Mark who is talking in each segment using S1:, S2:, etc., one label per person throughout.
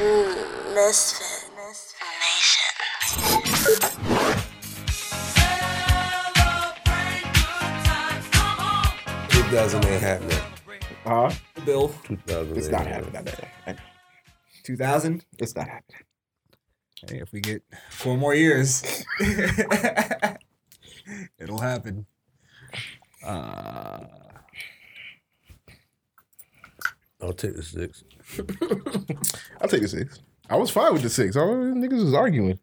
S1: Mm, misfit. Nation.
S2: It doesn't ain't happening.
S3: Uh,
S4: Bill.
S2: 2000
S3: it's
S2: ain't
S3: not happening. I know that. I know.
S4: 2000.
S3: It's not happening.
S4: Hey, if we get four more years, it'll happen. Uh,
S2: I'll take the six.
S3: I'll take the six. I was fine with the six. All those niggas was arguing.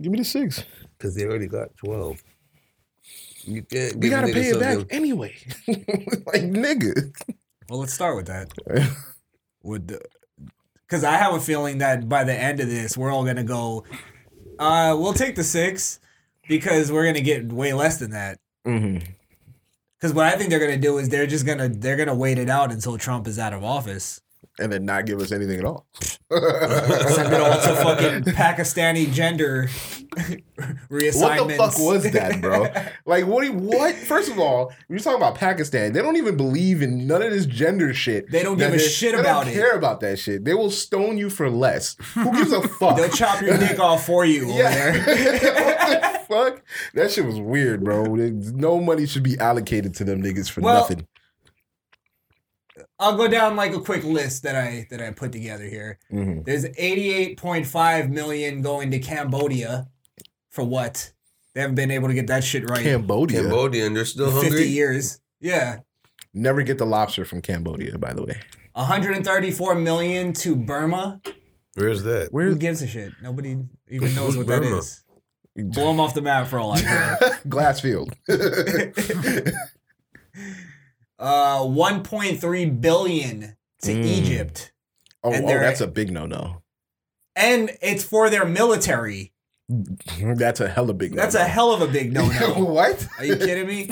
S3: Give me the six.
S2: Because they already got 12. You can't
S3: We
S2: give
S3: gotta
S2: niggas
S3: pay it back
S2: something-
S3: anyway. like nigga.
S4: well, let's start with that. Would because I have a feeling that by the end of this, we're all gonna go. Uh, we'll take the six because we're gonna get way less than that.
S3: hmm
S4: Because what I think they're gonna do is they're just gonna they're gonna wait it out until Trump is out of office.
S3: And then not give us anything at all.
S4: Send it all to fucking Pakistani gender reassignments.
S3: What the fuck was that, bro? like, what? do you- What? First of all, you're talking about Pakistan. They don't even believe in none of this gender shit.
S4: They don't
S3: That
S4: give a
S3: they-
S4: shit
S3: they
S4: about
S3: don't
S4: it.
S3: Care about that shit? They will stone you for less. Who gives a fuck?
S4: They'll chop your dick off for you. Over
S3: Yeah.
S4: there.
S3: what the fuck? That shit was weird, bro. There's- No money should be allocated to them niggas for
S4: Well-
S3: nothing.
S4: I'll go down like a quick list that I that I put together here.
S3: Mhm.
S4: There's 88.5 million going to Cambodia for what? They haven't been able to get that shit right
S3: Cambodia.
S2: Cambodian, they're still
S4: in 50
S2: hungry.
S4: years. Yeah.
S3: Never get the lobster from Cambodia, by the way.
S4: 134 million to Burma.
S2: Where's that?
S4: Who
S3: Where's
S4: gives a shit? Nobody even knows what that
S2: Burma?
S4: is. Blow them off the map for all I care.
S3: Glassfield? Oh,
S4: Uh, 1.3 billion to
S2: Hmm.
S3: Mm.
S4: Egypt.
S3: oh,
S4: And
S3: oh,
S4: they're-
S3: that's a big no no.
S4: And it's for their military.
S3: That's a hella big no.
S4: That's a hell of a big no-no.
S3: what?
S4: Are you kidding me?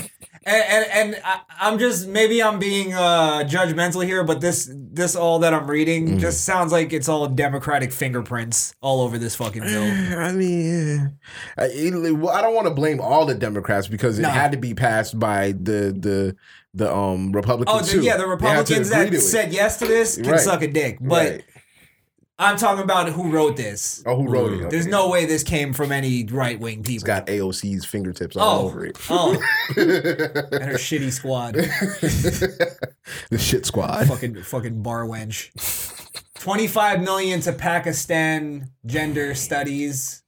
S4: And and, and I, I'm just maybe I'm being uh, judgmental here, but this this all that I'm reading
S3: Mhm.
S4: just sounds like it's all Democratic fingerprints all over this fucking bill.
S3: I mean, I, it- well, I don't want to blame all the Democrats because it
S4: No.
S3: had to be passed by the the the um Republicans.
S4: Oh the,
S3: too.
S4: yeah, the
S3: They had to
S4: Republicans
S3: agree
S4: that
S3: to it.
S4: said yes to this can
S3: Right.
S4: suck a dick. But
S3: Right.
S4: I'm talking about who wrote this.
S3: oh, who wrote it?
S2: Mm.
S3: Okay.
S4: There's no way this came from any right wing people.
S3: It's got AOC's fingertips all
S4: Oh.
S3: over it.
S4: oh, and her shitty squad,
S3: the shit squad.
S4: fucking fucking bar wench. Twenty five million to Pakistan gender studies.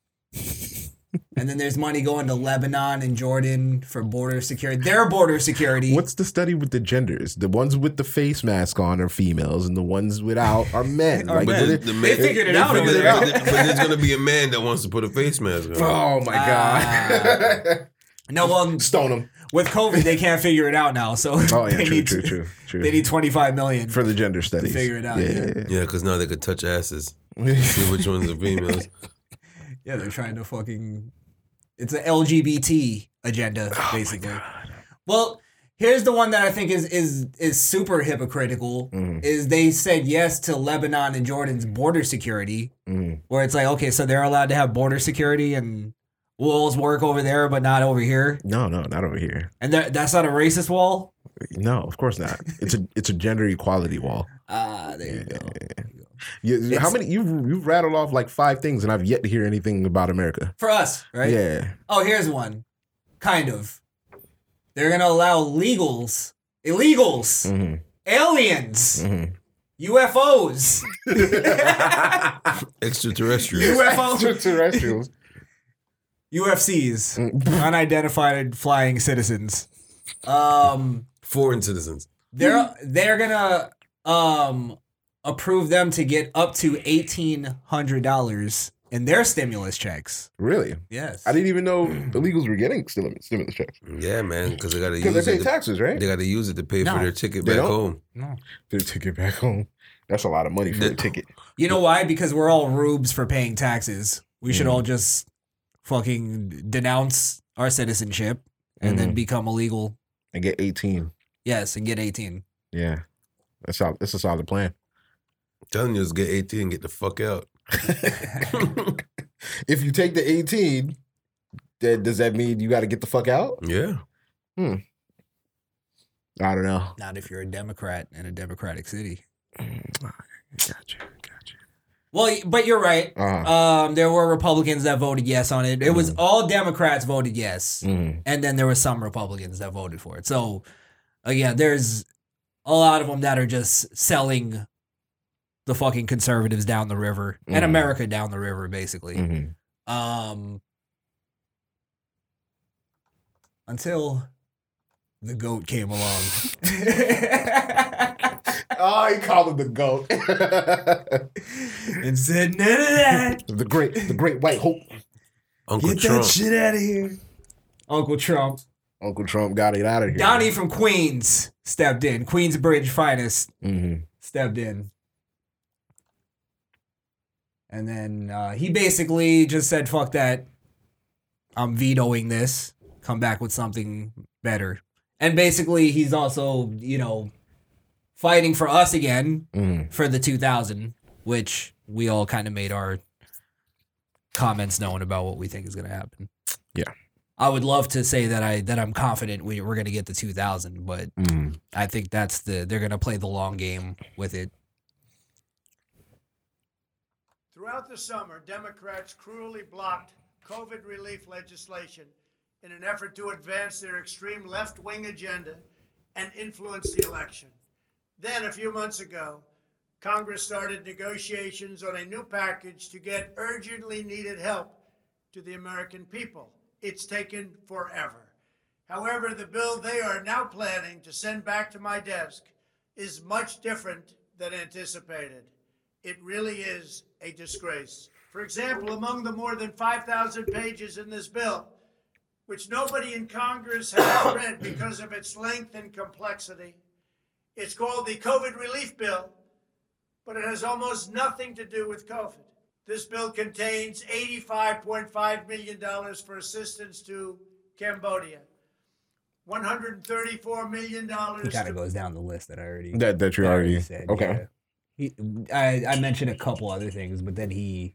S4: And then there's money going to Lebanon and Jordan for border security. Their border security.
S3: What's the study with the genders? The ones with the face mask on are females, and the ones without are men.
S4: Are
S3: like,
S4: men.
S3: what it-
S4: They figured it out
S2: But,
S4: over
S2: there-
S4: there.
S2: but there- but there's gonna be a man that wants to put a face mask on.
S3: oh my
S4: Ah.
S3: god!
S4: no, well,
S3: Stone them.
S4: with COVID, they can't figure it out now. So
S3: Oh yeah,
S4: they,
S3: true,
S4: need,
S3: true, true, true.
S4: they need 25 million.
S3: for the gender studies
S4: figure it out, yeah.
S3: Yeah,
S2: Yeah, because now they could touch asses.
S3: yeah.
S2: See which ones are females.
S4: Yeah, they're trying to fucking. It's an LGBT agenda, basically. Well, here's the one that I think is is is super hypocritical.
S3: Mhm.
S4: Is they said yes to Lebanon and Jordan's border security,
S3: Mm.
S4: where it's like, okay, so they're allowed to have border security and walls work over there, but not over here,
S3: No, no, not over here.
S4: and that that's not a racist wall.
S3: No, of course not. It's a it's a gender equality wall.
S4: Ah, there you go.
S3: You, you- how
S4: It's-
S3: many you've you've rattled off like five things, and I've yet to hear anything about America.
S4: For us, right?
S3: Yeah,
S4: Oh, here's one. Kind of. They're gonna allow legals, illegals,
S3: hmm
S4: aliens.
S3: hmm
S4: UFOs.
S2: Extraterrestrials.
S4: UFO.
S3: extraterrestrials.
S4: UFCs. Unidentified flying citizens. Um
S2: Foreign citizens.
S4: they're they're gonna um approve them to get up to eighteen hundred dollars in their stimulus checks.
S3: really?
S4: Yes.
S3: I didn't even know illegals were getting stimulus stimulus checks
S2: Yeah, man, because they gotta
S3: because
S2: use
S3: they
S2: it.
S3: pay
S2: to-
S3: taxes, right?
S2: they gotta use it to pay
S4: No.
S2: for their ticket
S3: They
S2: back
S3: don't?
S2: home.
S3: Their ticket back home. That's a lot of money for a
S2: The-
S3: ticket.
S4: you know why? Because we're all rubes for paying taxes. We should all just fucking denounce our citizenship and then become illegal.
S3: And get eighteen.
S4: Yes, and get eighteen.
S3: Yeah, that's all. That's a solid plan.
S2: telling you, just get 18 and get the fuck out.
S3: If you take the eighteen, then does that mean you got to get the fuck out?
S2: Yeah.
S3: I don't know.
S4: Not if you're a Democrat in a democratic city.
S3: Gotcha. Gotcha.
S4: Well, but you're right.
S3: Uh-huh.
S4: Um, there were Republicans that voted yes on it. It was all Democrats voted yes,
S3: Mm-hmm,
S2: Mm.
S4: and then there were some Republicans that voted for it. So, uh, yeah, there's a lot of them that are just selling the fucking conservatives down the river and
S2: Mhm.
S4: America down the river, basically.
S3: mm-hmm.
S2: Mhm.
S4: Um, until the goat came along.
S3: Oh, he called him the goat.
S4: and said none of that.
S3: the great, the great white hope.
S2: Uncle Trump.
S4: shit out of here. Uncle Trump.
S3: Uncle Trump got it out of here.
S4: Donnie from Queens stepped in. Queensbridge finest
S2: Mhm.
S3: Mm-hmm,
S4: stepped in. And then uh, he basically just said, fuck that. I'm vetoing this. Come back with something better. And basically, he's also, you know, fighting for us again
S3: mm-hmm,
S2: Mhm.
S4: for the 2000, which we all kind of made our comments known about what we think is going to happen.
S2: Yeah.
S4: I would love to say that I that I'm confident we, we're going to get the 2000, but
S3: mm-hmm.
S2: Mhm.
S4: I think that's the they're going to play the long game with it.
S5: Throughout the summer, Democrats cruelly blocked COVID relief legislation in an effort to advance their extreme left wing agenda and influence the election. Then, a few months ago, Congress started negotiations on a new package to get urgently needed help to the American people. It's taken forever. However, the bill they are now planning to send back to my desk is much different than anticipated. It really is a disgrace. For example, among the more than 5,000 pages in this bill, which nobody in Congress has read because of its length and complexity, it's called the COVID Relief Bill, but it has almost nothing to do with COVID. This bill contains $85.5 million for assistance to Cambodia, $134 million
S4: He kind
S5: to
S4: of goes down the list that I already
S3: That that you
S4: that I
S3: already
S4: said,
S3: okay.
S4: yeah. He, I, I mentioned a couple other things, but then he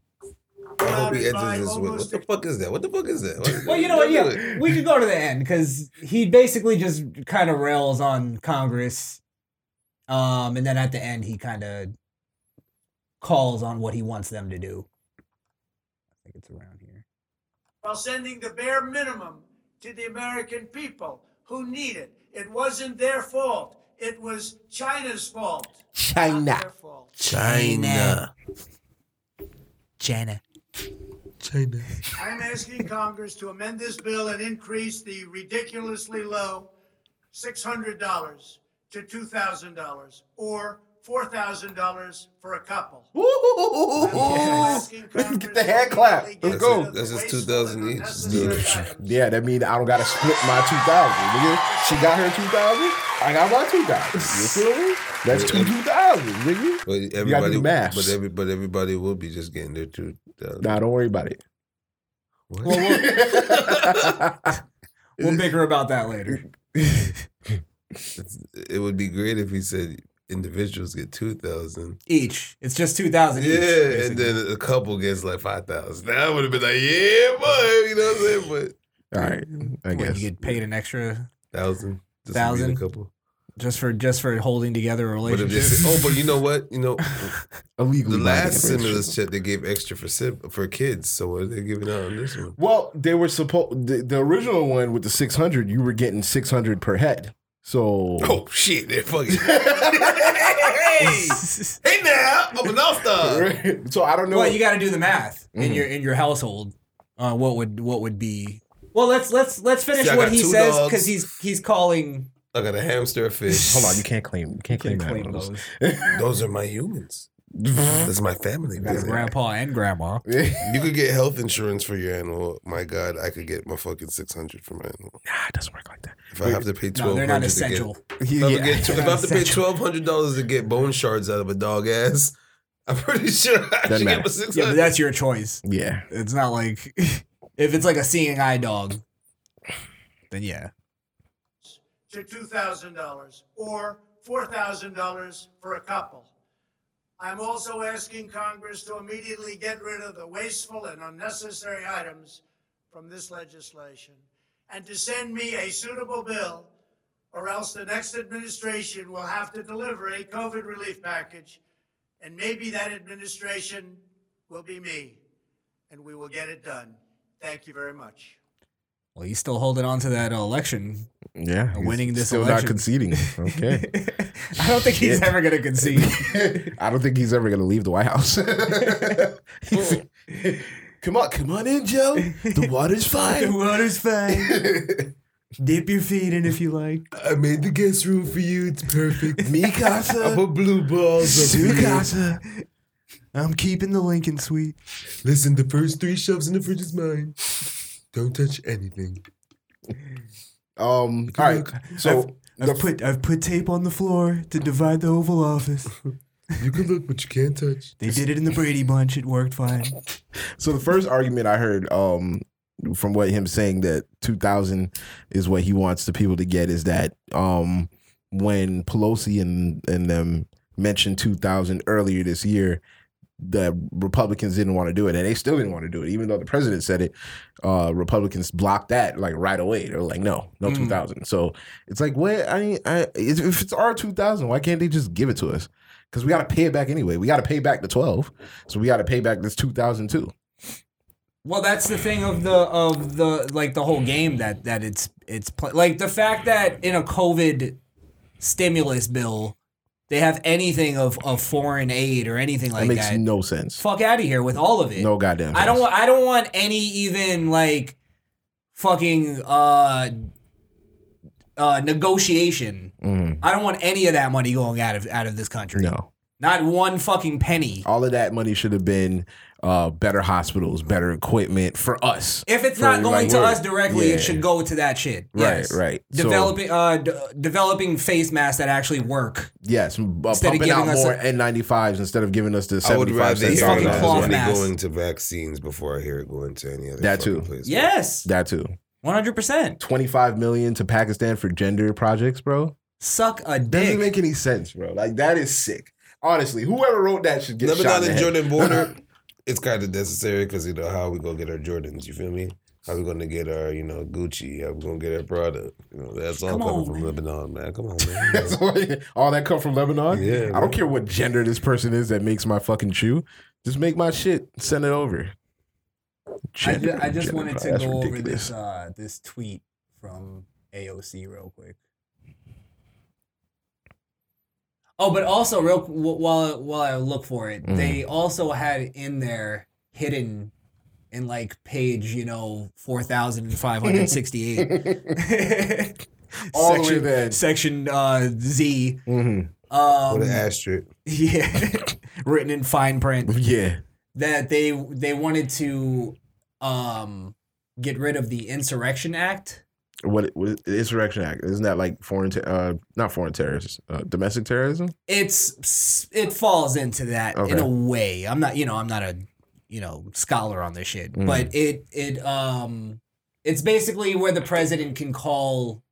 S6: I hope he
S5: by
S6: edges this with what
S5: almost
S6: the fuck is that? What the fuck is that? What-
S4: Well, you know what?
S6: do it.
S4: Yeah, we could go to the end because he basically just kind of rails on Congress, um, and then at the end he kind of calls on what he wants them to do. I think it's around here.
S5: while sending the bare minimum to the American people who need it. It wasn't their fault. It was China's fault. Not
S3: China.
S5: their fault.
S6: China.
S4: China.
S6: China.
S5: I'm asking Congress to amend this bill and increase the ridiculously low $600 to $2,000 or $4,000 for a couple.
S3: Let's get the hand clap. Let's
S6: That's
S3: go.
S6: it. That's just 2,000 each. Let's do it.
S3: Yeah, that means I don't gotta split my two thousand. Nigga, she got her two thousand. I got my two thousand. You feel me? That's two two thousand, nigga.
S6: But
S3: the
S6: everybody,
S3: math.
S6: but every, but everybody will be just getting their two. Uh,
S3: Nah, don't worry about it.
S6: what?
S4: We'll bicker about that later.
S6: It's- it would be great if he said individuals get two thousand.
S4: Each. It's just two thousand
S6: Yeah,
S4: each.
S6: and
S4: basically.
S6: then a couple gets like five thousand. That would have been like, yeah, boy, you know what I'm saying?
S3: All right, I
S4: What,
S3: guess.
S4: you get paid an extra
S6: But thousand, just
S4: Thousand?
S6: a couple.
S4: just for just for holding together a
S6: But if
S4: relationship.
S6: they say, oh, but you know what? You know,
S3: Illegally
S6: the
S3: binding
S6: last
S3: relationship.
S6: stimulus check they gave extra for sib- for kids. So what are they giving out on this one?
S3: Well, they were supposed the, the original one with the six hundred. You were getting six hundred per head. So
S6: Oh shit, they're fucking. hey, hey now, I'm an all star.
S3: so I don't know.
S4: Well, you got to do the math
S6: Mm-hmm.
S4: in your in your household. Uh, what would what would be? Well, let's let's let's finish
S6: See, I
S4: what
S6: got
S4: he
S6: two
S4: says
S6: dogs.
S4: because he's he's calling.
S6: I got a hamster, a fish.
S3: Hold on, you can't claim. You can't claim,
S4: claim
S3: that.
S4: those.
S6: Those are my humans. That's my family.
S4: Got a
S6: business.
S4: grandpa and grandma.
S6: You could get health insurance for your animal. My God, I could get my fucking six hundred for my animal.
S3: Nah, it doesn't work like that.
S6: If I have to pay
S4: No,
S6: twelve
S4: they're
S6: hundred,
S4: not essential.
S6: If I have to, get,
S4: they're
S6: if I
S4: not
S6: have to pay
S4: essential.
S6: twelve hundred dollars to get bone shards out of a dog ass, I'm pretty sure I
S3: Doesn't
S6: should get
S3: matter.
S6: my six
S4: Yeah, but
S6: hundred.
S4: that's your choice.
S3: Yeah,
S4: It's not like if it's like a seeing eye dog, then yeah.
S5: to $2,000 or $4,000 for a couple. I'm also asking Congress to immediately get rid of the wasteful and unnecessary items from this legislation and to send me a suitable bill, or else the next administration will have to deliver a COVID relief package, and maybe that administration will be me, and we will get it done. Thank you very much.
S4: Well, he's still holding on to that election.
S3: Yeah,
S4: he's winning this
S3: still
S4: election.
S3: not conceding. Okay,
S4: I don't think he's ever gonna concede.
S3: I don't think he's ever gonna leave the White House. come on, come on in, Joe. The water's fine.
S4: water's fine. Dip your feet in if you like.
S6: I made the guest room for you. It's perfect.
S3: Me casa,
S6: blue balls.
S3: su casa.
S4: I'm keeping the Lincoln suite.
S6: Listen, the first three shoves in the fridge is mine. Don't touch anything.
S7: Um, all right. So the,
S4: put I've put tape on the floor to divide the Oval Office.
S6: You can look, but you can't touch.
S4: They did it in the Brady Bunch. It worked fine.
S3: So the first argument I heard um, from what him saying that 2000 is what he wants the people to get is that um, when Pelosi and and them mentioned 2000 earlier this year, the Republicans didn't want to do it, and they still didn't want to do it, even though the president said it. Uh, Republicans blocked that like right away. They're like, no, no
S4: Mm.
S3: 2000. So it's like, what? I, mean, I if if it's our 2000, why can't they just give it to us? Because we got to pay it back anyway. We got to pay back the 12, so we got to pay back this 2002.
S4: Well, that's the thing of the of the like the whole game that that it's it's pl- like the fact that in a COVID stimulus bill they have anything of of foreign aid or anything like
S3: That makes
S4: that.
S3: no sense.
S4: Fuck out of here with all of it.
S3: No goddamn.
S4: I don't
S3: sense.
S4: want. I don't want any even like fucking uh uh negotiation.
S3: Mm,
S4: I don't want any of that money going out of out of this country.
S3: no.
S4: Not one fucking penny.
S3: All of that money should have been uh, better hospitals, better equipment for us.
S4: If it's
S3: For,
S4: not going
S3: like,
S4: to
S3: we're-
S4: us directly,
S3: yeah.
S4: it should go to that shit.
S3: Right,
S4: Yes.
S3: right. So-
S4: Developing uh d- developing face masks that actually work.
S3: Yes, uh,
S4: Instead of
S3: pumping
S4: giving
S3: out
S4: us
S3: more
S4: a-
S3: N95s instead of giving us the
S6: I would
S3: 75
S6: rather
S3: cents.
S6: hear
S4: fucking
S3: on
S6: about
S3: the
S4: cloth
S3: other
S6: money
S3: one.
S4: mask.
S6: going to vaccines before I hear it going to any other
S3: That
S6: fucking
S3: too.
S6: place.
S4: Yes.
S3: That too.
S4: 100%.
S3: 25 million to Pakistan for gender projects, bro.
S4: Suck a
S3: Doesn't
S4: dick.
S3: make any sense, bro. Like that is sick. Honestly, whoever wrote that should get shot.
S6: Lebanon
S3: in the
S6: and
S3: head.
S6: Jordan border, it's kind of necessary because you know how we gonna get our Jordans. You feel me? How we gonna get our you know Gucci? How we gonna get our Prada? You know that's all
S4: Come
S6: coming
S4: on,
S6: from
S4: man.
S6: Lebanon, man. Come on, man.
S3: That's why- all that come from Lebanon.
S6: Yeah,
S3: I
S6: bro.
S3: don't care what gender this person is that makes my fucking shoe. Just make my shit. Send it over.
S4: I,
S3: Gender-
S4: ju- I just
S3: gender-
S4: wanted to
S3: that's
S4: go over
S3: ridiculous.
S4: this uh, this tweet from AOC real quick. Oh, but also real qu- wh- while while I look for it,
S3: Mm.
S4: they also had in there hidden in like page you know four thousand five hundred sixty eight.
S3: All the way
S4: section,
S3: there.
S4: section uh, Z.
S3: Mhm.
S4: Um,
S6: What an asterisk.
S4: yeah, written in fine print
S3: Yeah.
S4: that they they wanted to um get rid of the insurrection act
S3: What, what is- insurrection act? Isn't that like foreign? Ter- uh, not foreign terrorists. Uh, domestic terrorism.
S4: it's it falls into that in
S3: Okay.
S4: a way i'm not you know i'm not a you know scholar on this shit
S3: Mm.
S4: but it it um it's basically where the president can call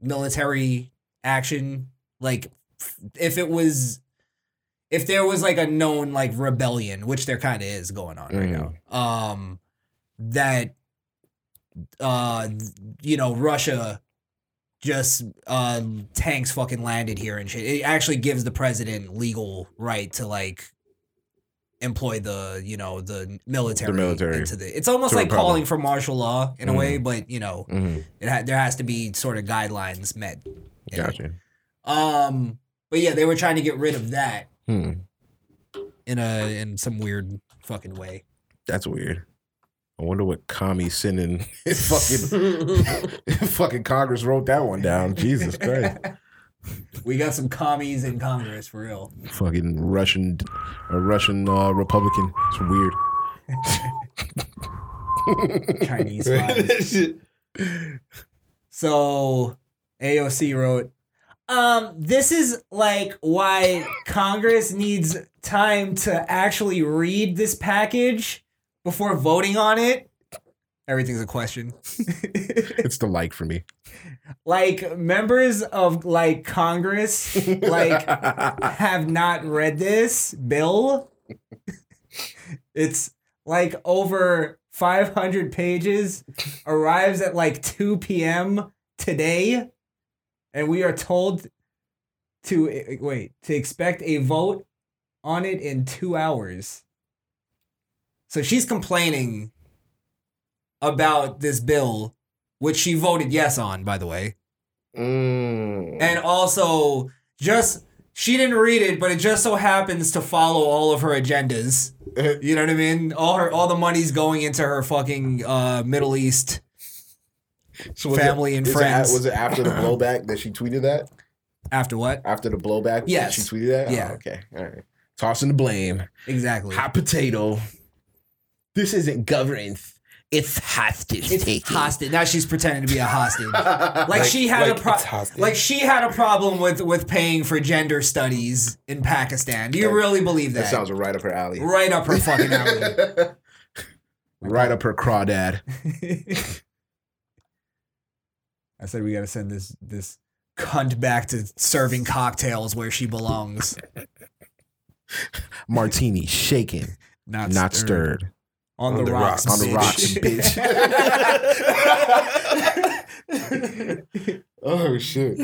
S4: military action like f- if it was if there was like a known like rebellion which there kind of is going on right
S3: Mm.
S4: now um that uh you know russia just uh tanks fucking landed here and shit it actually gives the president legal right to like employ the you know the military,
S3: military.
S4: into the it's almost
S3: To
S4: like
S3: repel
S4: calling for martial law in a
S3: Mm.
S4: way but you know
S3: Mm-hmm.
S4: it ha- there has to be sort of guidelines met in it.
S3: Gotcha.
S4: um but yeah they were trying to get rid of that
S3: Hmm.
S4: in a in some weird fucking way
S3: That's weird. I wonder what commie sending fucking fucking Congress wrote that one down. Jesus Christ.
S4: we got some commies in congress for real
S3: fucking Russian, a Russian uh, Republican. It's weird.
S4: chinese spies.
S6: That shit.
S4: So AOC wrote, um, this is like why Congress needs time to actually read this package before voting on it. Everything's a question.
S3: It's the like for me.
S4: like members of like Congress like have not read this bill. It's like over 500 pages, arrives at like 2 p.m. today, and we are told to eh, wait to expect a vote on it in two hours. So she's complaining about this bill, which she voted yes on, by the way.
S3: Mm.
S4: And also, just she didn't read it, but it just so happens to follow all of her agendas. You know what I mean? All her, all the money's going into her fucking uh, Middle East
S3: So was
S4: Family and
S3: is
S4: friends.
S3: It, was it after the blowback that she tweeted that?
S4: after what?
S3: After the blowback,
S4: Yes.
S3: she tweeted that. Oh,
S4: Yeah.
S3: okay. All right. Tossing the blame.
S4: Exactly.
S3: Hot potato. This isn't governance. It's hostage
S4: It's hostage. Now she's pretending to be a hostage. like, she had
S6: like
S4: a pro-
S6: it's hostage.
S4: like she had a problem with with paying for gender studies in Pakistan. Do you really believe that?
S3: That sounds right up her alley.
S4: right up her fucking alley.
S3: Right up her crawdad.
S4: I said we gotta send this this cunt back to serving cocktails where she belongs,
S2: Martini shaken,
S4: not
S2: not stirred.
S4: On, the, rocks,
S2: on the rocks,
S4: bitch.
S3: Oh shit.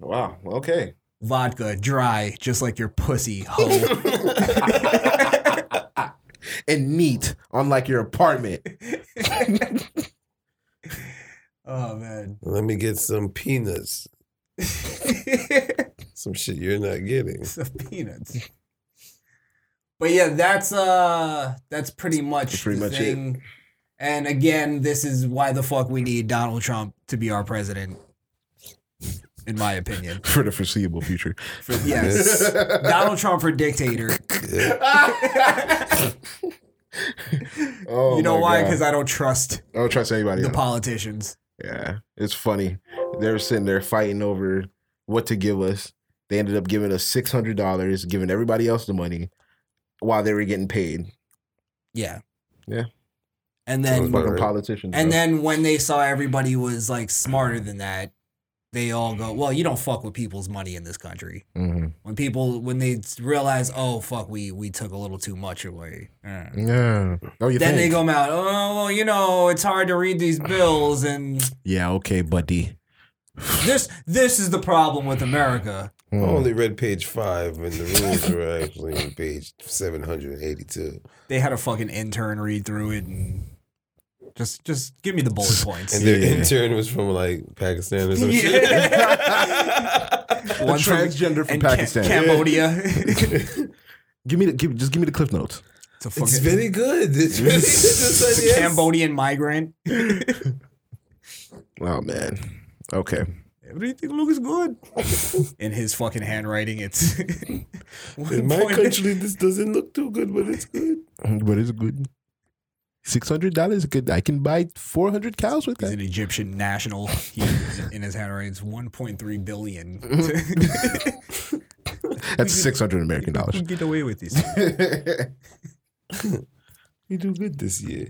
S3: Wow. Okay.
S4: Vodka dry, just like your pussy hoe.
S2: and neat, unlike your apartment.
S4: oh man.
S6: Let me get some peanuts. Some shit you're not getting.
S4: It's of peanuts. But yeah, that's uh that's pretty much
S2: pretty
S4: the
S2: much it.
S4: thing. And again, this is why the fuck we need Donald Trump to be our president. In my opinion.
S2: For the foreseeable future.
S4: For- yes. Donald Trump for dictator.
S3: Oh,
S4: you know
S3: my
S4: why?
S3: God.
S4: Because I don't trust
S3: I don't trust anybody.
S4: the
S3: else.
S4: politicians.
S3: Yeah, it's funny. They were sitting there fighting over what to give us. They ended up giving us six hundred dollars, giving everybody else the money while they were getting paid.
S4: Yeah.
S3: Yeah.
S4: And
S6: Sounds
S4: then
S6: about
S3: Fucking
S6: Right.
S3: politicians.
S4: And
S3: bro.
S4: then when they saw everybody was like smarter than that, they all go, "Well, you don't fuck with people's money in this country." When people when they realize, "Oh fuck, we we took a little too much away," Uh.
S3: Mm-hmm.
S2: Yeah. Oh, you
S4: then
S2: think?
S4: they go out, "Oh well, you know, it's hard to read these bills, and
S2: yeah, okay, buddy.
S4: this this is the problem with America."
S6: I
S3: Hmm.
S2: Oh,
S6: only read page five, and the rules were actually on page 782.
S4: They had a fucking intern read through it and just just give me the bullet points.
S6: And their
S2: Yeah.
S6: intern was from like Pakistan or some shit.
S4: Yeah. One from-
S2: transgender from
S4: and Ca-
S2: Pakistan.
S4: Cambodia.
S2: Give me the give, just give me the cliff notes.
S4: it's a fucking
S6: It's very good. It's really
S4: It's a Cambodian migrant.
S2: Oh man. Okay.
S4: Everything looks good. In his fucking handwriting, it's
S6: In my country, this doesn't look too good, but it's good.
S2: But it's good. Six hundred dollars good. I can buy four hundred cows with
S4: He's
S2: that.
S4: an Egyptian national. He, in his handwriting, it's 1.3 billion.
S2: That's six hundred American dollars.
S4: we get away with these.
S6: We do good this year.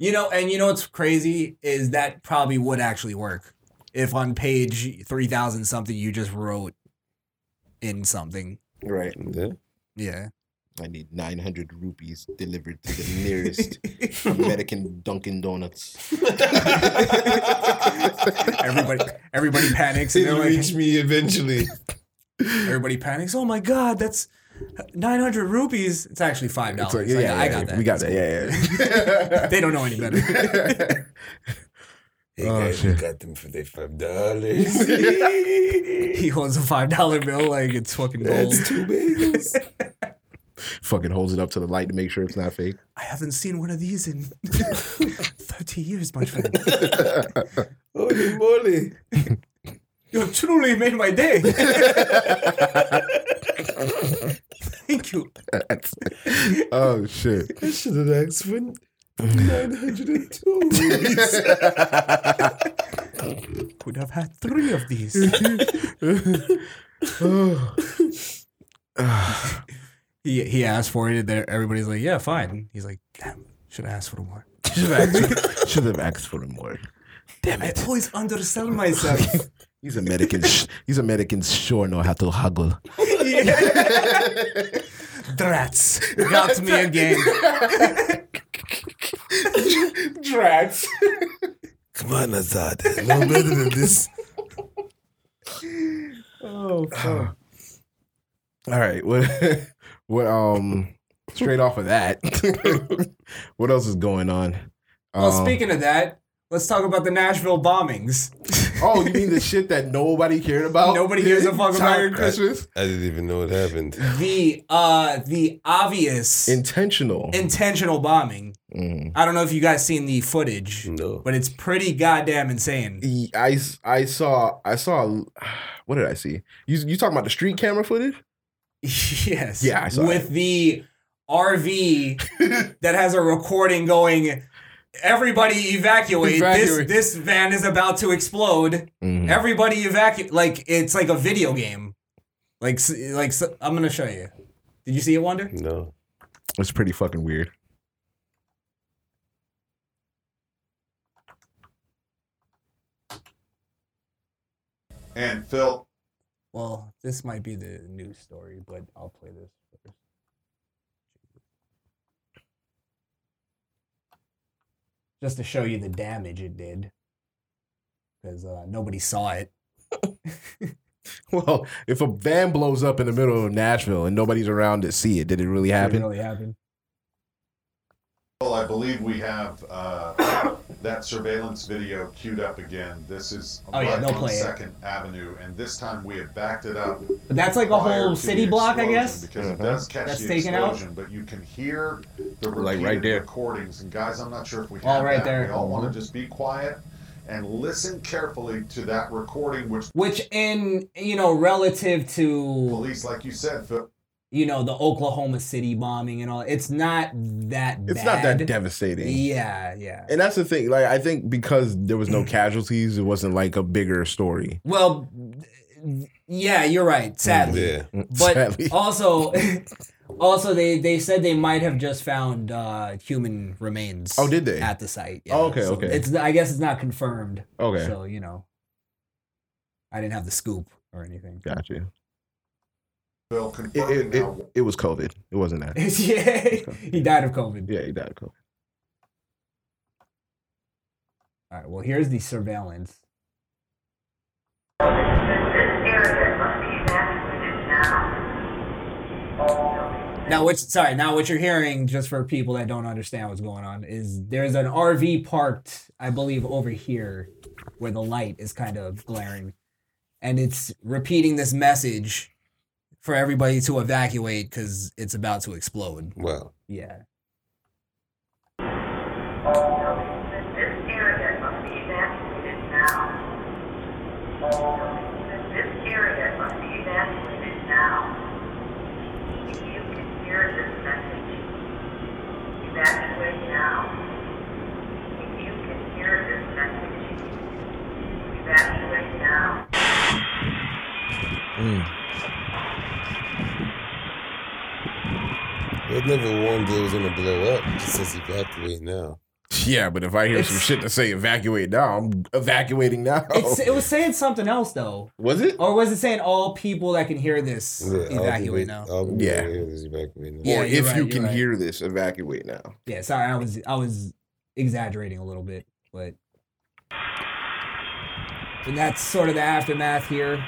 S4: You know, and you know what's crazy is that probably would actually work if on page 3000 something you just wrote in something.
S3: right,
S6: Yeah.
S4: Yeah.
S3: I need nine hundred rupees delivered to the nearest American Dunkin' Donuts.
S4: Everybody everybody panics and they're
S6: It'll
S4: like
S6: reach me eventually.
S4: Everybody panics. Oh my god, that's 900 rupees. It's actually five dollars. I, got- I got that.
S2: We got that. Yeah, yeah.
S4: They don't know any better.
S6: Hey
S2: Oh,
S6: guys, we
S2: shit.
S6: got them for their five dollars.
S4: he holds a five dollar bill like it's fucking gold.
S6: That's two bagels.
S2: Fucking holds it up to the light to make sure it's not fake.
S4: I haven't seen one of these in 30 years, my friend.
S6: Holy moly!
S4: You have truly made my day. Thank you.
S2: Oh shit.
S6: I should have asked for nine hundred and two.
S4: Could have had three of these. he he asked for it, and then everybody's like, "Yeah, fine." He's like, "Damn, should have asked for more."
S2: Should have asked, should have asked for more.
S4: Damn it! I always undersell myself.
S2: These Americans, these Americans sure know how to haggle.
S4: Drats got me again.
S3: Drats.
S6: Come on, Azad. No better than this.
S4: Oh,
S2: All right, what, what, um,
S3: Straight off of that, what else is going on?
S4: Well,
S3: Um,
S4: Oh, speaking of that, let's talk about the Nashville bombings.
S3: Oh, you mean the shit that nobody cared about?
S4: Nobody gives a fuck about.
S3: Entire Christmas.
S8: I didn't even know it happened.
S4: The uh the obvious
S3: Intentional.
S4: intentional bombing.
S3: Mm.
S4: I don't know if you guys seen the footage,
S8: No.
S4: but it's pretty goddamn insane.
S3: E- I s- I saw I saw what did I see? You you talking about the street camera footage?
S4: yes.
S3: Yeah, I saw
S4: With the RV that has a recording going everybody evacuate. Mm.
S3: Evacuate.
S4: This this van is about to explode.
S3: Mm.
S4: Everybody evacuate like it's like a video game. Like s- like s- I'm going to show you. Did you see it wonder?
S8: No.
S3: It's pretty fucking weird.
S9: And Phil,
S4: Well, this might be the news story, but I'll play this first. Just to show you the damage it did. Because uh, nobody saw it.
S3: Well, if a van blows up in the middle of Nashville and nobody's around to see it, did it really
S4: It
S3: happen?
S4: really happened.
S9: Well, I believe we have uh, that surveillance video queued up again. This is
S4: Oh, yeah,
S9: right
S4: they'll
S9: on
S4: play it.
S9: Second Avenue, and this time we have backed it up.
S4: But that's like a
S9: prior
S4: whole
S9: to
S4: city
S9: the
S4: block, I
S9: explosion
S4: guess.
S9: Because it does catch
S4: That's
S9: the
S4: taken out?
S9: explosion, but you can hear the
S10: Like, right
S9: repeated
S10: there.
S9: recordings. And guys, I'm not sure if we
S4: All
S9: have
S4: right
S9: that.
S4: there.
S9: We all want to just be quiet and listen carefully to that recording, which
S4: Which, in, you know, relative to,
S9: police, like you said, Phil,
S4: you know, the Oklahoma City bombing and all, it's not that bad.
S3: It's not that devastating.
S4: Yeah, yeah.
S3: And that's the thing. Like I think because there was no casualties, it wasn't like a bigger story.
S4: Well, yeah, you're right, sadly.
S8: Yeah.
S4: Mm, but
S3: sadly.
S4: also also they they said they might have just found uh human remains
S3: Oh, did they?
S4: at the site
S3: Oh, okay, okay.
S4: it's i guess it's not confirmed
S3: Okay.
S4: so you know i didn't have the scoop or anything
S3: Gotcha.
S9: Phil
S3: It,
S9: confirming
S3: it, it,
S9: now
S3: it was COVID. It wasn't that.
S4: yeah he died of covid
S3: Yeah, he died of COVID.
S4: all right well here's the surveillance now what sorry now what you're hearing just for people that don't understand what's going on is there's an rv parked i believe over here where the light is kind of glaring and it's repeating this message for everybody to evacuate because it's about to explode
S8: Wow.
S4: yeah
S8: It never warned it was gonna blow up. It just says evacuate now.
S3: Yeah, but if I hear some
S4: It's-
S3: shit to say evacuate now, I'm evacuating now.
S4: it's, it Oh, was saying something else though
S3: was it?
S4: or was it saying all people that can hear this
S8: Yeah, all people-
S4: evacuate now
S8: all people
S3: Yeah.
S8: here is evacuate now.
S4: Yeah,
S3: or
S4: you're
S3: if
S4: right,
S3: you
S4: you're
S3: can
S4: right.
S3: hear this, evacuate now.
S4: Yeah, sorry, I was I was exaggerating a little bit, but and that's sort of the aftermath here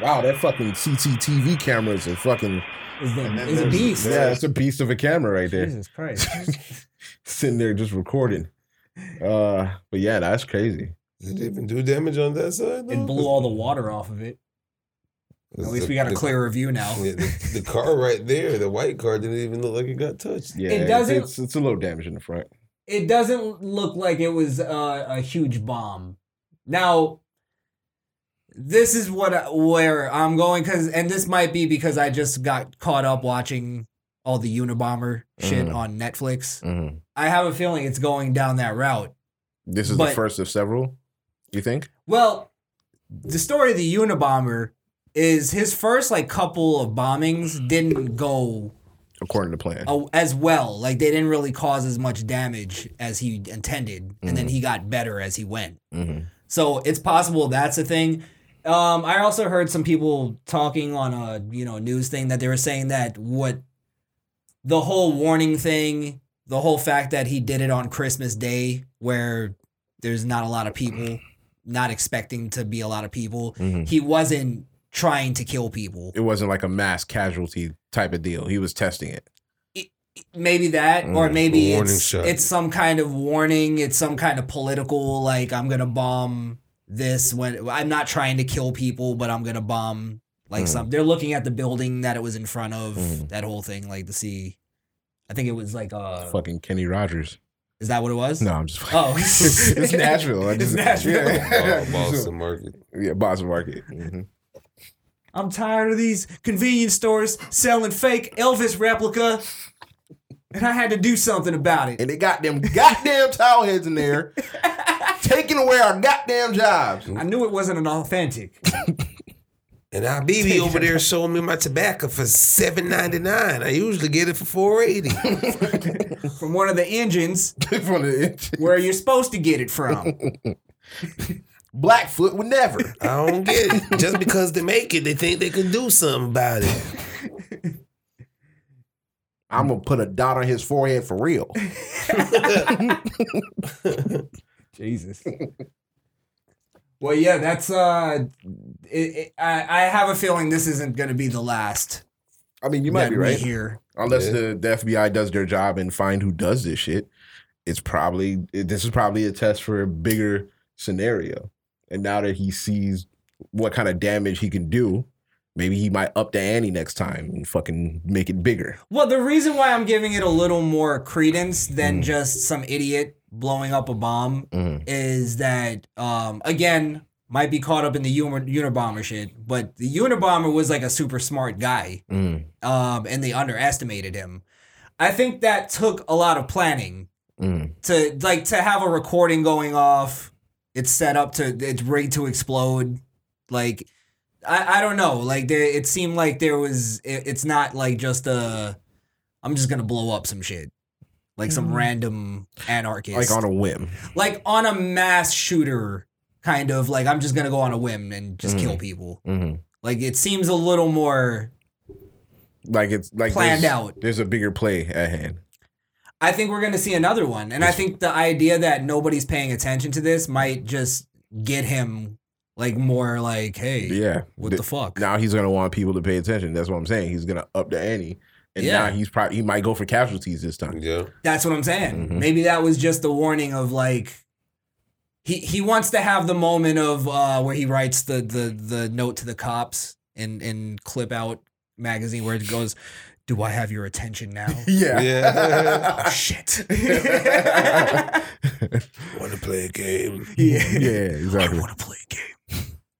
S3: Wow, that fucking CCTV camera is a fucking
S4: is
S9: And
S4: the
S9: then
S4: is a
S9: there's-
S4: beast.
S3: yeah, that's a beast of a camera right there,
S4: Jesus Christ.
S3: sitting there just recording. Uh, but yeah, that's crazy.
S8: Did it even do damage on that side?
S4: it blew all the water off of it. At least we got a clearer view now.
S8: Yeah, the, the car right there, the white car didn't even look like it got touched.
S3: Yeah,
S4: It
S3: it's-
S4: doesn't-
S3: It's, it's a little damage in the front.
S4: It doesn't look like it was a, a huge bomb. Now this is what I, where I'm going cuz and this might be because I just got caught up watching all the Unabomber shit
S3: Mhm.
S4: on Netflix. I have a feeling it's going down that route.
S3: Mm-hmm. This is
S4: But-
S3: the first of several. You think?
S4: Well, the story of the Unabomber is his first like couple of bombings didn't go
S3: According to plan.
S4: a- as well. Like they didn't really cause as much damage as he intended, and then he got better as he went.
S3: Mhm.
S4: So it's possible that's a thing. Um, I also heard some people talking on a you know news thing that they were saying that what the whole warning thing, the whole fact that he did it on Christmas Day, where
S3: Hmm.
S4: there's not a lot of people, not expecting to be a lot of people, he wasn't trying to kill people.
S3: Mm-hmm. It wasn't like a mass casualty type of deal. He was testing it.
S4: Maybe that, or
S6: Mm,
S4: maybe
S6: a warning
S4: it's
S6: shot.
S4: it's some kind of warning. It's some kind of political like I'm gonna bomb this when I'm not trying to kill people, but I'm gonna bomb like some. They're looking at the building that it was in front of
S3: Mm.
S4: that whole thing, like to see. I think it was like uh,
S3: Fucking Kenny Rogers.
S4: is that what it was?
S3: No, I'm just.
S4: Oh.
S3: it's Nashville. I
S4: It's
S3: just-
S4: Nashville. Mm-hmm.
S3: Yeah,
S6: Oh, Boston, Boston market.
S3: yeah Boston market. Mhm.
S4: I'm tired of these convenience stores selling fake Elvis replica, and I had to do something about it.
S3: And they got them goddamn towel heads in there, taking away our goddamn jobs.
S4: I knew it wasn't an authentic.
S6: And our BB over there showing me my tobacco for seven ninety nine. I usually get it for four eighty.
S4: from one of the engines
S3: From the-
S4: where you're supposed to get it from.
S3: Blackfoot would never.
S6: I don't get it. Just because they make it, they think they can do something about it.
S3: I'm gonna put a dot on his forehead for real.
S4: Jesus. Well, yeah, that's uh, it, it, I I have a feeling this isn't going to be the last
S3: I mean, you
S4: that
S3: might be
S4: we
S3: right.
S4: hear.
S3: Unless
S6: Yeah.
S3: the, the FBI does their job and find who does this shit, it's probably it- this is probably a test for a bigger scenario. And now that he sees what kind of damage he can do, maybe he might up the ante next time and fucking make it bigger.
S4: Well, the reason why I'm giving it a little more credence
S3: Hmm.
S4: than just some idiot blowing up a bomb
S3: Mhm.
S4: is that um, again might be caught up in the humor, Unabomber shit, but the Unabomber was like a super smart guy,
S3: Mm.
S4: um, and they underestimated him. I think that took a lot of planning
S3: Mm.
S4: to like to have a recording going off. It's set up to it's rigged to explode. Like I I don't know. Like there, it seemed like there was. It, it's not like just a. I'm just gonna blow up some shit, like some random anarchist,
S3: Like on a whim.
S4: like on a mass shooter kind of like I'm just gonna go on a whim and just kill people.
S3: Mhm.
S4: Like it seems a little more
S3: Like it's like
S4: Planned
S3: there's-
S4: out.
S3: There's a bigger play at hand.
S4: I think we're going to see another one. And I think the idea that nobody's paying attention to this might just get him like more like, hey,
S3: Yeah.
S4: what
S3: The-
S4: the fuck?
S3: now he's gonna want people to pay attention. That's what I'm saying. He's gonna up the ante, and
S4: Yeah.
S3: now he's probably he might go for casualties this time.
S6: Yeah.
S4: That's what I'm saying.
S3: Mhm.
S4: Maybe that was just the warning of like he he wants to have the moment of uh where he writes the the the note to the cops in in clip out magazine where it goes, "Do I have your attention now?"
S3: Yeah,
S6: Yeah.
S4: oh shit.
S3: yeah,
S6: Want to play a game?
S4: I
S3: exactly.
S4: want to play a game.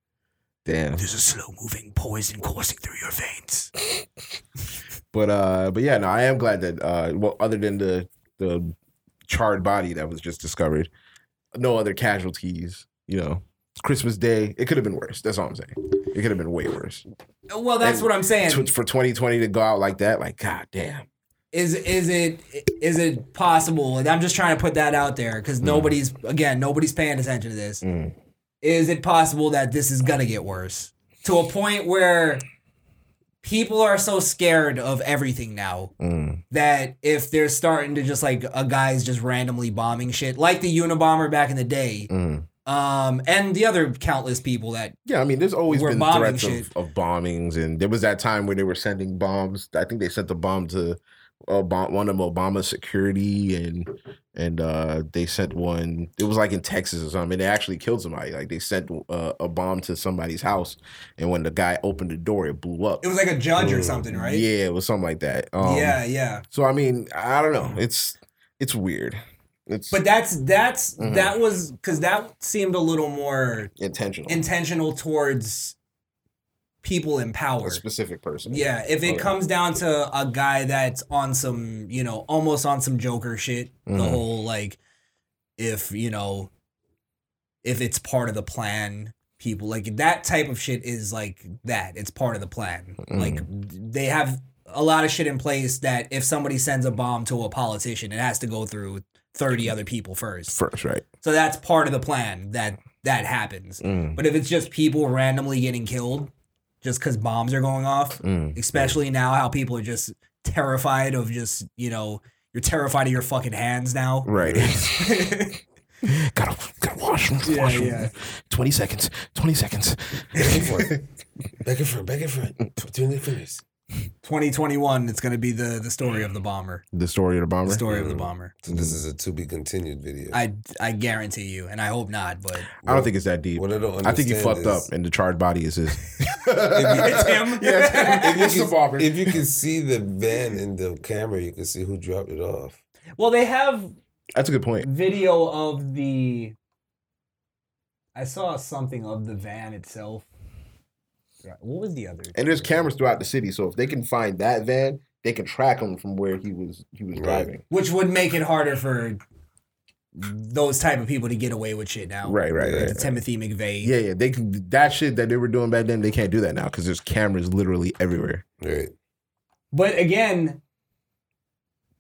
S3: Damn.
S4: There's a slow moving poison coursing through your veins.
S3: But uh, but yeah, no, I am glad that uh, well, other than the the charred body that was just discovered, no other casualties. You know, it's Christmas Day. It could have been worse. That's all I'm saying. It could have been way worse.
S4: Well, that's
S3: And
S4: what I'm saying.
S3: Tw- for 2020 to go out like that, like god damn.
S4: Is is it is it possible? And I'm just trying to put that out there because nobody's again nobody's paying attention to this.
S3: Mm.
S4: Is it possible that this is gonna get worse to a point where people are so scared of everything now
S3: Mm.
S4: that if they're starting to just like a guy's just randomly bombing shit like the Unabomber back in the day,
S3: Mm.
S4: um, and the other countless people that
S3: Yeah, I mean, there's always
S4: We're
S3: been
S4: bombing
S3: threats
S4: shit.
S3: of, of bombings, and there was that time where they were sending bombs. I think they sent a bomb to Obama, one of Obama's security, and and uh, they sent one. It was like in Texas or something. And they actually killed somebody. Like they sent uh, a bomb to somebody's house, and when the guy opened the door, it blew up.
S4: it was like a judge or
S6: Mm,
S4: something, right?
S3: Yeah, it was something like that. Um,
S4: yeah, yeah.
S3: So I mean, I don't know. It's it's weird. It's
S4: But that's that's
S3: Mhm.
S4: that was because that seemed a little more
S3: intentional.
S4: intentional towards people in power.
S3: a specific person.
S4: Yeah, if it
S3: Okay.
S4: comes down to a guy that's on some, you know, almost on some Joker shit, the
S3: Mhm.
S4: whole like, if you know, if it's part of the plan, people like that type of shit is like that. It's part of the plan. Like they have a lot of shit in place that if somebody sends a bomb to a politician, it has to go through thirty other people first.
S3: First, right?
S4: So that's part of the plan that that happens.
S3: Mm.
S4: But if it's just people randomly getting killed just because bombs are going off,
S3: Mm.
S4: especially now how people are just terrified of just, you know, you're terrified of your fucking hands now.
S3: Right. Gotta, gotta wash, wash,
S4: Yeah,
S3: wash.
S4: yeah.
S3: Twenty seconds. Twenty seconds.
S6: Back and forth. Back and forth. Back and forth. Between the fingers.
S4: 2021. It's gonna be the the story of the bomber.
S3: The story of the bomber.
S4: The story of the bomber.
S6: So this is a to be continued video.
S4: I I guarantee you, and I hope not, but
S3: I don't think it's that deep.
S6: What I don't
S3: I think you
S6: understand
S3: fucked
S6: is-
S3: up, and the charred body is his.
S4: it's him.
S6: if you
S3: It's the
S6: can-
S3: barber.
S6: If you can see the van in the camera, you can see who dropped it off.
S4: well, they have
S3: That's a good point.
S4: video of the. I saw something of the van itself. What was the other?
S3: And there's cameras throughout the city, so if they can find that van, they can track him from where he was he was
S6: Right.
S3: driving.
S4: which would make it harder for those type of people to get away with shit now.
S3: Right, right,
S4: Like
S3: right.
S4: the Timothy McVeigh.
S3: Yeah, yeah. They can that shit that they were doing back then, they can't do that now because there's cameras literally everywhere.
S6: Right.
S4: But again,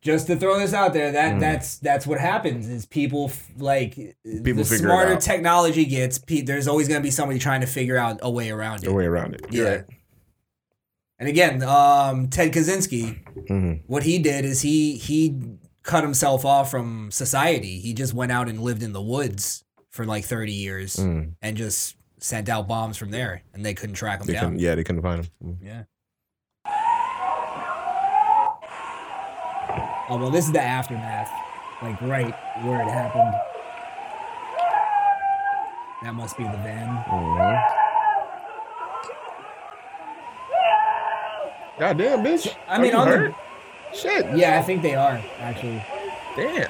S4: just to throw this out there, that
S3: Mm.
S4: that's that's what happens is people f- like the
S3: People figure it
S4: smarter
S3: out.
S4: technology gets, pe- there's always going to be somebody trying to figure out a way around
S3: The
S4: it.
S3: way around it.
S4: Yeah. And again, um, Ted Kaczynski,
S3: Mhm.
S4: what he did is he he cut himself off from society. He just went out and lived in the woods for like 30 years
S3: Mm.
S4: and just sent out bombs from there, and they couldn't track him
S3: They
S4: down.
S3: couldn't, yeah, they couldn't find him. Mm.
S4: Yeah. Oh well, this is the aftermath, like right where it happened. That must be the van.
S3: God damn, bitch.
S4: I mean,
S3: Are you
S4: on the-
S3: hurt? shit.
S4: Yeah, I think they are actually.
S3: Damn.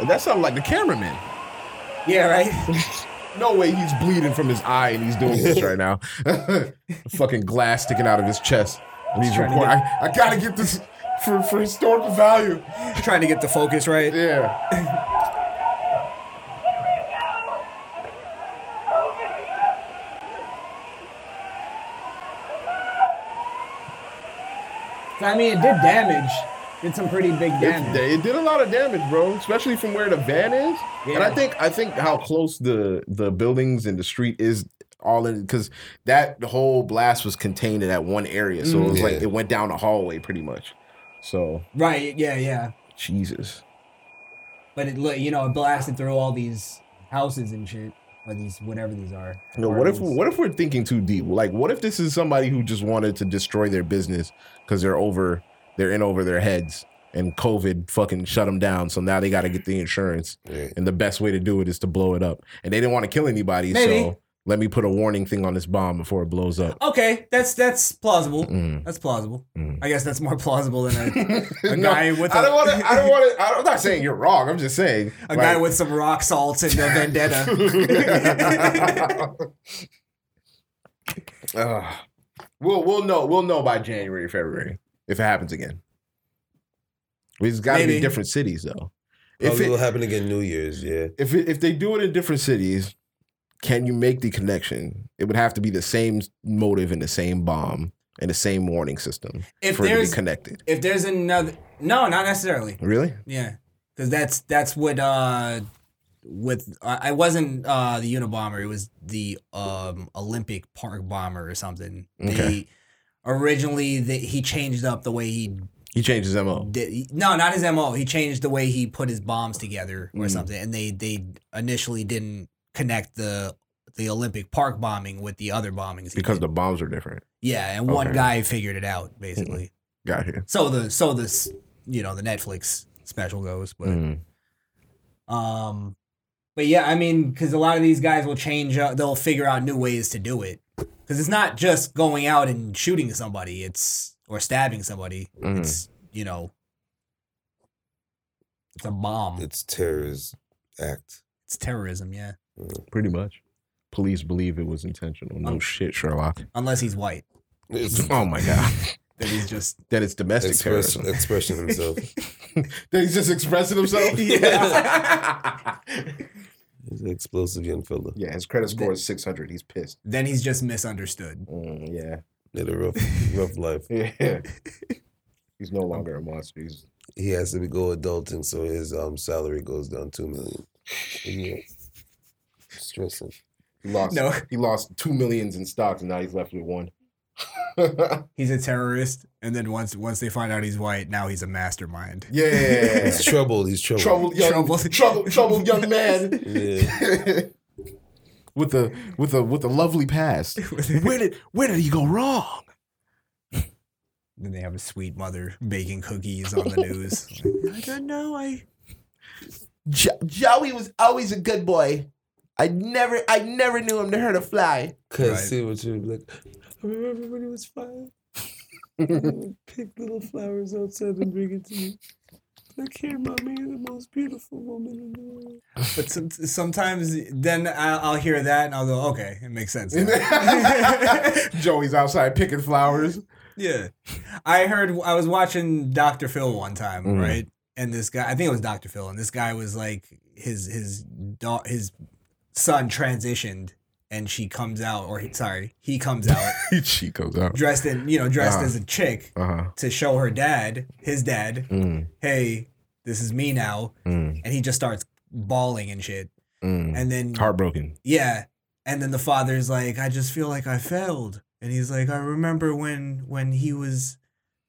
S3: And that sounded like the cameraman.
S4: Yeah, right.
S3: No way he's bleeding from his eye and he's doing this right now. Fucking glass sticking out of his chest. And he's
S4: trying to
S3: recording. I, I gotta get this for, for historical value.
S4: Trying to get the focus right.
S3: Yeah.
S4: I mean, it did damage. Did some pretty big
S3: It,
S4: damage.
S3: it did a lot of damage, bro. Especially from where the van is. And
S4: Yeah.
S3: I think I think how close the the buildings and the street is all in because that whole blast was contained in that one area. So it was like
S6: Yeah.
S3: it went down a hallway pretty much. So
S4: Right. Yeah. Yeah.
S3: Jesus.
S4: But it, li- you know, it blasted through all these houses and shit, or these whatever these are.
S3: No, what if
S4: apartments.
S3: what if we're thinking too deep? Like, what if this is somebody who just wanted to destroy their business because they're over, they're in over their heads, and COVID fucking shut them down. So now they got to get the insurance,
S6: Right.
S3: and the best way to do it is to blow it up. And they didn't want to kill anybody,
S4: Maybe.
S3: so let me put a warning thing on this bomb before it blows up.
S4: Okay, that's that's plausible.
S3: Mm.
S4: That's plausible.
S3: Mm.
S4: I guess that's more plausible than a, a
S3: No,
S4: guy with
S3: I
S4: a-
S3: don't want to. I don't want to. I'm not saying you're wrong. I'm just saying
S4: a guy
S3: like-
S4: with some rock salt and a vendetta.
S3: Ugh. we'll we'll know we'll know by January February if it happens again. It's got to be
S4: Maybe. Oh,
S3: different cities though. If
S6: Probably
S3: it,
S6: will Oh, happen again New Year's, yeah.
S3: if it, if they do it in different cities, can you make the connection? It would have to be the same motive and the same bomb and the same warning system
S4: if
S3: for it to be
S4: there's
S3: connected.
S4: if there's another, no, not necessarily.
S3: Really?
S4: Yeah, because that's that's what uh with I I wasn't uh the Unabomber. It was the um Olympic Park bomber or something.
S3: Okay.
S4: The, originally, the, he changed up the way he
S3: He changed his mo.
S4: did no not his mo he changed the way he put his bombs together or
S3: Mm.
S4: something and they they initially didn't connect the the olympic park bombing with the other bombings he
S3: Because
S4: did.
S3: the bombs are different.
S4: yeah and one
S3: Okay.
S4: guy figured it out basically
S3: Got here.
S4: so the so this you know the netflix special goes but
S3: Mm. Mm-hmm.
S4: um but yeah i mean because a lot of these guys will change up they'll figure out new ways to do it because it's not just going out and shooting somebody it's or stabbing somebody
S3: Mhm.
S4: it's you know it's a bomb
S6: It's terrorist act.
S4: it's terrorism yeah
S3: Pretty much. Police believe it was intentional. No
S4: Um,
S3: Oh, shit, Sherlock.
S4: unless he's white
S6: It's
S3: Oh my god.
S4: then he's just
S3: That it's domestic
S6: express,
S3: terrorism.
S6: expression himself.
S3: that he's just expressing himself. yeah.
S6: He's an explosive young fella.
S3: yeah, his credit score is 600. He's pissed.
S4: then he's just misunderstood
S3: Mm,
S6: Had a rough, rough life.
S3: yeah. Yeah. he's no longer a monster. He's
S6: He has to go adulting, so his um salary goes down two million. Yeah. Stressing.
S3: he lost
S4: No.
S3: he lost two millions in stocks and now he's left with one.
S4: He's a terrorist, and then once once they find out he's white, now he's a mastermind.
S3: Yeah.
S6: He's troubled. He's troubled.
S3: troubled young
S4: Troubled.
S3: troubled troubled young man
S6: Yeah.
S3: with a with a with a lovely past. Where did where did he go wrong?
S4: Then they have a sweet mother baking cookies on the news.
S3: I don't know. I jo- Joey was always a good boy. I never I never knew him to hurt a fly.
S6: Couldn't
S4: Right.
S6: see what you were like. I remember when he was five. Pick little flowers outside and bring it to me. I care about me, the most beautiful woman in the world.
S4: but some, sometimes then I'll, I'll hear that and I'll go, okay, it makes sense. now."
S3: Joey's outside picking flowers.
S4: Yeah. I heard I was watching Dr. Phil one time, right? And this guy, I think it was Dr. Phil, and this guy was like his his da- his son transitioned and she comes out or he, sorry, he comes out
S3: she goes out.
S4: dressed in, you know, dressed
S3: Uh-huh.
S4: as a chick
S3: Uh huh.
S4: to show her dad, his dad,
S3: Mm,
S4: "Hey, this is me now."
S3: mm,
S4: And he just starts bawling and shit.
S3: mm.
S4: And then
S3: Heartbroken.
S4: yeah. And then the father's like, I just feel like I failed. And he's like, I remember when when he was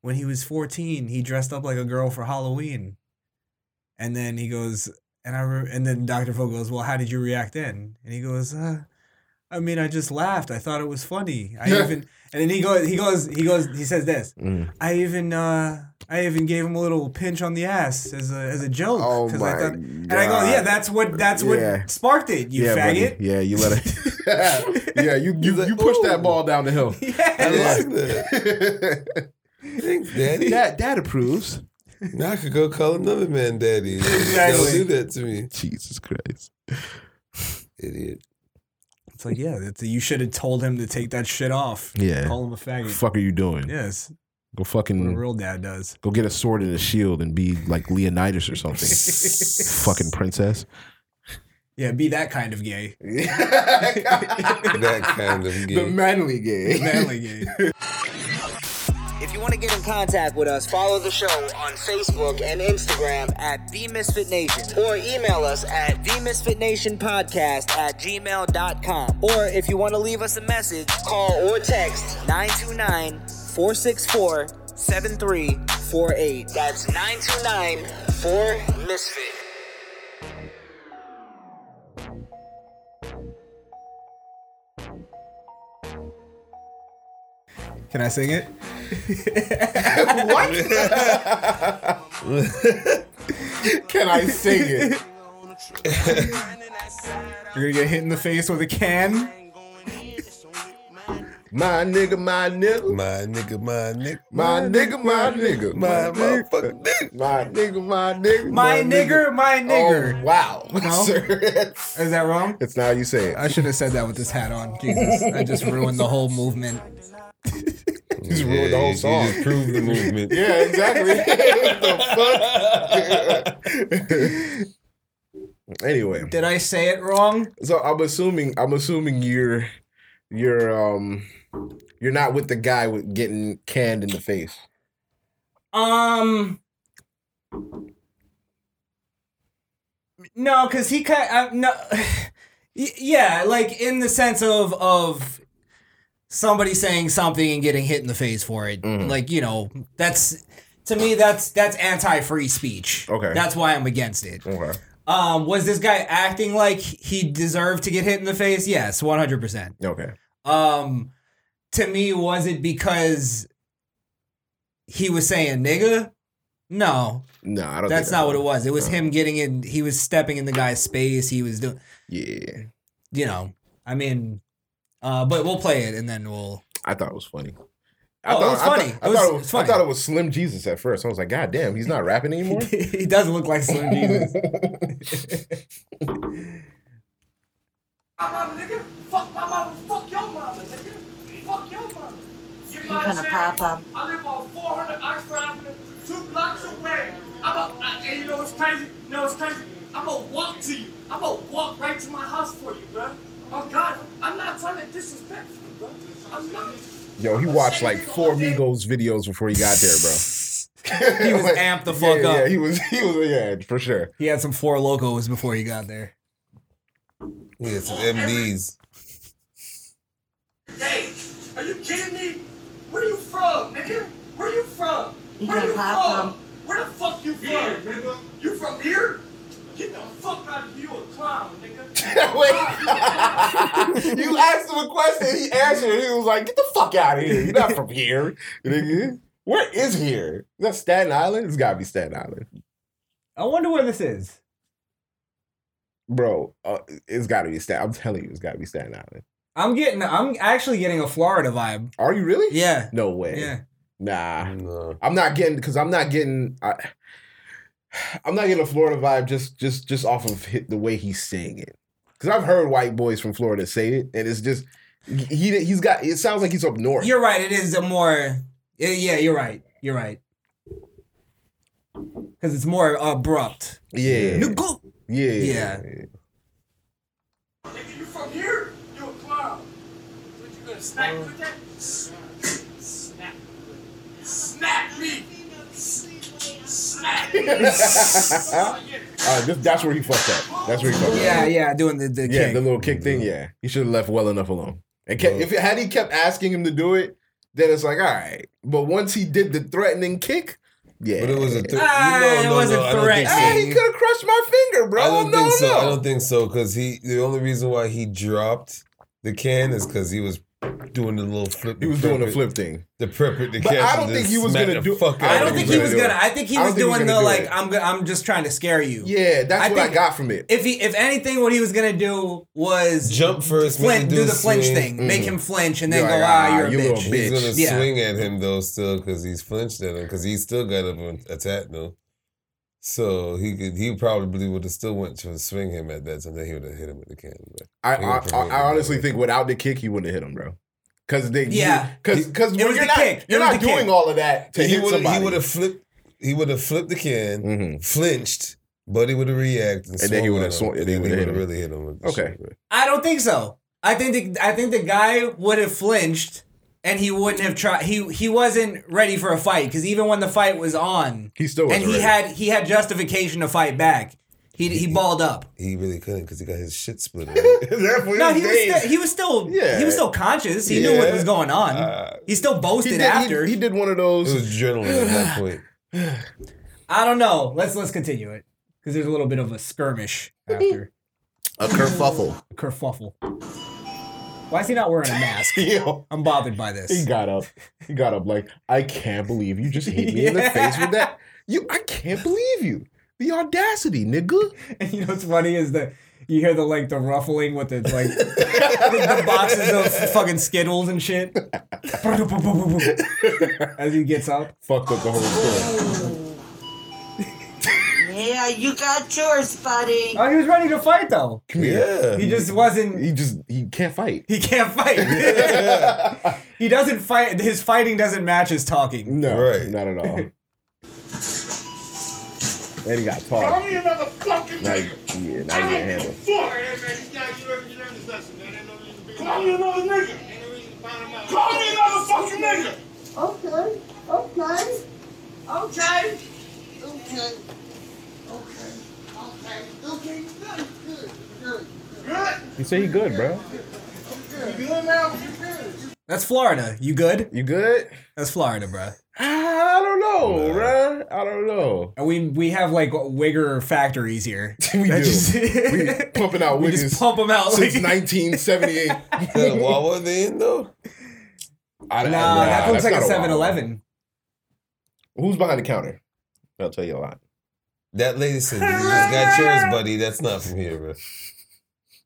S4: when he was 14, he dressed up like a girl for Halloween. And then he goes, and I re- and then Dr. Phil goes, Well, how did you react then? And he goes, uh, I mean, I just laughed. I thought it was funny. I even and then he goes he goes he goes he says this.
S3: Mm.
S4: I even uh I even gave him a little pinch on the ass as a as a joke.
S3: Oh
S4: 'cause I thought- and I go, yeah, that's what that's what
S3: Yeah.
S4: sparked it, you
S3: yeah,
S4: faggot.
S3: buddy. Yeah, you let it. yeah, you you, you push that ball down the hill.
S6: I
S4: Yeah.
S6: like that. Thanks, Daddy.
S3: Dad, dad approves.
S6: Now I could go call another man Daddy.
S4: Exactly.
S6: Don't do that to me.
S3: Jesus Christ.
S6: Idiot.
S4: It's like, yeah, that's, you should have told him to take that shit off.
S3: Yeah. Mm.
S4: Call him a faggot.
S3: fuck are you doing?
S4: Yes.
S3: Go
S4: What a
S3: fucking
S4: real dad does.
S3: go get a sword and a shield and be like Leonidas or something. fucking princess.
S4: Yeah, be that kind of gay.
S6: That kind of gay.
S3: manly gay.
S4: Manly gay.
S11: If you want to get in contact with us, follow the show on Facebook and Instagram at The Misfit Nation or email us at The Misfit Nation Podcast at gmail.com. Or if you want to leave us a message, call or text 929 464 7348. That's 929 4 Misfit.
S4: Can I sing it?
S3: Can I sing it?
S4: You're gonna get hit in the face with a can.
S3: My nigga, my nigga.
S6: My nigga, my nigga,
S3: My nigga, my nigga.
S6: my motherfucking nigga.
S3: My nigga, my nigga.
S4: My nigger, my nigger.
S3: Oh, wow.
S4: No?
S3: Sir,
S4: Is that wrong?
S3: it's now you say
S4: I
S3: it.
S4: should have said that with this hat on. Jesus, I just ruined the whole movement.
S6: You
S3: just ruined the whole song.
S6: You just proved the movement.
S3: Yeah, exactly. anyway.
S4: Did I say it wrong?
S3: So I'm assuming I'm assuming you're you're um you're not with the guy with getting canned in the face.
S4: Um. No, because he kind of no. Y- yeah, like in the sense of of somebody saying something and getting hit in the face for it. Like you know, that's to me that's that's anti free speech.
S3: Okay.
S4: that's why I'm against it.
S3: Okay.
S4: Um, was this guy acting like he deserved to get hit in the face? Yes, one hundred percent.
S3: Okay.
S4: Um, to me, was it because he was saying nigga? No,
S3: No, I don't.
S4: that's
S3: think
S4: not what it was. It was him getting in. He was stepping in the guy's space. He was doing,
S3: Yeah,
S4: you know. I mean, uh, but we'll play it and then we'll.
S3: I thought it was funny.
S4: Oh, it
S3: thought,
S4: was
S3: I thought-
S4: funny.
S3: I
S4: It
S3: thought,
S4: was-
S3: it
S4: it's
S3: was,
S4: funny.
S3: I thought it was Slim Jesus at first. I was like, God damn, he's not rapping anymore.
S4: he does look like Slim Jesus.
S5: You
S1: gonna pop up.
S5: I live on 400 Oxford Avenue, two blocks away. I'm a, I, and you know what's crazy? You know what's crazy? I'm gonna walk to you. I'm gonna walk right to my house for you, bro. Oh God, I'm not trying to disrespect you, bro. I'm not.
S3: Yo, he watched like four Migos videos before he got there, bro.
S4: He was
S3: Like,
S4: amped the fuck
S3: yeah,
S4: up.
S3: Yeah,
S4: he,
S3: he was. He was. Yeah, for sure.
S4: had some four locos before he got there.
S6: We got some MDs.
S5: Hey, are you kidding me?
S8: here? Where you from?
S1: You
S8: Where
S1: got
S8: you
S1: pop
S8: from? Where the fuck you from, nigga? You from here? Get the fuck out of here, you a clown, nigga.
S3: Wait. you asked him a question, he answered. it. He was like, "Get the fuck out of here! You're not from here, nigga. Where is here? Is that Staten Island? It's gotta be Staten Island,
S4: I wonder where this is.
S3: bro. Uh, it's gotta be Staten. I'm telling you, it's gotta be Staten Island.
S4: I'm getting. I'm actually getting a Florida vibe.
S3: Are you really?
S4: Yeah.
S3: No way.
S4: Yeah.
S3: Nah,
S6: No.
S3: I'm not getting because I'm not getting. I, I'm not getting a Florida vibe just just just off of hit, the way he's saying it. Because I've heard white boys from Florida say it, and it's just he he's got. It sounds like he's up north.
S4: You're right. It is a more. yeah, Yeah, you're right. You're right. Because it's more abrupt.
S3: yeah,
S4: Nugu-
S3: yeah,
S4: Yeah.
S8: nigga, you from here? You a clown. What you gonna snipe with that? Snap. Snap me. Snap.
S3: Uh, this, that's where he fucked up. That's where he fucked
S4: Yeah,
S3: up.
S4: yeah. Doing the the
S3: Yeah,
S4: kick.
S3: the little kick thing. Yeah, he should have left well enough alone. And kept, if had he kept asking him to do it, then it's like all right. But once he did the threatening kick, yeah,
S6: But it was a Ah, threat.
S4: Ah, it wasn't threat.
S3: Hey, he could have crushed my finger, bro.
S6: I don't
S3: no,
S6: think so.
S3: no.
S6: I don't think so because he. The only reason why he dropped the can is because he was doing the little flip.
S3: he was doing the flip thing.
S6: The prep the
S3: But
S6: can.
S3: I don't think he was gonna do-
S4: I don't think he was
S3: do it.
S4: gonna. I think he
S3: I don't
S4: was
S3: think he was
S4: doing
S3: gonna
S4: the
S3: do
S4: like.
S3: it.
S4: I'm. go- I'm just trying to scare you.
S3: Yeah, that's
S4: I
S3: what I
S4: think-
S3: got from it.
S4: If he, if anything, what he was gonna do was
S6: jump first. make him
S4: flinch, do,
S6: a
S4: the flinch
S6: swing.
S4: thing, make him flinch, and then
S3: Mm. You're
S4: go,
S3: like,
S4: ah,
S3: ah,
S4: you're a
S3: you little
S4: bitch.
S6: He's gonna
S4: Yeah.
S6: swing at him though, still, because he's flinched at him, because he's still got up and attacked him. So he could, he probably would have still went to swing him at that, and then he would have hit him with the can. But
S3: I,
S6: he
S3: I,
S6: would've
S3: I,
S6: probably-
S3: I honestly think without the kick, he wouldn't have hit him, bro. Cause they,
S4: Yeah.
S3: because because
S4: It
S3: you're
S4: was the
S3: not
S4: kick. It
S3: you're
S4: was
S3: not
S4: the kick.
S3: doing all of that to
S6: he
S3: hit
S6: would have
S3: somebody.
S6: he would have flipped he would have flipped the can,
S3: Mhm.
S6: flinched, but he would have reacted, and,
S3: And then he
S6: swung at
S3: would've
S6: him,
S3: swung-
S6: and
S3: and he
S6: then he
S3: would've hit
S6: would've
S3: him.
S6: really hit him. With the
S3: Okay.
S6: shit, bro.
S4: I don't think so. I think the, I think the guy would have flinched, and he wouldn't have tried. He he wasn't ready for a fight because even when the fight was on,
S3: He still wasn't
S4: and he
S3: ready.
S4: had he had justification to fight back. He he balled up.
S6: he really couldn't because he got his shit split. up.
S3: Therefore,
S4: No, he was
S3: dazed.
S4: still, he was still
S3: Yeah.
S4: he was still conscious. He knew what
S3: Yeah. Uh,
S4: was going on. he still
S3: He
S4: boasted
S3: did, he-
S4: after.
S3: he did one of
S6: it
S3: those.
S6: was adrenaline at that point.
S4: I don't know. Let's let's continue it because there's a little bit of a skirmish after
S3: A kerfuffle.
S4: a kerfuffle. Why is he not wearing a mask?
S3: Yo,
S4: I'm bothered by
S3: he
S4: this.
S3: got up. He got up like, I can't believe you just hit me in the
S4: Yeah.
S3: face with that. You, I can't believe you. The audacity, nigga.
S4: And you know what's funny is that you hear the like the ruffling with the like the, the boxes of fucking skittles and shit as he gets up.
S3: Fucked up the whole story.
S1: Yeah, you got yours, buddy.
S4: Oh, he was ready to fight though.
S3: Come here.
S4: He just wasn't.
S3: He just he can't fight.
S4: He can't fight. he doesn't fight. His fighting doesn't match his talking.
S3: No,
S6: Right.
S3: not at all. and he got
S8: Call
S3: paused.
S8: me another fucking
S3: Now,
S8: nigga.
S3: yeah, now
S8: I
S3: you
S8: don't
S3: can't
S8: give a
S3: handle.
S8: fuck. Call me another nigga. Call me another fucking nigga.
S1: Okay, okay, okay, okay, okay, okay, okay, good, good, good.
S8: Good.
S3: You say he good, bro.
S8: You good now?
S4: That's Florida. You good?
S3: You good?
S4: That's Florida, bruh.
S3: I don't know, bruh. I don't know.
S4: And we we have like wigger factories here.
S3: We
S4: That
S3: do.
S4: just-
S3: we pumping out
S4: we
S3: wiggers
S4: just pump them out like.
S3: since 1978.
S6: Yeah, what was they in though?
S3: I,
S4: Nah,
S3: I-
S4: that looks
S3: that's
S4: like a
S3: not Wawa.
S4: 7-Eleven.
S3: Who's behind the counter? I'll tell you a lot.
S6: That lady said, "You just got yours, buddy. That's not from here, bro."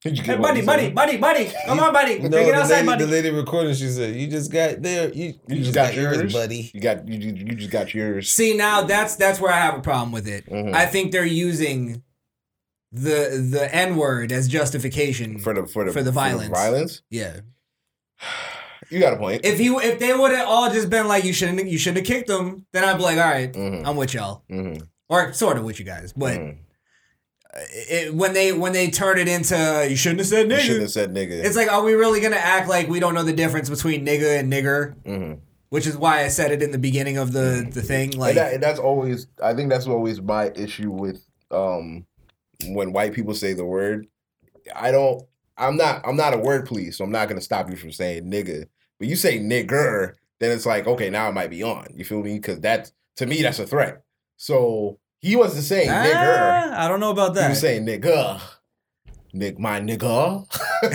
S3: Did you
S4: Hey,
S3: get
S4: buddy,
S3: one?
S4: buddy, buddy, buddy, come on, buddy,
S6: No,
S4: take it
S6: the
S4: outside,
S6: lady,
S4: buddy.
S6: The lady recording, she said, "You just got there. You, you,
S3: You just got, yours,
S6: buddy."
S3: You got you, you you just got yours.
S4: See now that's that's where I have a problem with it.
S3: Mm-hmm.
S4: I think they're using the the N word as justification
S3: For the for the
S4: For the violence.
S3: violence.
S4: yeah.
S3: You got a point.
S4: If he if they would have all just been like you shouldn't you shouldn't have kicked them, then I'd be like, all right,
S3: Mhm.
S4: I'm with y'all
S3: Mhm.
S4: or sort of with you guys. But
S3: Mhm.
S4: it, when they when they turn it into you shouldn't have said
S3: You
S4: nigga,
S3: shouldn't have said nigga.
S4: it's like are we really gonna act like we don't know the difference between nigga and nigger?
S3: Mhm.
S4: Which is why I said it in the beginning of the the thing. Like
S3: and, Mm-hmm. that, and that's always i think that's always my issue with um when white people say the word i don't i'm not i'm not a word police so i'm not going to stop you from saying nigga but you say nigger then it's like, okay, now it might be on. You feel me? Because that's to me, that's a threat. So he wasn't saying nigger.
S4: Ah, I don't know about
S3: He
S4: that.
S3: was saying nigga. Nick my nigga.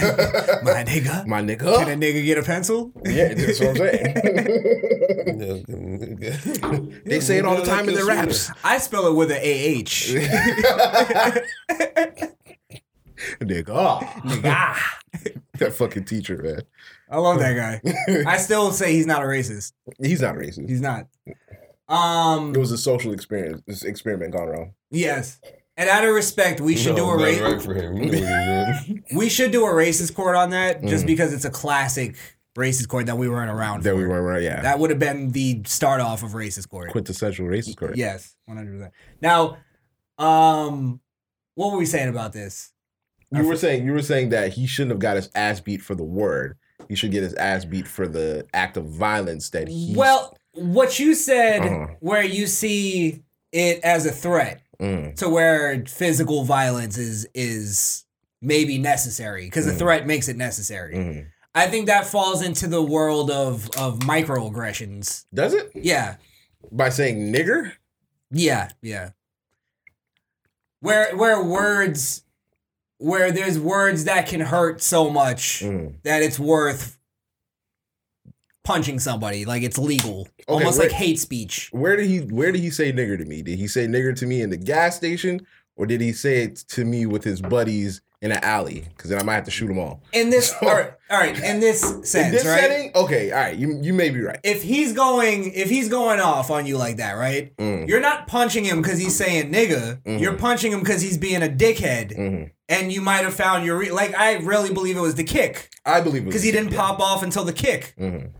S4: my nigga.
S3: my
S4: Can a
S3: nigga.
S4: nigga get a pencil?
S3: Yeah, that's what I'm saying.
S6: they
S3: they say it all the time in their raps.
S4: I spell it with a AH.
S3: nigga.
S4: ah,
S3: That fucking teacher, man.
S4: I love that guy. I still say he's not a racist.
S3: He's not racist.
S4: He's not.
S3: It
S4: Um.
S3: was a social experience, this experiment gone wrong.
S4: Yes. And out of respect, we should do a race.
S6: right. right for him. You know what he did.
S4: We should do a racist chord on that, just
S3: Mm.
S4: because it's a classic racist chord that we weren't around.
S3: That
S4: for.
S3: we weren't right, yeah.
S4: That would have been the start off of racist chord.
S3: Quintessential racist, correct?
S4: Yes, one hundred percent. Now, um, what were we saying about this?
S3: You were saying you were saying that he shouldn't have got his ass beat for the word. He should get his ass beat for the act of violence that he.
S4: Well, what you said,
S3: Uh-huh.
S4: where you see it as a threat
S3: Mm,
S4: to where physical violence is is maybe necessary because a
S3: Mm.
S4: threat makes it necessary.
S3: mm.
S4: I think that falls into the world of of microaggressions.
S3: Does it
S4: Yeah,
S3: by saying nigger?
S4: yeah, yeah. Where where words where there's words that can hurt so much.
S3: Mm.
S4: that it's worth punching somebody. Like it's legal, almost
S3: Almost
S4: like
S3: like
S4: hate speech.
S3: Where did he Where did he say nigger to me? Did he say nigger to me in the gas station, or did he say it to me with his buddies in an alley? Because then I might have to shoot them all.
S4: In this,
S3: So-
S4: all right, all right, in this sense,
S3: in this
S4: right?
S3: setting, okay, all right, you you may be right.
S4: If he's going, if he's going off on you like that, right?
S3: Mm,
S4: You're not punching him because he's saying nigga.
S3: Mhm.
S4: You're punching him because he's being a dickhead,
S3: mhm.
S4: and you might have found your re- like. I really believe it was the kick
S3: I believe it
S4: because
S3: was-
S4: he didn't
S3: yeah.
S4: pop off until the kick.
S3: Mhm.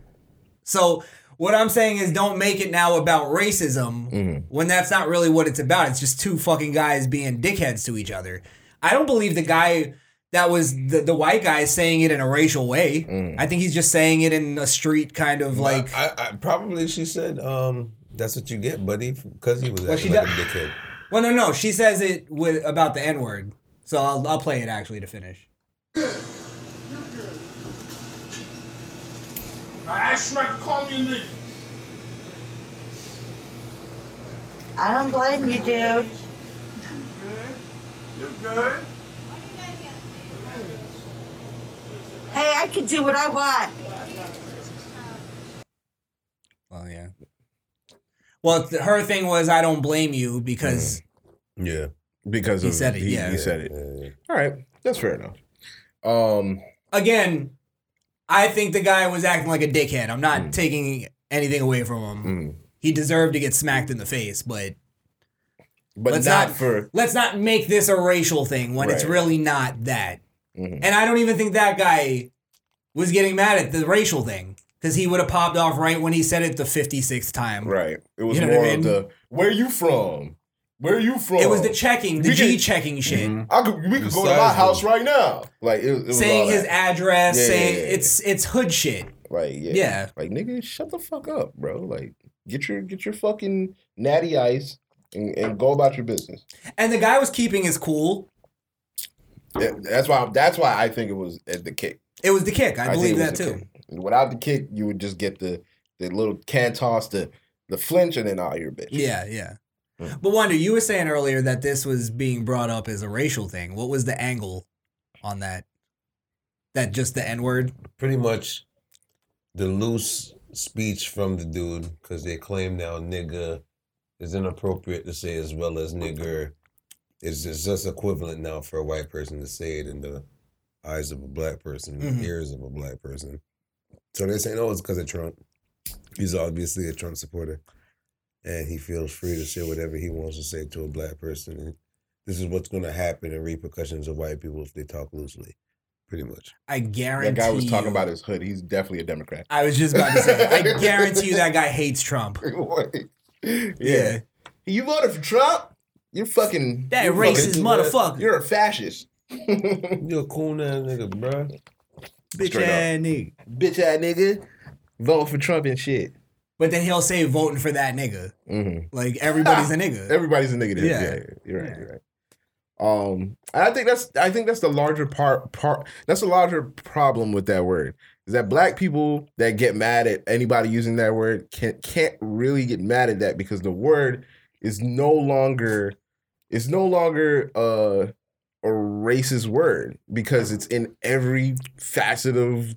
S4: So what I'm saying is, don't make it now about racism.
S3: Mhm.
S4: when that's not really what it's about. It's just two fucking guys being dickheads to each other. I don't believe the guy that was the, the white guy is saying it in a racial way.
S3: Mm.
S4: I think he's just saying it in a street kind of like.
S6: I, I, probably she said, um, "That's what you get, buddy," because he was
S4: Well, she
S6: acting
S4: does-
S6: like a dickhead.
S4: Well, no, no, she says it with about the N word. So I'll I'll play it actually to finish.
S8: I asked you not to call me a nigga.
S1: I don't blame you, dude.
S8: You good?
S1: Hey, I can do what I want.
S4: Well, yeah. Well, th- her thing was I don't blame you because
S6: Yeah,
S3: because
S4: He
S3: of-
S4: said it,
S3: He,
S4: yeah.
S3: he said it.
S6: yeah.
S3: All right, that's fair enough. Um,
S4: again, I think the guy was acting like a dickhead. I'm not taking anything away from him.
S3: mm.
S4: He deserved to get smacked in the face, but
S3: but
S4: Let's
S3: not,
S4: not-
S3: for
S4: let's not make this a racial thing when it's
S3: Right.
S4: really not that.
S3: Mhm.
S4: And I don't even think that guy was getting mad at the racial thing because he would have popped off right when he said it the 56th time.
S3: right. It was
S4: You know what I
S3: more
S4: mean?
S3: of the where you from, where you from.
S4: It was the checking, the
S3: We Mm-hmm. can-
S4: G checking shit.
S3: I could, we could go to my
S6: Besides
S3: house
S6: the-
S3: right now. Like it, was- it was
S4: Saying
S3: all
S4: his
S3: that.
S4: address,
S3: Yeah, yeah,
S4: saying
S3: yeah, yeah.
S4: it's it's hood shit.
S3: like yeah.
S4: Yeah.
S3: like nigga, shut the fuck up, bro. Like get your get your fucking natty ice and, and go about your business.
S4: And the guy was keeping his cool.
S3: That- That's why that's why I think it was at the kick.
S4: It was the kick. I,
S3: think
S4: believe
S3: it
S4: that
S3: was the
S4: too.
S3: kick. Without the kick, you would just get the the little can toss, the the flinch, and then all your bitch.
S4: Yeah, yeah.
S3: Mm.
S4: But wonder, you were saying earlier that this was being brought up as a racial thing. What was the angle on that? That just the N word?
S6: pretty much the loose speech from the dude because they claim now nigga is inappropriate to say as well as nigger. It's just, just equivalent now for a white person to say it in the eyes of a black person,
S4: Mhm.
S6: the ears of a black person. So they're saying, oh, it's because of Trump. He's obviously a Trump supporter. And he feels free to say whatever he wants to say to a black person. And this is what's going to happen in repercussions of white people if they talk loosely, pretty much.
S4: I guarantee
S3: That guy was
S4: you-
S3: talking about his hood. He's definitely a Democrat.
S4: I was just about to say, I guarantee you that guy hates Trump.
S3: yeah. you voted for Trump. You're fucking
S4: That
S3: you're
S4: racist
S3: fucking-
S4: motherfucker.
S3: You're a fascist, bitch
S6: You're a cool ass nigga, bruh.
S4: Bitch
S3: straight up.
S4: ass nigga.
S3: ass nigga. Vote for Trump and shit.
S4: But then he'll say voting for that nigga.
S3: Mhm.
S4: Like everybody's a nigga.
S3: Everybody's a nigga. Yeah.
S4: Mm-hmm. Yeah.
S3: yeah, you're right. You're right. Um, and I think that's I think that's the larger part part that's the larger problem with that word is that black people that get mad at anybody using that word can't can't really get mad at that because the word is no longer it's no longer uh, a racist word because it's in every facet of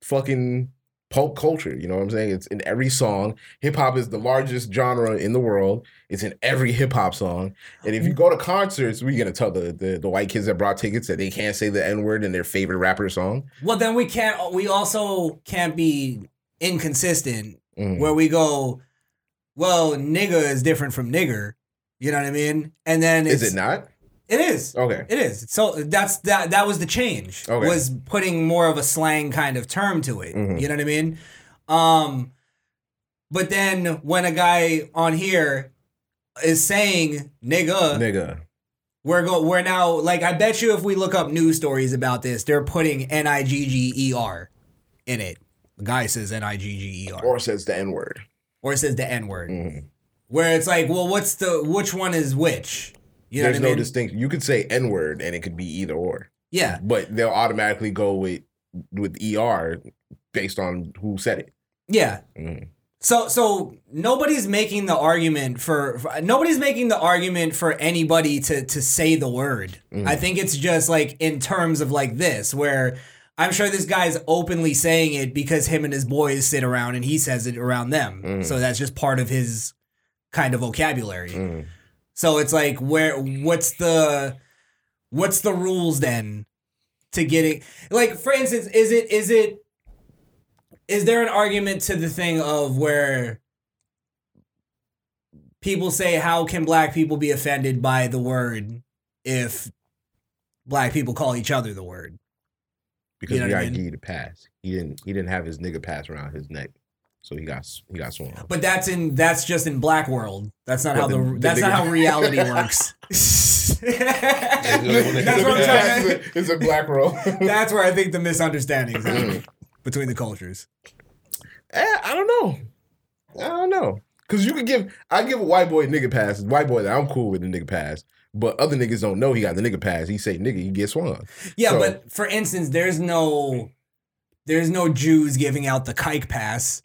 S3: fucking pulp culture. You know what I'm saying? It's in every song. Hip hop is the largest genre in the world. It's in every hip hop song. And
S4: Mm.
S3: if you go to concerts, we're gonna tell the, the the white kids that brought tickets that they can't say the N word in their favorite rapper song.
S4: Well, then we can't. We also can't be inconsistent
S3: Mm.
S4: where we go. Well, nigga is different from nigger. You know what I mean? And then it's,
S3: Is it not?
S4: It is.
S3: Okay.
S4: It is. So that's that. That was the change.
S3: Okay.
S4: Was putting more of a slang kind of term to it.
S3: Mhm.
S4: You know what I mean? Um, but then when a guy on here is saying nigga,
S3: Nigga.
S4: we're go we're now like I bet you if we look up news stories about this, they're putting N I G G E R in it. The guy says N I G G E R
S3: Or says the N word.
S4: or it says the N word.
S3: Mhm.
S4: Where it's like, well, what's the which one is which? You know
S3: There's
S4: what I
S3: no
S4: mean?
S3: distinction. You could say N word and it could be either or.
S4: yeah.
S3: But they'll automatically go with with ER based on who said it.
S4: Yeah.
S3: Mhm.
S4: So so nobody's making the argument for, for- nobody's making the argument for anybody to to say the word. I think it's just like in terms of like this where I'm sure this guy's openly saying it because him and his boys sit around and he says it around them. So that's just part of his kind of vocabulary.
S3: Mm.
S4: So it's like where what's the what's the rules then to getting like for instance is it is it is there an argument to the thing of where people say how can black people be offended by the word if black people call each other the word
S3: Because
S4: You know
S3: we
S4: what I
S3: got
S4: mean?
S3: G to pass. He didn't he didn't have his nigga pass around his neck. So he got he got swung.
S4: but that's in that's just in black world that's not
S3: But
S4: how the,
S3: the- the
S4: that's not
S3: nigga-
S4: how reality works that's what I'm trying to,
S3: It's a black roll.
S4: that's where i think the misunderstandings are between the cultures
S3: Eh, I don't know. I don't know. Cause you could give I give a white boy a nigga pass. White boy that I'm cool with the nigga pass. But other niggas don't know he got the nigga pass. He say nigga, he gets swung.
S4: Yeah,
S3: So-
S4: but for instance, there's no there's no Jews giving out the kike pass.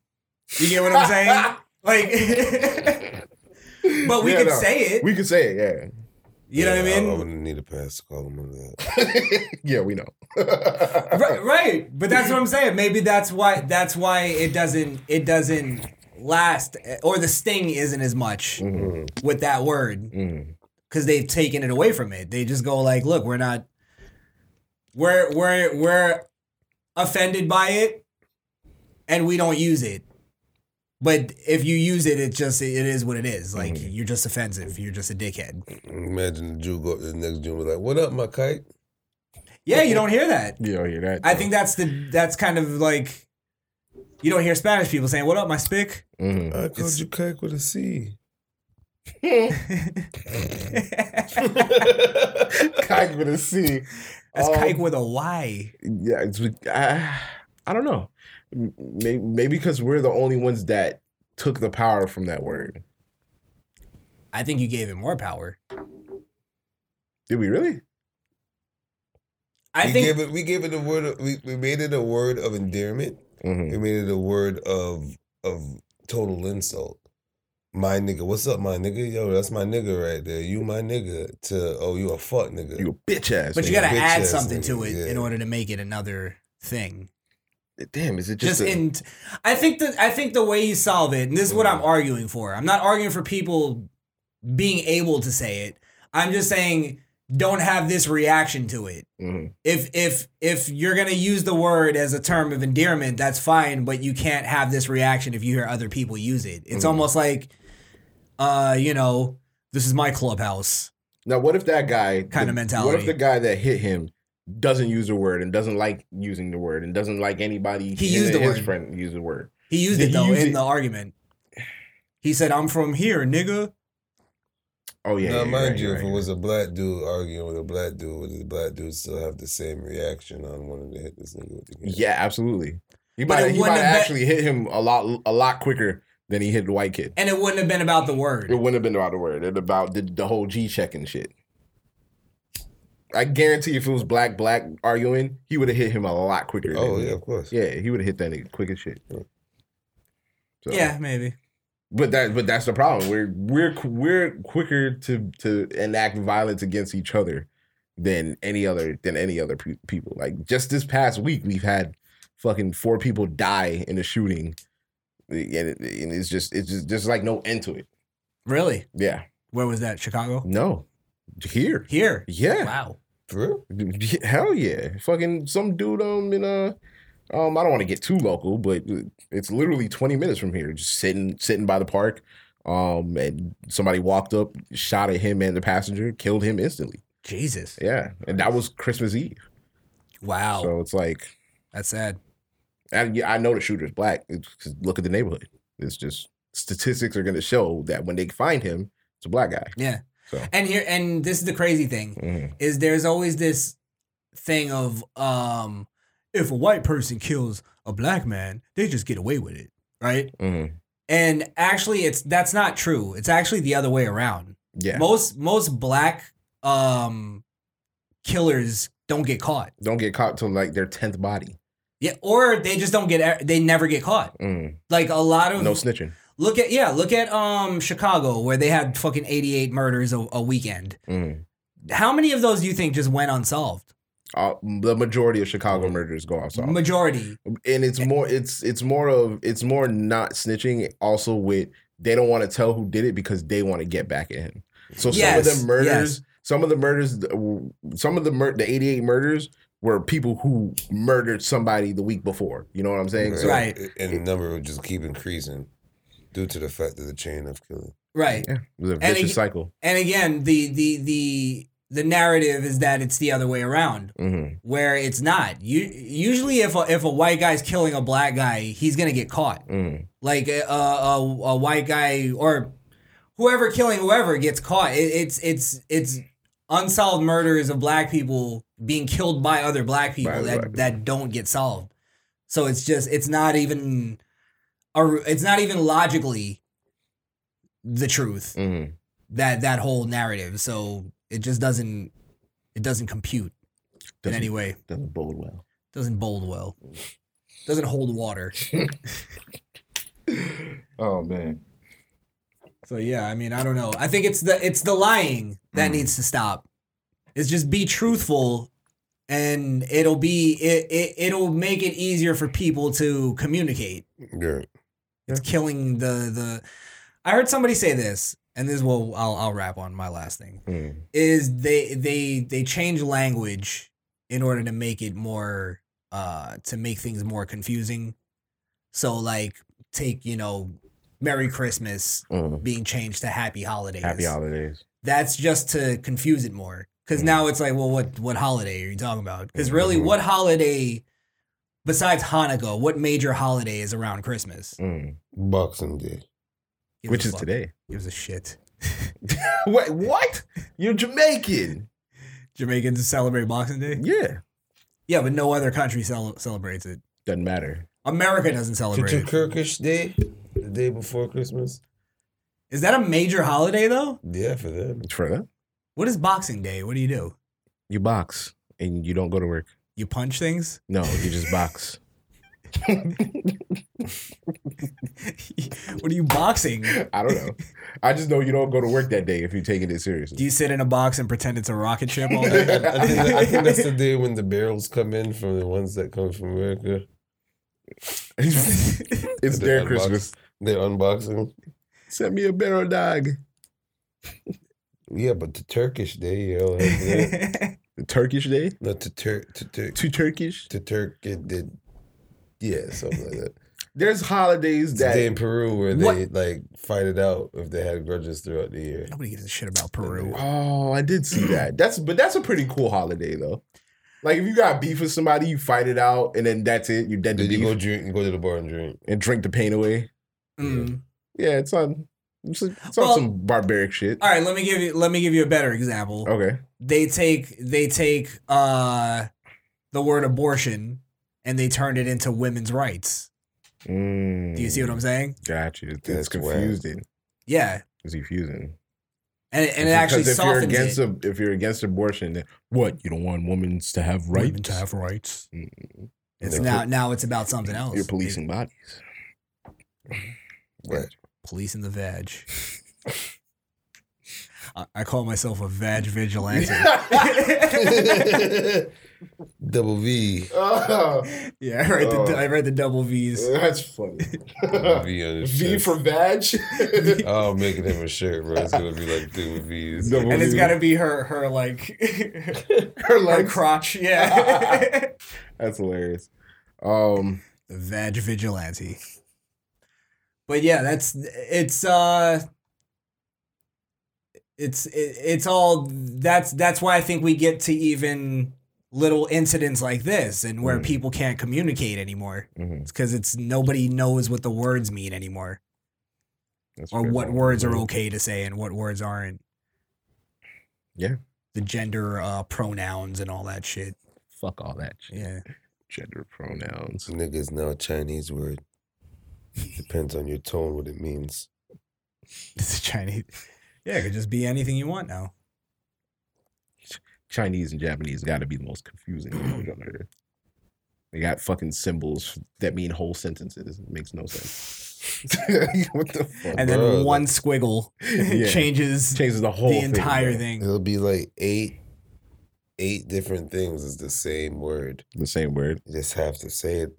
S4: You get what I'm saying? like But we
S3: Yeah,
S4: could
S3: no.
S4: say it.
S3: We could say it,
S4: you know what I
S6: I
S4: mean?
S6: wouldn't need a pass to call them that.
S3: yeah. yeah, we know.
S4: Right, right. But that's what I'm saying. Maybe that's why that's why it doesn't it doesn't last or the sting isn't as much with that word. Cause they've taken it away from it. They just go like, look, we're not we're we're we're offended by it and we don't use it. But if you use it, it just it is what it is. Like you're just offensive. You're just a dickhead.
S6: Imagine the Jew go up to the next Jew and be like, "What up, my kite?"
S4: Yeah, you don't hear that.
S3: You don't hear that.
S4: I think that's the that's kind of like you don't hear Spanish people saying, "What up, my spick?"
S3: Mhm.
S6: I called you kike with a C.
S3: Kike with a C.
S4: That's
S3: Um,
S4: kike with a Y.
S3: yeah, it's with- I, I don't know. M- Maybe maybe because we're the only ones that took the power from that word.
S4: I think you gave it more power.
S3: Did we really?
S4: I
S6: we
S4: think
S6: gave it. We gave it a word. Of, we we made it a word of endearment. We made it a word of of total insult. My nigga, what's up, my nigga? Yo, that's my nigga right there. You my nigga. To oh, you a fuck nigga.
S3: You a bitch ass.
S4: but you
S3: nigga.
S4: got to
S6: bitch
S4: add
S6: ass
S4: something
S6: nigga,
S4: to it
S6: yeah.
S4: in order to make it another thing.
S3: damn. Is it just,
S4: Just
S3: a-
S4: in I think that I think the way you solve it, and this is what
S6: Mm.
S4: I'm arguing for. I'm not arguing for people being able to say it. I'm just saying don't have this reaction to it.
S3: Mhm.
S4: if if if you're gonna use the word as a term of endearment, that's fine, but you can't have this reaction if you hear other people use it.
S3: Hmm.
S4: It's almost like, uh, you know, this is my clubhouse.
S3: now? What if that guy
S4: Kinda
S3: the- What
S4: mentality.
S3: if the guy that hit him doesn't use the word and doesn't like using the word and doesn't like anybody?
S4: He
S3: him
S4: used
S3: and
S4: the
S3: his
S4: word.
S3: Friend use the word.
S4: He used
S3: Did
S4: it
S3: he
S4: though
S3: use
S4: in
S3: it-
S4: the argument. He said, "I'm from here, nigga."
S3: Oh yeah.
S6: now,
S3: yeah,
S6: mind
S3: right,
S6: you,
S3: right,
S6: if it
S3: right.
S6: was a black dude arguing with a black dude, would the black dude still have the same reaction on wanting to hit this nigga with the gun?
S3: yeah, absolutely. He
S4: But
S3: might
S4: it
S3: he might
S4: wouldn't have been-
S3: actually hit him a lot a lot quicker than he hit the white kid.
S4: And it wouldn't have been about the
S3: It
S4: word.
S3: wouldn't have been about the word. It about the, the whole G check and shit. I guarantee if it was black black arguing, he would have hit him a lot quicker. than
S6: Oh
S3: he-
S6: yeah, of course.
S3: yeah, he would have hit that nigga quick as shit. So,
S4: Yeah, maybe.
S3: but that but that's the problem. We're we're qu- we're quicker to to enact violence against each other than any other than any other pe- people. Like just this past week, we've had fucking four people die in a shooting, and, it, and it's just it's just there's like no end to it.
S4: Really?
S3: Yeah,
S4: Where was that? Chicago?
S3: no, here,
S4: Here.
S3: yeah.
S4: Wow.
S6: For real?
S3: Yeah, Hell yeah. Fucking some dude um in uh um I don't want to get too local, but it's literally 20 minutes from here. Just sitting sitting by the park. Um and somebody walked up, shot at him and the passenger, killed him instantly.
S4: Jesus.
S3: Yeah. And that was Christmas Eve.
S4: Wow.
S3: So it's like
S4: That's sad.
S3: and yeah, I know the shooter's black. It's 'cause look at the neighborhood. It's just statistics are gonna show that when they find him, it's a black guy.
S4: Yeah.
S3: So-
S4: And here and this is the crazy thing
S3: Mhm.
S4: is there's always this thing of um if a white person kills a black man, they just get away with it, right?
S3: Mhm.
S4: And actually it's that's not true. It's actually the other way around.
S3: Yeah.
S4: Most most black um killers don't get caught.
S3: Don't get caught till like their 10th body.
S4: Yeah, or they just don't get they never get caught.
S3: Mm.
S4: Like a lot of
S3: No snitching.
S4: Look at yeah, look at um Chicago where they had fucking 88 murders a, a weekend.
S3: Mm.
S4: How many of those do you think just went unsolved?
S3: Uh, the majority of
S9: Mm-hmm.
S3: Chicago murders go outside.
S4: Majority.
S3: and it's more it's it's more of it's more not snitching also with they don't want to tell who did it because they want to get back at him so some of
S4: Yes,
S3: the murders some of the murders some of the mur- the 88 murders were people who murdered somebody the week before you know what i'm saying so
S4: Right.
S6: And the number would just keep increasing due to the fact of the chain of killing.
S4: Right.
S3: yeah, it was a
S4: And
S3: vicious
S4: ag-
S3: cycle
S4: And again, the the the the narrative is that it's the other way around
S3: hmm
S4: where it's not. You usually if a, if a white guy's killing a black guy, he's going to get caught.
S3: mm
S4: like a, a, a white guy or whoever killing whoever gets caught it, it's it's it's unsolved murders of black people being killed by other black people
S3: other
S4: that
S3: black
S4: that don't get solved so it's just it's not even a, it's not even logically the truth
S3: mm
S4: that that whole narrative so it just doesn't it doesn't compute in any way
S3: doesn't bode well
S4: doesn't bold well doesn't hold water
S9: Oh man.
S4: So yeah, I mean, I don't know. I think it's the it's the lying that needs to stop. It's just be truthful, and it'll be it, it it'll make it easier for people to communicate.
S6: Yeah.
S4: It's killing the the. I heard somebody say this, and this will I'll I'll wrap on my last thing
S3: Mm.
S4: is they they they change language in order to make it more uh to make things more confusing. So like take you know Merry Christmas
S3: Mm.
S4: being changed to happy holidays.
S3: happy Mm. holidays
S4: That's just to confuse it more. Because now it's like, well, what what holiday are you talking about?
S3: Mm,
S4: Because really,
S3: mm-hmm.
S4: what holiday besides Hanukkah, what major holiday is around Christmas?
S3: Mm.
S6: Boxing Day.
S4: Gives
S3: which
S4: a
S3: is
S4: fuck-
S3: today
S4: Gives a shit.
S3: wait what you're jamaican
S4: Jamaicans celebrate Boxing Day.
S3: yeah
S4: Yeah, but no other country cel- celebrates it.
S3: doesn't matter
S4: America doesn't celebrate. it.
S6: Turkish Day, the day before Christmas.
S4: Is that a major holiday though?
S6: Yeah, for them.
S3: it's for them
S4: What is Boxing Day? What do you do?
S3: you box and you don't go to work
S4: You punch things?
S3: no you just box
S4: what are you boxing? Do
S3: I don't know. I just know you don't go to work that day if you're taking it seriously.
S4: you sit in a box and pretend it's a rocket ship all
S6: I,
S4: day?
S6: I think, I think that's the day when the barrels come in from the ones that come from America.
S3: it's
S6: They
S3: their
S6: unbox-
S3: Christmas.
S6: They're unboxing.
S3: Send me a barrel dog.
S6: Yeah, but the Turkish Day, you know, like, yeah.
S3: The Turkish day?
S6: not the Turk, to Turk,
S3: Too Turkish?
S6: to Turk, it did. Yeah, something like that.
S3: There's holidays
S6: It's the day
S3: that
S6: in Peru where they
S4: What?
S6: like fight it out if they had grudges throughout the year.
S4: Nobody gives a shit about Peru.
S3: Oh, I did see that. That's but that's a pretty cool holiday though. Like if you got beef with somebody, you fight it out and then that's it. You dead to
S6: Did you
S3: beef
S6: go drink? Go to the bar and drink.
S3: and drink the pain away.
S4: Mm.
S3: Yeah, it's on it's, on- it's on
S4: Well-
S3: some barbaric shit.
S4: All right, let me give you let me give you a better example.
S3: Okay.
S4: They take they take uh the word abortion and they turned it into women's rights.
S3: Mm.
S2: Mm,
S4: Do you see what I'm saying?
S3: Gotcha. It's
S6: That's whack.
S3: confusing.
S4: Yeah.
S3: It's confusing.
S4: and it, and it actually
S2: if you're
S4: softens
S2: against
S4: it.
S2: ab- if you're against abortion, then what you don't want women to have rights?
S4: Women to have rights. Mm-hmm. It's
S2: They're
S4: now now it's about something else.
S2: You're policing bodies.
S6: Right.
S4: policing the vag. I, I call myself a vag vigilante.
S6: Double V.
S4: yeah, I write the I write the Oh. double V's.
S3: That's funny.
S6: Double V on his
S3: V
S6: chest.
S3: for vag.
S6: Oh, I'm making him a shirt, bro. It's gonna be like two V's.
S3: Double
S4: And it's
S3: V.
S4: gotta be her her like
S3: Her
S4: her
S3: legs.
S4: crotch. Yeah.
S3: That's hilarious. Um,
S4: the vag vigilante. But yeah, that's it's uh it's it, it's all that's that's why I think we get to even little incidents like this and where people can't communicate anymore.
S2: mm-hmm.
S3: Mhm.
S4: It's cuz it's nobody knows what the words mean anymore
S3: that's
S4: or
S3: fair.
S4: what words
S3: Mm-hmm.
S4: are okay to say and what words aren't.
S3: Yeah.
S4: The gender uh pronouns and all that shit.
S3: Fuck all that shit.
S4: Yeah.
S3: gender pronouns.
S6: Nigga is now a Chinese word. Depends on your tone what it means.
S4: It's a Chinese Yeah, it could just be anything you want now.
S3: Chinese and Japanese got to be the most confusing language on earth. They got fucking symbols that mean whole sentences. It makes no sense. what the fuck?
S4: and
S6: Bruh,
S4: then
S6: like-
S4: one squiggle
S3: Yeah.
S4: changes
S3: changes the whole
S4: the entire
S3: bro.
S4: thing.
S6: It'll be like eight, eight different things is the same word.
S3: The same word.
S6: You just have to say it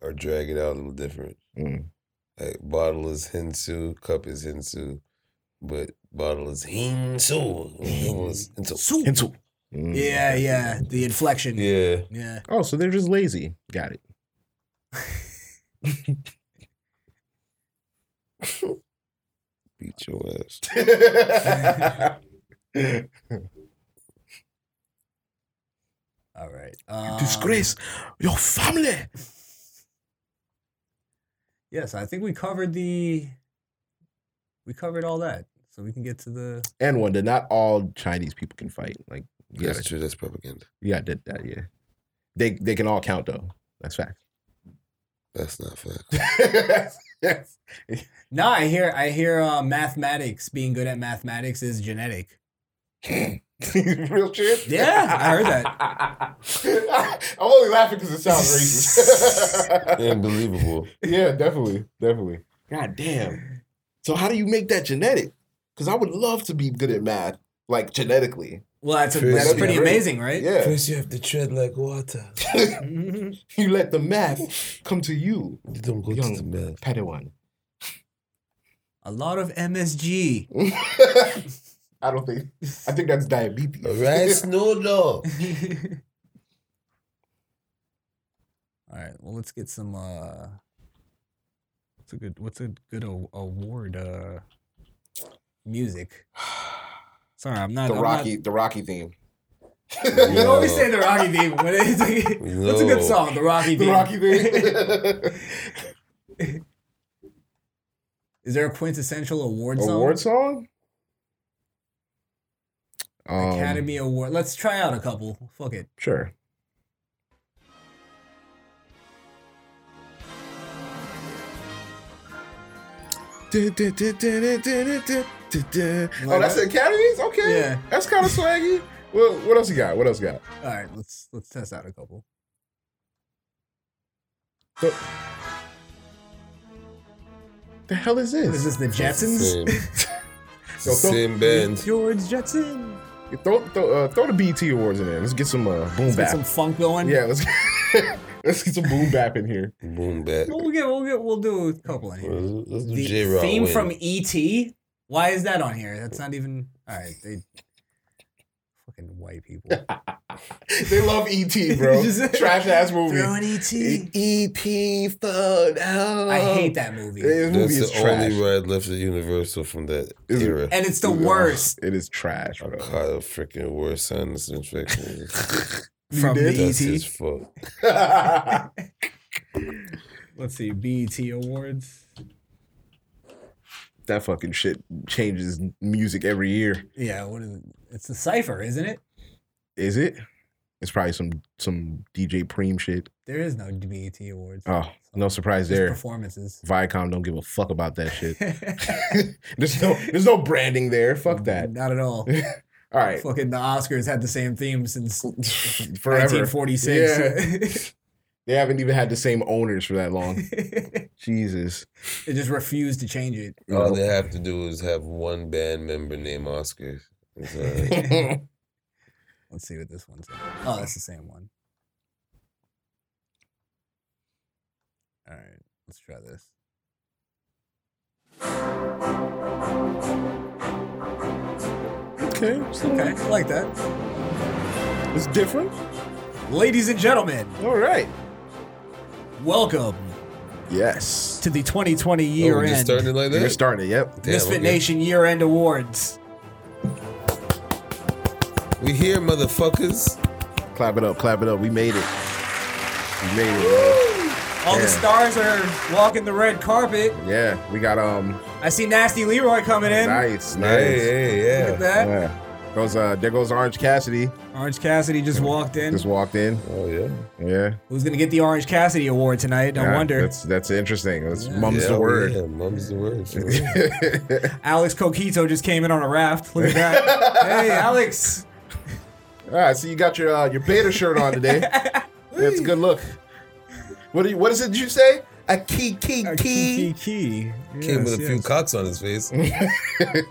S6: or drag it out a little different.
S3: Mm.
S6: Like bottle is hinsu, cup is hinsu, but bottle is hinsu. Bottle is hinsu.
S4: Soup.
S3: Hinsu. Mm.
S4: Yeah, yeah, the inflection. Yeah.
S6: Yeah.
S3: Oh, so they're just lazy. Got it.
S6: Beat your ass.
S4: All right. Um,
S2: your family.
S4: Yes, I think we covered the. We covered all that, so we can get to the.
S3: And one that not all Chinese people can fight. Like you
S6: That's
S3: gotta-
S6: true. That's propaganda.
S3: you got that, that yeah. They they can all count though. That's fact.
S6: That's not fact.
S3: yes.
S4: No, I hear. I hear uh, mathematics. Being good at mathematics is genetic.
S3: Real shit?
S4: Yeah, I heard that.
S3: I'm only laughing because it sounds racist.
S6: Unbelievable.
S3: yeah, definitely, definitely. God damn. So how do you make that genetic? Because I would love to be good at math, like genetically.
S4: Well, that's a,
S6: True,
S4: that's
S6: that'd
S4: pretty
S6: be great.
S4: amazing, right?
S3: Yeah,
S6: First, you have to tread like water.
S3: you let the math come to you,
S6: You don't go
S3: young
S6: to the mouth.
S3: Padawan.
S4: A lot of MSG.
S3: I don't think. I think that's diabetes.
S6: All right, Snow Dog.
S4: All right. Well, let's get some. uh What's a good? What's a good a- award? uh Music. Sorry, I'm not.
S3: The
S4: I'm
S3: Rocky, the Rocky theme.
S4: Not, you always say the Rocky theme. But it's like, What's a good
S6: No.
S4: song? The Rocky
S3: The
S4: theme.
S3: Rocky theme.
S4: Is there a quintessential award song?
S3: Award song. Um,
S4: Academy Award. Let's try out a couple. Fuck it.
S3: Sure. Oh, that's the academies? Okay.
S4: Yeah.
S3: That's kind of swaggy. Well, what else you got? What else you got?
S4: All right. Let's let's test out a couple.
S3: The, the hell is
S4: Is this
S3: this?
S4: the Jetsons?
S6: Same.
S3: Yo, throw-
S6: Same band.
S4: George Jetson.
S3: Throw, throw, uh, throw the BT awards in there. Let's get some uh, boom
S4: Let's get
S3: bap.
S4: some funk going.
S3: yeah, let's let's get some boom bap in here.
S6: Boom back.
S4: We'll we'll get we'll get we'll do a couple in here.
S6: Let's let's do
S4: the
S6: J Rod.
S4: theme from E-, E.T. Why is that on here? That's not even. All right, they fucking white people.
S3: They love ET, bro.
S4: Just-
S3: Trash ass movie.
S4: Throwing E E.T.
S3: EP phone. Oh.
S4: I hate that movie,
S3: This
S6: That's
S3: movie
S6: the
S3: is trash.
S6: only ride left at Universal from that
S3: Is it-
S6: era.
S4: and it's the worst
S3: It is trash, bro.
S6: Caught a freaking worst sinus infection.
S4: from E the
S6: That's his
S4: E.T.
S6: fault.
S4: Let's see, BET Awards.
S3: that fucking shit changes music every year.
S4: Yeah, what is it? It's the cipher, isn't it?
S3: Is it? It's probably some some DJ Preem shit.
S4: There is no BET awards.
S3: Oh, no surprise
S4: Just
S3: there.
S4: performances.
S3: Viacom don't give a fuck about that shit. there's no there's no branding there. Fuck that.
S4: Not at all.
S3: All right.
S4: Fucking the Oscars had the same theme since
S3: Forever.
S4: 1946.
S3: They haven't even had the same owners for that long. Jesus.
S4: they just refused to change it.
S6: All Oh, they have to do is have one band member named Oscar. It's, uh,
S4: Let's see what this one's. Like. Oh, that's the same one. All right, let's try this.
S3: Okay.
S4: Okay, I like that.
S3: It's different.
S4: Ladies and gentlemen,
S3: All right.
S4: welcome
S3: Yes.
S4: to the 2020
S6: oh,
S4: year
S6: we're just
S4: end
S6: starting it like
S3: You're
S6: that.
S3: starting it. Yep.
S6: Damn,
S4: Misfit
S6: okay.
S4: Nation Year End Awards.
S6: We here, motherfuckers.
S3: Clap it up. Clap it up. We made it. We made it.
S4: All
S3: Yeah.
S4: the stars are walking the red carpet.
S3: Man. Yeah. We got um.
S4: I see Nasty Leroy coming in.
S3: Nice.
S6: Hey,
S3: Nice.
S6: hey,
S4: Look at
S6: yeah.
S4: that.
S3: Yeah. Goes uh. There goes Orange Cassidy.
S4: Orange Cassidy just walked in.
S3: Just walked in.
S6: Oh yeah.
S3: Yeah.
S4: Who's gonna get the Orange Cassidy Award tonight? I
S3: Yeah,
S4: wonder.
S3: That's that's interesting. That's
S4: Yeah.
S3: mum's the
S6: Yeah,
S3: word.
S6: Yeah, mum's the word. for real.
S4: Alex Coquito just came in on a raft. Look at that. hey, Alex.
S3: All right. So you got your uh, your beta shirt on today. That's a good look. What do you, what is it you say? A key key key.
S4: Uh, Key, key.
S6: Came
S4: Yes,
S6: with a few
S4: yes.
S6: cocks on his face.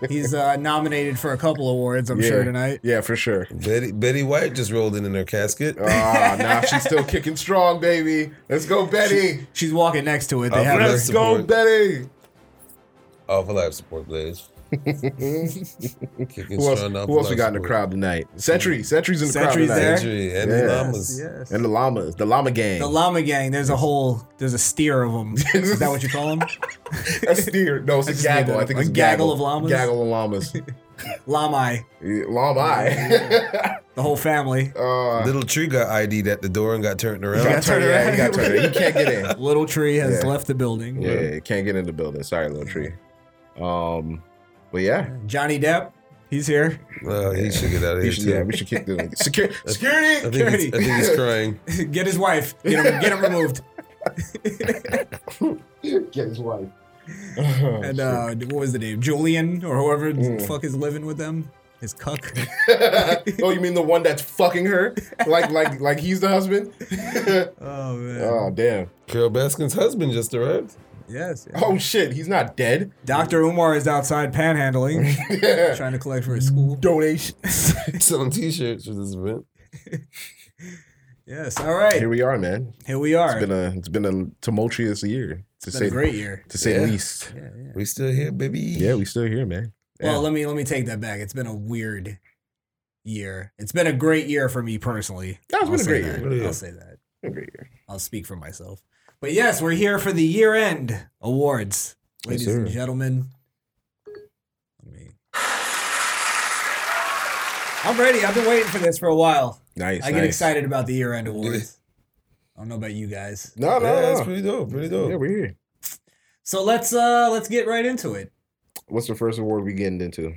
S4: He's uh, nominated for a couple awards, I'm
S3: Yeah.
S4: sure, tonight.
S3: Yeah, for sure.
S6: Betty Betty White just rolled in in her casket.
S3: Ah, now she's still kicking strong, baby. Let's go, Betty.
S4: She's walking next to it. They
S6: Uh,
S4: have her.
S6: Let's
S3: Let's go,
S6: support.
S3: Betty.
S6: All for life support, Blaze. Kicking
S3: Who else,
S6: strong off
S3: who else
S6: life
S3: we got in the
S6: support.
S3: crowd tonight? Sentry. Sentry's in the
S4: Sentry's
S3: crowd tonight.
S4: there.
S6: Injury And
S3: Yeah.
S6: the llamas.
S4: Yes.
S3: And the llamas. The llama gang.
S4: The llama gang. There's a whole. There's a steer of them. Is that what you call them?
S3: a steer. No, it's a
S4: just made
S3: gaggle.
S4: that
S3: I
S4: up.
S3: think
S4: A
S3: it's
S4: gaggle of llamas?
S3: Gaggle of llamas.
S4: Llama.
S3: Llama.
S4: The whole family.
S6: Oh.
S3: uh,
S6: Little tree got ID'd at the door and got turned around.
S3: got turned around. He got turned around. He can't get in.
S4: Little tree has
S3: Yeah.
S4: left the building.
S3: Yeah, he can't get in the building. Sorry, little tree. Um, but yeah,
S4: Johnny Depp. He's here.
S6: Well, Oh, he should get out of
S3: he
S6: here
S3: should,
S6: too.
S3: yeah, we should kick the security.
S6: I think,
S3: Security.
S6: it's- I
S4: Security.
S6: think he's crying.
S4: get his wife. Get him. Get him removed.
S3: Get his wife.
S6: Oh,
S4: And uh, what was the name? Julian or whoever
S6: Mm.
S4: the fuck is living with them. His cuck.
S3: oh, you mean the one that's fucking her? Like, like, like he's the husband?
S4: Oh man.
S3: oh, damn.
S6: Carol Baskin's husband just arrived.
S4: Yes. yes.
S3: Oh shit, he's not dead.
S4: Dr. Umar is outside panhandling, trying to collect for his school.
S3: Donation.
S6: Selling T-shirts for this event.
S4: Yes. All right.
S3: Here we are, man.
S4: Here we are.
S3: It's been a, it's been a tumultuous year to
S4: It's been
S3: say
S4: a great year.
S3: to say the
S6: Yeah.
S3: least.
S6: We still here, baby.
S3: Yeah, we still here, man. Yeah.
S4: Well, let me let me take that back. It's been a weird year. It's been a great year for me personally.
S3: Yeah, it's been
S4: I'll
S3: a
S4: say
S3: great
S4: that.
S3: year.
S6: Yeah.
S4: I'll say that.
S3: A great year.
S4: I'll speak for myself. But yes, we're here for the year end awards, ladies and
S6: sir.
S4: gentlemen. Let me. I'm ready. I've been waiting for this for a while.
S3: Nice.
S4: I get
S3: nice.
S4: excited about the year end awards. I don't know about you guys.
S3: No,
S6: Yeah,
S3: no,
S6: that's
S3: no.
S6: pretty dope. Pretty
S3: Yeah,
S6: dope.
S3: we're here.
S4: So let's uh let's get right into it.
S3: What's the first award we getting into?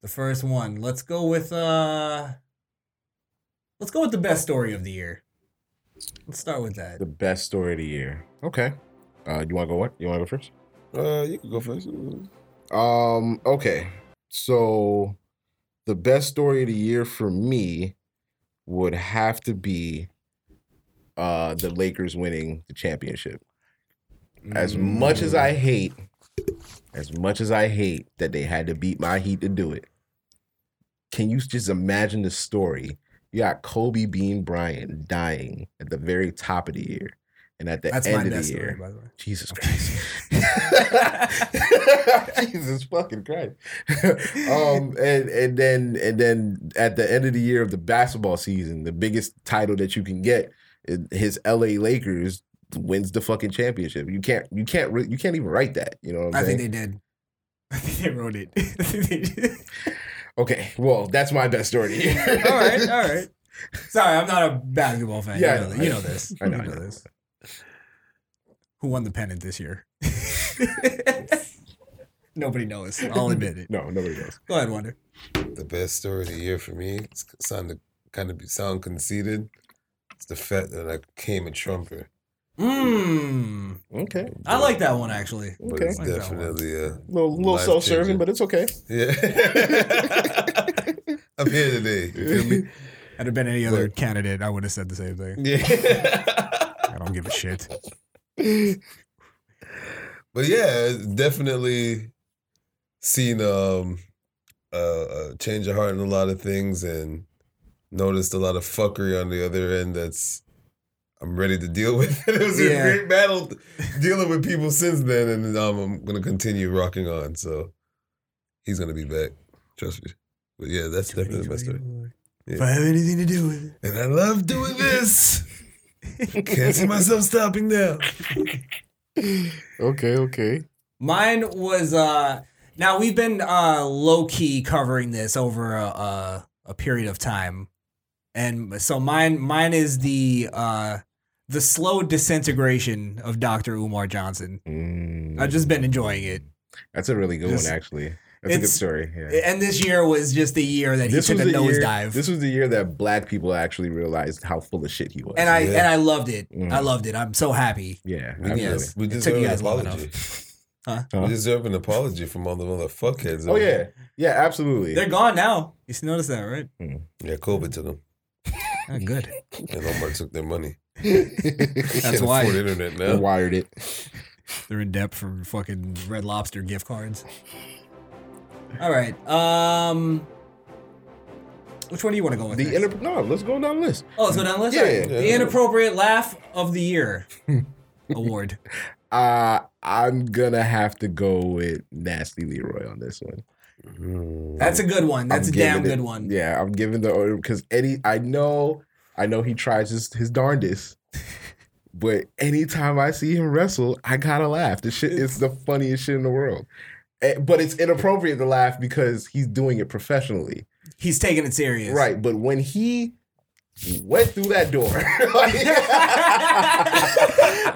S4: The first one. Let's go with uh Let's go with the best story of the year. Let's start with that.
S3: The best story of the year. Okay. Uh, you want to go what? You want to go first?
S6: Uh, you can go first.
S3: Um, okay. So the best story of the year for me would have to be uh the Lakers winning the championship. As much as
S4: Mm.
S3: I hate, as much as I hate that they had to beat my heat to do it, can you just imagine the story? You got Kobe Bean Bryant dying at the very top of the year. And at the
S4: That's
S3: end
S4: my
S3: of the
S4: best
S3: year.
S4: story, by the way.
S3: Jesus Christ. Jesus fucking Christ. um and and then and then at the end of the year of the basketball season, the biggest title that you can get is his LA Lakers wins the fucking championship. You can't you can't re- you can't even write that, you know what
S4: I
S3: I'm
S4: think
S3: saying?
S4: they did. I think they wrote it. I think they did.
S3: okay, well, that's my best story. to hear.
S4: all right, all right. Sorry, I'm not a basketball fan.
S3: Yeah,
S4: you know,
S3: I know,
S4: you know this.
S3: I know,
S4: you
S3: I
S4: know
S3: know.
S4: this. Who won the pennant this year? Nobody knows. I'll admit it.
S3: No, nobody knows.
S4: Go ahead, Wonder.
S6: The best story of the year for me. It's signed the kind of sound conceited. It's the fact that I came a trumper,
S4: Mmm.
S3: Okay.
S4: I like that one actually.
S6: but
S3: Okay.
S6: it's
S4: Like that one.
S6: definitely uh,
S3: little, little
S6: Life
S3: self serving,
S6: changing.
S3: but it's okay.
S6: yeah. I'm here today. You feel me?
S4: Had it been any other candidate, I would have said the same thing. I don't give a shit.
S6: But yeah, definitely seen um uh, a change of heart in a lot of things and noticed a lot of fuckery on the other end that's I'm ready to deal with. it was
S4: Yeah.
S6: a great battle dealing with people since then and um, I'm gonna continue rocking on. So he's gonna be back. Trust me. But yeah, that's definitely my story.
S4: If I have anything to do with it.
S6: And I love doing this. Can't see myself stopping now.
S3: Okay, okay.
S4: Mine was uh now we've been uh low key covering this over a, a a period of time. And so mine mine is the uh the slow disintegration of Dr. Umar Johnson. I've just been enjoying it.
S3: Mm. That's a really good
S4: Just-
S3: one, actually. That's a good
S4: it's-
S3: story. Yeah.
S4: And this year was just the year that he took a
S3: year.
S4: nosedive.
S3: This was the year that black people actually realized how full of shit he was.
S4: and I
S6: Yeah.
S4: and I loved it.
S3: Mm.
S4: I loved it. I'm so happy.
S3: yeah,
S6: We,
S3: absolutely.
S4: Yes.
S6: we
S4: It took
S6: deserve
S4: you
S6: an
S4: guys long
S6: apology.
S4: Huh?
S3: Huh?
S6: We deserve an apology from all the motherfuckers.
S3: Oh yeah, yeah, absolutely.
S4: They're gone now. You s- notice that, right?
S6: Yeah, COVID took them.
S4: Ah, good.
S6: And Omar took their money.
S4: That's
S6: Can't
S4: why.
S6: afford internet
S3: They
S6: now.
S3: wired it.
S4: They're in debt for fucking Red Lobster gift cards. All right. Um, which one do you want to go with?
S3: The
S4: next?
S3: inter- no, let's go down the list.
S4: oh, let's go down the list.
S3: Yeah,
S4: All right.
S3: yeah,
S4: the
S6: yeah.
S4: inappropriate laugh of the year award.
S3: Uh, I'm gonna have to go with Nasty Leroy on this one.
S6: Mm.
S4: That's a good one. That's
S3: I'm
S4: a damn
S3: giving it-
S4: good one.
S3: Yeah, I'm giving the order because Eddie. I know, I know he tries his, his darndest, but anytime I see him wrestle, I gotta laugh. The shit is the funniest shit in the world. Eh, But it's inappropriate to laugh because he's doing it professionally,
S4: He's taking it serious.
S3: right? But when he went through that door, like-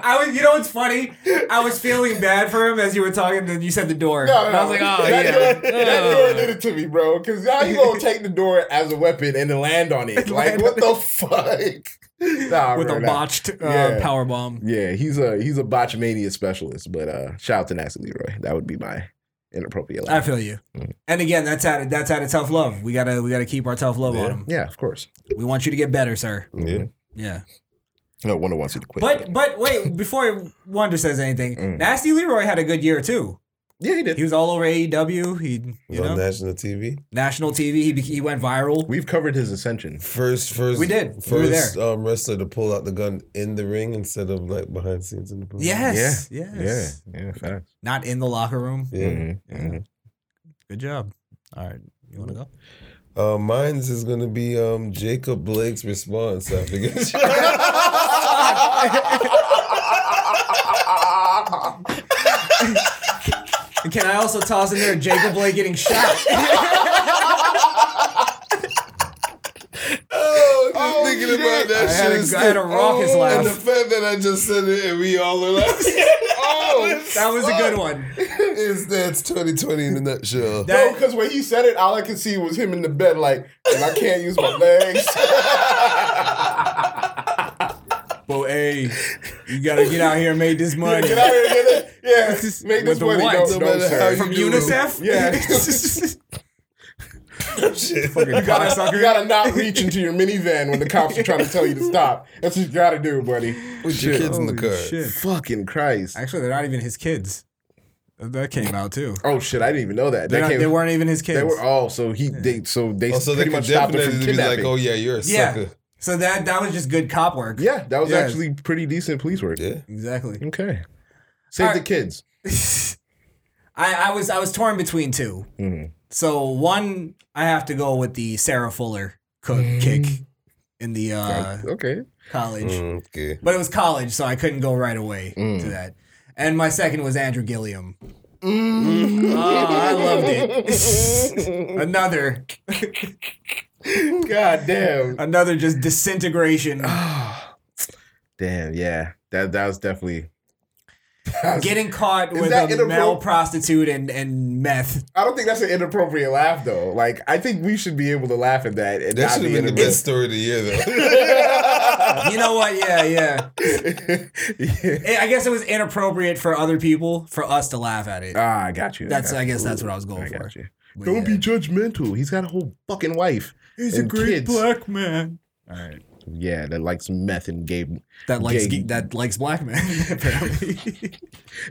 S4: I was, you know, what's funny. I was feeling bad for him as you were talking. Then you said the door.
S3: No, no,
S4: And I was like, oh
S3: that
S4: yeah. Oh.
S3: Door, that door did it to me, bro. Because now you gonna take the door as a weapon and then land on it. Like
S4: Land
S3: what the fuck? Nah,
S4: With
S3: bro,
S4: a
S3: nah.
S4: botched uh,
S3: Yeah.
S4: power bomb.
S3: Yeah, he's a he's a botch mania specialist. But uh, shout out to Nasty Leroy. That would be my inappropriate.
S4: I
S3: laugh.
S4: feel you.
S3: Mhm.
S4: And again, that's out of that's out of tough love. We gotta we gotta keep our tough love on him.
S3: yeah, of course.
S4: We want you to get better, sir.
S3: Yeah.
S4: Yeah.
S3: No wonder wants you to quit.
S4: But but wait, before Wonder says anything,
S3: Mm.
S4: Nasty Leroy had a good year too.
S3: yeah, he
S4: He
S3: did.
S4: was all over AEW. He
S6: Was
S4: you know
S6: on national TV.
S4: national TV. He bec- he went viral.
S3: We've covered his ascension.
S6: First, first,
S4: We did.
S6: First
S4: We were
S6: Um, wrestler to pull out the gun in the ring instead of like behind scenes in the booth.
S4: Yes. Yes.
S3: Yeah. Yeah. Facts. Mm-hmm,
S4: Not in the locker room.
S6: Yeah.
S3: Mm.
S4: Good job. All right. You wanna go?
S6: Uh, mine's is gonna be um Jacob Blake's response after getting
S4: And can I also toss in there Jacob Blake getting shot?
S6: Oh, just thinking about that
S4: I had
S6: shit.
S4: a- I had a raucous
S6: oh,
S4: laugh.
S6: And the fact that I just said it and we all are laughing. oh,
S4: That was a good one.
S6: It's, that's 2020 in a nutshell.
S4: That-
S3: because when he said it, all I could see was him in the bed, like, and I can't use my legs.
S4: But hey, you gotta get out here and make this money.
S3: Get out here, get it. Yeah, make
S4: with
S3: this
S4: the
S3: money.
S4: what?
S3: No,
S4: No
S3: no,
S6: matter
S3: sir.
S6: how
S4: From
S6: you do.
S4: UNICEF?
S3: Yeah.
S6: Shit.
S3: you, gotta, you gotta not reach into your minivan when the cops are trying to tell you to stop. That's what you gotta do, buddy.
S6: With your kids in the car.
S3: Fucking Christ.
S4: Actually, they're not even his kids. That came out too.
S3: Oh shit, I didn't even know that.
S4: They're
S3: That
S4: not-
S3: came,
S4: they weren't even his kids.
S3: They were oh, so he they so they
S6: Also, Oh, they
S3: pretty
S6: could
S3: much stopped him from
S6: definitely be like,
S3: kidnapping.
S6: oh, yeah, you're a
S4: yeah.
S6: sucker.
S4: So that that was just good cop work.
S3: yeah, that was
S4: Yeah.
S3: actually pretty decent police work.
S6: Yeah.
S4: Exactly.
S3: Okay. Save the
S4: Alright.
S3: kids.
S4: I, I was I was torn between 2
S3: Mhm.
S4: So one, I have to go with the Sarah Fuller cook kick in the uh,
S3: okay.
S4: college,
S3: Mm.
S6: Okay.
S4: but it was college, so I couldn't go right away to that. And my second was Andrew Gilliam. Oh, I loved it. Another
S3: God damn.
S4: another just disintegration.
S3: Damn, yeah. That that was definitely
S4: Getting caught
S3: Is
S4: with
S3: that
S4: a male
S3: inappropri-
S4: prostitute and, and meth.
S3: I don't think that's an inappropriate laugh though. Like I think we should be able to laugh at that. And
S6: That
S3: not
S6: should have
S3: be
S6: been the
S3: inappropriate.
S6: best story of the year, though.
S4: You know what? Yeah, yeah. I I guess it was inappropriate for other people for us to laugh at it.
S3: Ah, I got you.
S4: That's
S3: got
S4: I
S3: you.
S4: guess that's what I was going
S3: I
S4: for.
S3: got you.
S4: But
S3: Don't
S4: yeah.
S3: be judgmental. He's got a whole fucking wife.
S4: He's
S3: and kids.
S4: black man. All right.
S3: Yeah, that likes meth and gay.
S4: That likes
S3: Gay.
S4: that likes black men. Apparently,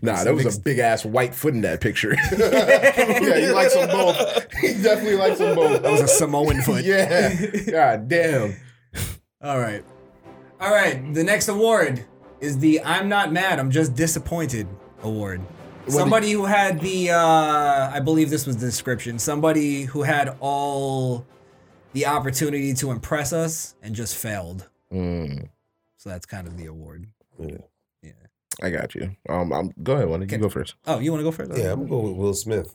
S3: Nah,
S4: Some
S3: that was
S4: mixed-
S3: a big ass white foot in that picture. yeah, he likes them both. He definitely likes them both.
S4: that was a Samoan foot.
S3: yeah. God damn.
S4: All right. All right. The next award is the I'm not mad, I'm just disappointed award. somebody who had the uh I believe this was the description. Somebody who had all the opportunity to impress us and just failed.
S3: Mm,
S4: So that's kind of the award.
S3: I got you. Um, I'm go ahead. Why don't you
S4: Okay.
S3: go first?
S4: Oh, you want to go further?
S6: yeah, I'm going with Will Smith.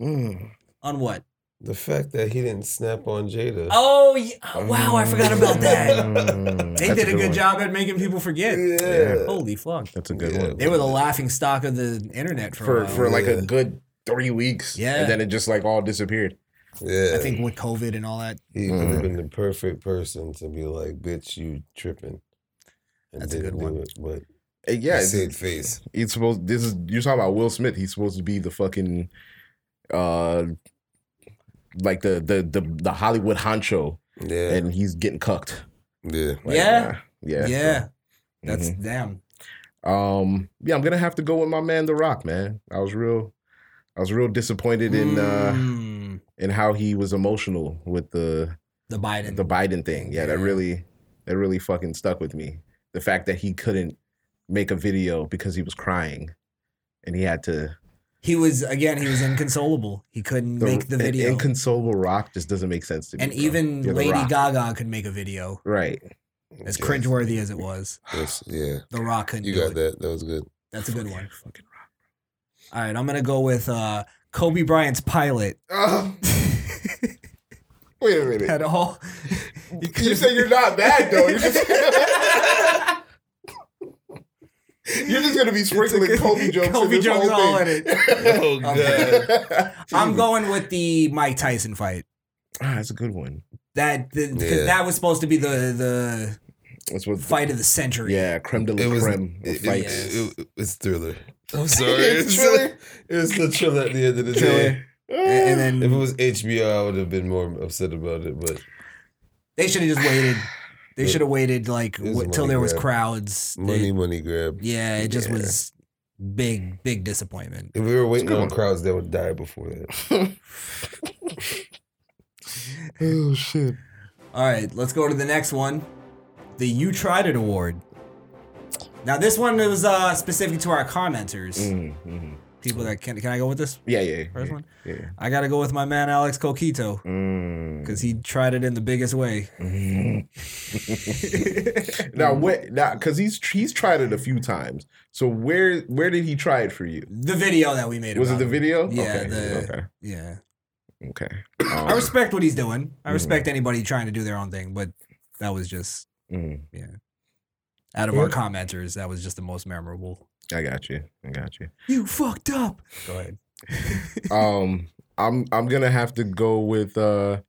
S3: Mm.
S4: On what?
S6: The fact that he didn't snap on Jada.
S4: Oh, yeah. wow, I forgot about that.
S3: Mm,
S4: They
S3: that's
S4: did a good
S3: one.
S4: job at making people forget.
S6: Yeah.
S4: Holy fuck.
S3: That's a good
S6: Yeah.
S3: one.
S4: They were the laughing stock of the internet for, a
S3: For
S4: while.
S3: for like
S6: Yeah.
S3: a good three weeks.
S4: Yeah.
S3: And then it just like all disappeared.
S6: Yeah.
S4: I think with COVID and all that.
S6: He
S3: Mm.
S6: could have been the perfect person to be like, bitch, you tripping. And
S4: That's a good
S6: didn't
S4: one.
S6: do it, but
S3: Uh, Yeah.
S6: I
S3: It's,
S6: see it face.
S3: it's supposed. This is you're talking about Will Smith. He's supposed to be the fucking, uh, like the the the the Hollywood honcho,
S6: Yeah.
S3: and he's getting cucked.
S6: yeah.
S3: Like,
S4: Yeah.
S3: Yeah.
S4: Yeah. That's
S3: Mhm.
S4: damn.
S3: Um, yeah, I'm gonna have to go with my man The Rock, man. I was real I was real disappointed in uh
S4: Mm,
S3: in how he was emotional with the
S4: the Biden.
S3: the Biden thing. Yeah, that
S4: Yeah.
S3: really that really fucking stuck with me. The fact that he couldn't make a video because he was crying and he had to
S4: he was again. He was inconsolable. He couldn't make the
S3: an
S4: video. And,
S3: inconsolable rock just doesn't make sense to me. bro.
S4: even
S3: You're The
S4: Lady
S3: Rock.
S4: Gaga could make a video,
S3: Right.
S4: as
S6: Yeah.
S4: cringeworthy as it was.
S6: Yes, yeah.
S4: The Rock couldn't
S6: You
S4: do
S6: got
S4: it.
S6: that. That was good.
S4: That's a good one. All right, I'm gonna go with uh, Kobe Bryant's pilot.
S3: Wait a minute.
S4: Had all.
S3: You say you're not bad though. You're just, You're just gonna be sprinkling Kobe jokes.
S4: Kobe
S3: in this
S4: jokes
S3: whole
S4: all in
S3: thing.
S4: it.
S6: Oh,
S4: Okay.
S3: ah,
S4: I'm going with the Mike Tyson fight.
S3: that's Ah, a good one.
S4: That the, 'cause
S6: Yeah.
S4: that was supposed to be the
S3: That's what
S4: the fight of the century.
S3: Yeah, creme de
S6: It
S3: la
S6: was
S3: creme. of
S6: it, it,
S3: fights.
S6: it, it- it's thriller. I'm sorry.
S3: It's thriller?
S6: It was the thriller at the end of the day.
S3: Thriller.
S4: and, and
S6: If it
S4: then
S6: was HBO, I would have been more upset about it, but
S4: they should have just waited. They should have waited like
S6: was a
S4: w- till
S6: money
S4: there was
S6: grab.
S4: crowds. They-
S6: money, money grab.
S4: yeah, it just
S6: Yeah.
S4: was big, big disappointment.
S6: If we were waiting
S3: good
S6: on
S3: one.
S6: crowds, that would die before that.
S3: oh shit!
S4: All right, let's go to the next one, the You Tried It Award. Now this one was uh, specific to our commenters,
S3: Mhm.
S4: people that can. Can I go with this
S3: Yeah, yeah.
S4: first
S3: yeah,
S4: one?
S3: yeah.
S4: I gotta go with my man Alex Coquito
S3: Mm.
S4: because he tried it in the biggest way.
S3: now what? Now, because he's he's tried it a few times. So where where did he try it for you?
S4: The video that we made
S3: Was it
S4: about
S3: the
S4: him.
S3: video?
S4: Yeah,
S3: Okay.
S4: the-
S3: okay.
S4: Yeah.
S3: Okay.
S4: I
S3: Um,
S4: respect what he's doing. I respect anybody trying to do their own thing, but that was just
S3: mm,
S4: out of our commenters, that was just the most memorable.
S3: I got you. I got you.
S4: You fucked up. Go ahead.
S3: um i'm i'm gonna have to go with uh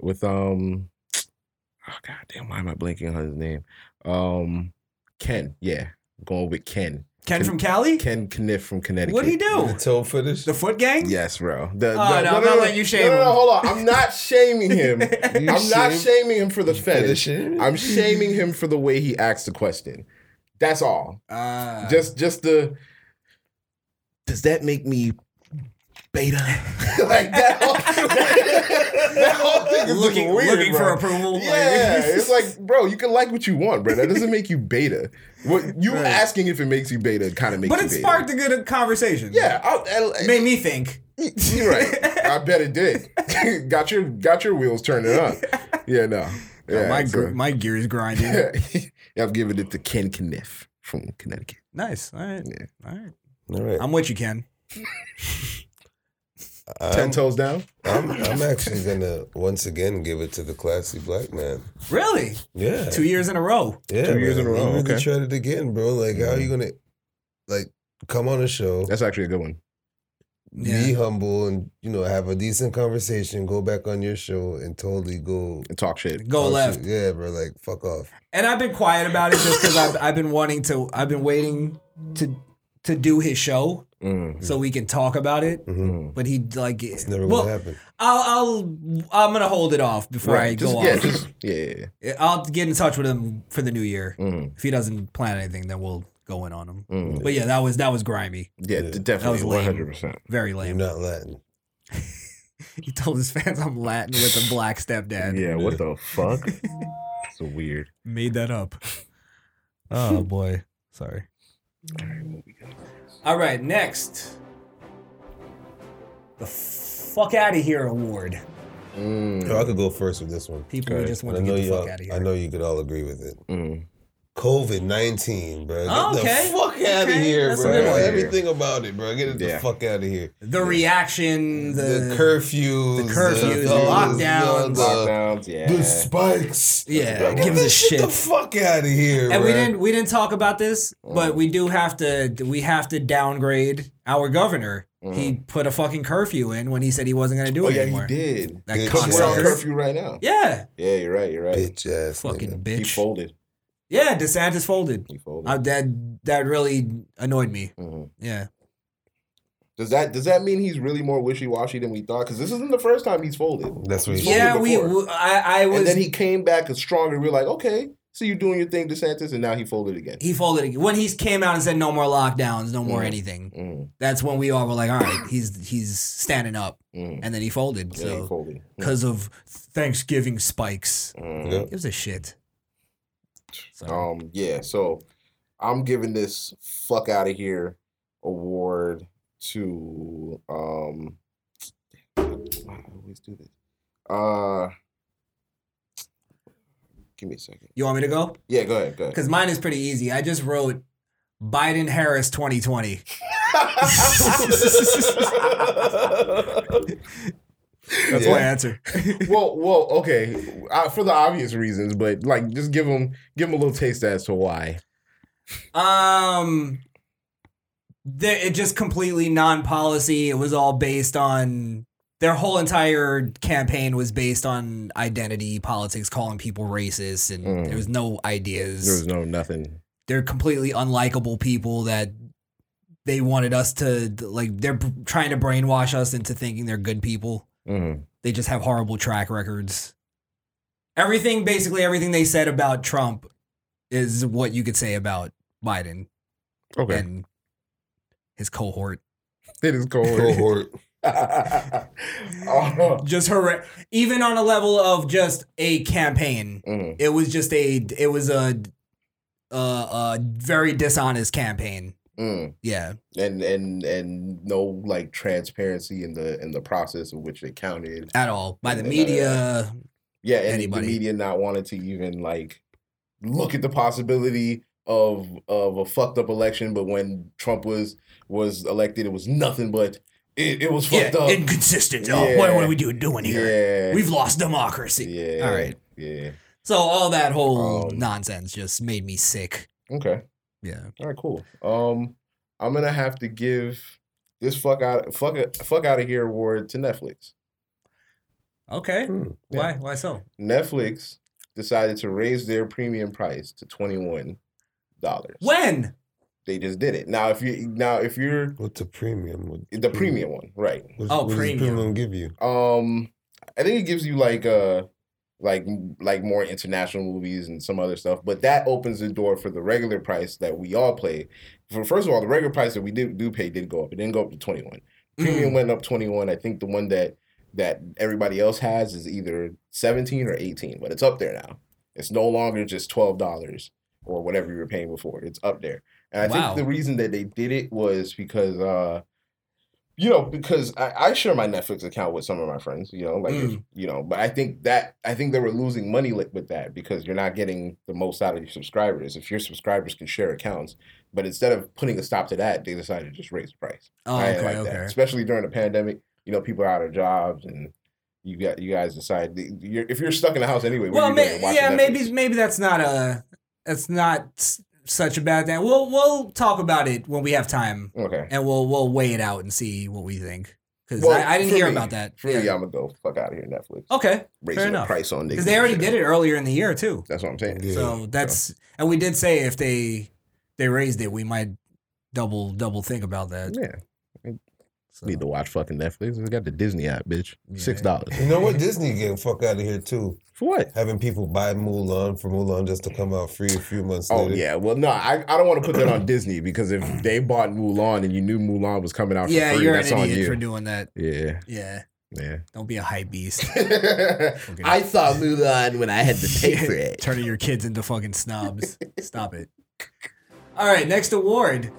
S3: with um oh god damn why am i blanking on his name um ken yeah going with ken
S4: Ken from Cali?
S3: ken kniff from connecticut
S4: What'd he
S6: The
S4: do?
S6: toe footage?
S4: The foot gang?
S3: yes bro the,
S4: no, I'm not letting you shame
S3: no, no,
S4: him.
S3: hold on i'm not shaming him
S6: You
S3: i'm not
S6: shame-
S3: shaming him for the
S6: fetish
S3: fetish
S6: shame?
S3: i'm shaming him for the way he asked the question that's all
S4: Uh,
S3: just just the does that make me beta like that whole, that whole thing is
S4: looking,
S3: just weird,
S4: looking for
S3: bro.
S4: approval. like-
S3: yeah it's like bro you can like what you want bro that doesn't make you beta what you
S4: Right.
S3: asking if it makes you beta kind of makes
S4: but
S3: you
S4: it
S3: beta.
S4: sparked a good conversation.
S3: yeah I, I,
S4: Made me think.
S3: you're right i bet it did got your got your wheels turning up yeah no yeah,
S4: "Oh, my,
S3: so-
S4: gr- my gear is grinding.
S3: yeah. i've given it to ken kniff from connecticut
S4: Nice. All right.
S3: Yeah.
S4: All right.
S6: All right.
S4: I'm with you, Ken.
S3: ten
S4: Um,
S6: I'm,
S3: toes down
S6: I'm, I'm actually going to once again give it to the classy black man.
S4: Really?
S6: Yeah.
S4: Two years in a row.
S6: Yeah,
S3: Two years
S6: man.
S3: in a
S6: You
S3: row,
S6: really
S3: okay.
S6: tried it again, bro. Like, how are you gonna, like, come on the show,
S3: That's actually a good one.
S6: be
S4: Yeah.
S6: humble, and you know have a decent conversation. Go back on your show and totally go.
S3: And talk shit.
S4: Go
S6: Oh,
S4: left.
S6: shit, Yeah, bro. Like fuck off.
S4: And I've been quiet about it just because I've, I've been wanting to. I've been waiting to to do his show
S3: Mm.
S4: so we can talk about it. But he like it's
S6: Mm-hmm. Never gonna happen.
S4: I'll, I'll I'm gonna hold it off before I go
S3: Just-
S4: off.
S3: yeah, just, yeah, yeah, yeah.
S4: I'll get in touch with him for the new year.
S3: Mm.
S4: If he doesn't plan anything, then we'll go in on him.
S3: Mm.
S4: But yeah, that was that was grimy,
S3: Yeah,
S6: Yeah.
S3: definitely.
S4: That was lame.
S3: 100%.
S4: very
S6: You're
S4: lame.
S6: not Latin.
S4: He told his fans I'm Latin with a black stepdad.
S3: Yeah, what the fuck? It's weird.
S4: Made that up. Oh boy, sorry. All right, next, the fuck out of here award.
S3: Mm.
S6: Yo, I could go first with this one.
S4: People who just want
S6: I
S4: to
S6: know
S4: get the
S6: you.
S4: fuck
S6: all
S4: out of
S6: I
S4: here.
S6: know you could all agree with it.
S3: Mm.
S6: COVID nineteen, bro. Get
S4: Oh, okay.
S6: the fuck out
S4: Okay,
S6: of here,
S4: that's
S6: bro.
S4: a good one.
S6: Everything about it, bro. Get it
S3: Yeah.
S6: the fuck out of here.
S4: The reaction, the,
S6: The, curfews,
S4: the curfews, the lockdowns.
S6: the,
S3: Lockdowns, yeah.
S6: the spikes.
S4: Yeah,
S6: Bro, get
S4: gives a
S6: this shit. The
S4: shit.
S6: fuck out of here,
S4: and
S6: bro.
S4: we didn't we didn't talk about this,
S3: Oh.
S4: but we do have to we have to downgrade our governor.
S3: Mm-hmm.
S4: He put a fucking curfew in when he said he wasn't going to do
S3: oh,
S4: it
S3: yeah,
S4: anymore.
S3: he did.
S4: That
S6: Good
S3: Because we're on
S6: Cocksucker.
S4: cocksucker.
S3: curfew right now.
S4: Yeah,
S3: Yeah, you're right. You're right.
S6: bitch ass.
S4: fucking
S6: nigga.
S4: bitch.
S3: He folded.
S4: yeah, DeSantis folded.
S3: He folded.
S4: Uh, that that really annoyed me.
S3: Mhm.
S4: Yeah,
S3: Does that does that mean he's really more wishy washy than we thought? Because this isn't the first time he's folded.
S6: That's what he
S3: folded
S4: yeah. We,
S3: before.
S4: we I I was
S3: and then he came back as stronger. We were like, okay, so you're doing your thing, DeSantis, and now he folded again.
S4: he folded again. when he came out and said no more lockdowns, no more anything.
S3: Mm,
S4: That's when we all were like, all right, he's he's standing up,
S3: mm.
S4: and then he folded.
S3: Yeah, he
S4: So
S3: folded.
S4: because of Thanksgiving spikes,
S3: Mm.
S6: Yep.
S4: gives a shit. So.
S3: Um, yeah, so I'm giving this fuck out of here award to um why do I always do this. Uh give me a second.
S4: You want me to go?
S3: Yeah, go ahead, go ahead.
S4: Because mine is pretty easy. I just wrote Biden Harris 2020. That's my answer.
S3: well, well, okay, uh, for the obvious reasons, but like, just give them, give them a little taste as to why.
S4: Um, the, it just completely non-policy. It was all based on their whole entire campaign was based on identity politics, calling people racist, and
S3: Mm.
S4: there was no ideas.
S3: There was no nothing.
S4: they're completely unlikable people that they wanted us to like. They're b- trying to brainwash us into thinking they're good people.
S3: Mm.
S4: They just have horrible track records. Everything, basically, everything they said about Trump is what you could say about Biden
S3: Okay,
S4: and his cohort.
S3: it is cold.
S6: Cohort.
S3: Oh.
S4: Just horrendous. Even on a level of just a campaign,
S3: Mm.
S4: it was just a, it was a, a, a very dishonest campaign.
S3: Mm.
S4: Yeah.
S3: and and and no like transparency in the in the process of which they counted.
S4: At all. By the
S3: Yeah,
S4: media.
S3: Yeah, and
S4: Anybody.
S3: the media not wanting to even like look at the possibility of of a fucked up election. But when Trump was was elected, it was nothing but it, it was
S4: Yeah.
S3: fucked up.
S4: Inconsistent. Oh, what, what
S3: Yeah.
S4: are we doing, doing here?
S3: yeah,
S4: We've lost democracy.
S3: yeah,
S4: All right.
S3: yeah.
S4: So all that whole
S3: Um,
S4: nonsense just made me sick.
S3: Okay,
S4: Yeah.
S3: all right, cool. Um, I'm gonna have to give this fuck out fuck fuck out of here award to Netflix.
S4: Okay.
S3: Yeah.
S4: Why? Why so?
S3: Netflix decided to raise their premium price to twenty one dollars.
S4: When?
S3: They just did it. Now if you now if you're
S6: What's the premium? What,
S3: the premium one, right?
S6: what,
S4: Oh,
S6: what does
S4: premium.
S6: premium give you?
S3: Um, I think it gives you like uh like like more international movies and some other stuff, but that opens the door for the regular price that we all pay. For first of all, the regular price that we do do pay did go up. It didn't go up to twenty one.
S4: Mm.
S3: Premium went up twenty one. I think the one that that everybody else has is either seventeen or eighteen, but it's up there now. It's no longer just twelve dollars or whatever you were paying before. It's up there. And I
S4: Wow.
S3: think the reason that they did it was because uh you know, because I, I share my Netflix account with some of my friends, you know, like, if-
S4: Mm.
S3: you know, but I think that, I think they were losing money li- with that because you're not getting the most out of your subscribers. If your subscribers can share accounts, but instead of putting a stop to that, they decided to just raise the price.
S4: Oh,
S3: I didn't
S4: okay,
S3: like that.
S4: okay.
S3: Especially during the pandemic, you know, people are out of jobs and you got, you guys decide, you're, if you're stuck in the house anyway, what
S4: Well,
S3: are you doing?
S4: may,
S3: Watching
S4: yeah,
S3: Netflix?
S4: maybe maybe that's not a that's not such about that. We'll we'll talk about it when we have time,
S3: Okay.
S4: and we'll we'll weigh it out and see what we think. Because
S3: Well,
S4: I, I didn't
S3: for
S4: hear
S3: me-
S4: about that.
S3: For me, I'm gonna go fuck out of here. Netflix
S4: Okay, fair
S3: raising the
S4: enough.
S3: price on niggas.
S4: Because they already did it earlier in the year too.
S3: That's what I'm saying.
S6: Yeah.
S4: So that's and we did say if they they raised it, we might double double think about that.
S3: Yeah.
S4: So.
S3: Need to watch fucking Netflix. It's got the Disney app, bitch.
S4: Yeah.
S3: Six dollars
S6: You know what? Disney getting fuck out of here too.
S3: for what?
S6: Having people buy Mulan for Mulan just to come out free a few months
S3: Oh
S6: later.
S3: yeah, well no, I, I don't want to put that on Disney because if they bought Mulan and you knew Mulan was coming out, for
S4: Yeah,
S3: free,
S4: you're an
S3: that's on
S4: idiot
S3: you.
S4: for doing that.
S3: yeah,
S4: Yeah,
S3: yeah.
S4: don't be a hype beast.
S3: I saw Mulan when I had to pay for it.
S4: Turning your kids into fucking snobs. Stop it. All right, next award.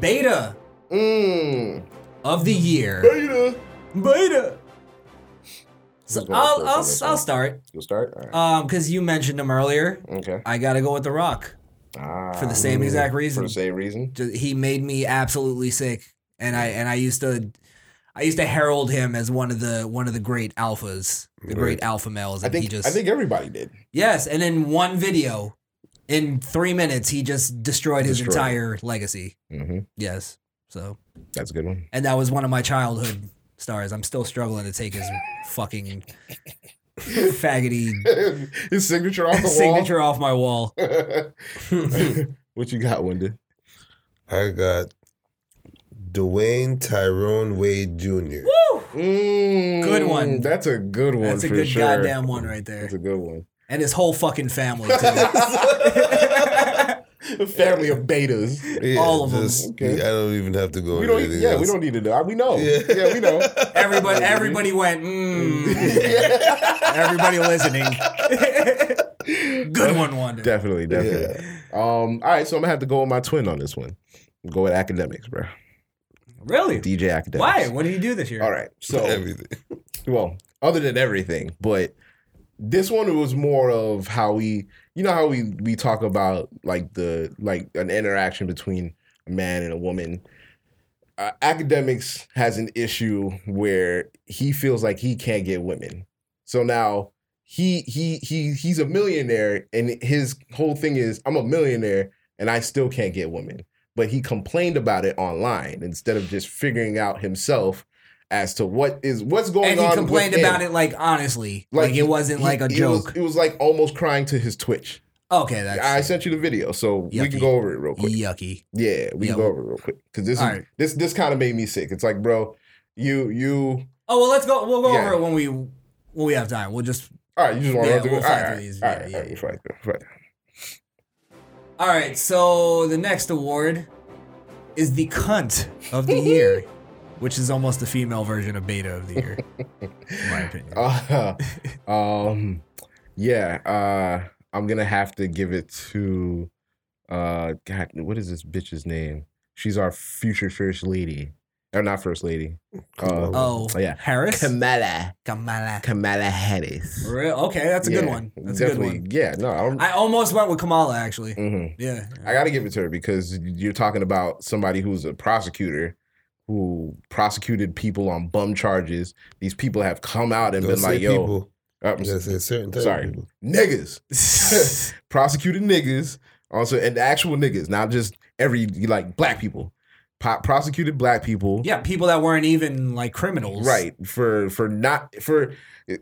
S4: Beta
S3: Mm.
S4: of the year.
S3: Beta.
S4: Beta. So
S3: Who's going
S4: I'll
S3: first
S4: I'll
S3: on this
S4: I'll
S3: one?
S4: start.
S3: You start. All right.
S4: Um, because you mentioned him earlier.
S3: okay.
S4: I gotta go with The Rock
S3: Ah,
S4: for the same exact reason.
S3: for the same reason.
S4: Ju- He made me absolutely sick, and I and I used to. I used to herald him as one of the one of the great alphas, the great alpha males,
S3: I
S4: and
S3: think
S4: he just
S3: I think everybody did.
S4: Yes, and in one video, in three minutes, he just destroyed his
S3: Destroyed.
S4: entire legacy.
S3: Mm-hmm.
S4: Yes. So,
S3: That's a good one.
S4: and that was one of my childhood stars. I'm still struggling to take his fucking faggoty
S3: His signature off the
S4: signature off my wall.
S3: wall. what you got, Wendy?
S6: I got Dwayne Tyrone Wade Jr.
S3: Mm,
S4: Good one.
S3: That's a good one.
S4: That's a
S3: for
S4: good
S3: sure.
S4: goddamn one right there.
S3: That's a good one.
S4: And his whole fucking family, too.
S3: A family of betas.
S6: Yeah,
S4: All of 'em.
S3: Okay.
S6: I don't even have to go.
S3: We
S6: into
S3: don't.
S6: anything
S3: Yeah, we
S6: else.
S3: don't need to know. We know.
S6: Yeah.
S3: Yeah, we know.
S4: everybody, everybody went, mm. everybody listening. good one, Wanda.
S3: Definitely, definitely. Um. All right, so I'm gonna have to go with my twin on this one. Go with academics, bro.
S4: Really?
S3: DJ academics.
S4: Why? What did he do this year?
S3: All right. So
S6: Everything.
S3: well, other than everything, but this one was more of how we, you know, how we we talk about like the like an interaction between a man and a woman. Uh, academics has an issue where he feels like he can't get women. So now he he he he's a millionaire, and his whole thing is I'm a millionaire, and I still can't get women. But he complained about it online instead of just figuring out himself as to what is what's going
S4: and
S3: on.
S4: he complained
S3: within.
S4: about it like honestly, like,
S3: he-
S4: it wasn't
S3: he-
S4: like a
S3: it was-
S4: joke.
S3: it was like almost crying to his Twitch.
S4: okay, that's
S3: I sent you the video, so we
S4: Yucky.
S3: can go over it real quick.
S4: yucky.
S3: Yeah, we
S4: Yeah,
S3: can go over it real quick because this is,
S4: Alright.
S3: this this kind of made me sick. It's like, bro, you you
S4: Oh well, let's go. We'll go
S3: Yeah.
S4: over it when we when we have time. We'll just
S3: all right. You just want
S4: Yeah,
S3: to do
S4: we'll
S3: it.
S4: fight
S3: All
S4: through
S3: right,
S4: these.
S3: all
S4: Yeah,
S3: right,
S4: yeah,
S3: all right.
S4: yeah.
S3: You fight through, fight through.
S4: all right. So the next award is the cunt of the year, which is almost the female version of beta of the year, in my opinion.
S3: Uh, um, yeah, uh, I'm gonna have to give it to uh, God, what is this bitch's name? She's our future first lady, or not first lady? Uh,
S4: oh,
S3: oh, yeah,
S4: Harris
S3: Kamala
S4: Kamala.
S3: Kamala Harris.
S4: Real? Okay, that's a good
S3: Yeah,
S4: one. That's
S3: definitely.
S4: a good one.
S3: Yeah, no, I, don't,
S4: I almost went with Kamala actually.
S3: Mhm.
S4: Yeah.
S3: I got to give it to her because you're talking about somebody who's a prosecutor who prosecuted people on bum charges. These people have come out and
S6: Don't
S3: been
S6: say
S3: like, "Yo, uh,
S6: people.
S3: I'm
S6: You gotta say certain type
S3: sorry,
S6: Of people.
S3: niggas, prosecuted niggas, also and actual niggas, not just every like black people, po- prosecuted black people."
S4: Yeah, people that weren't even like criminals.
S3: Right for for not for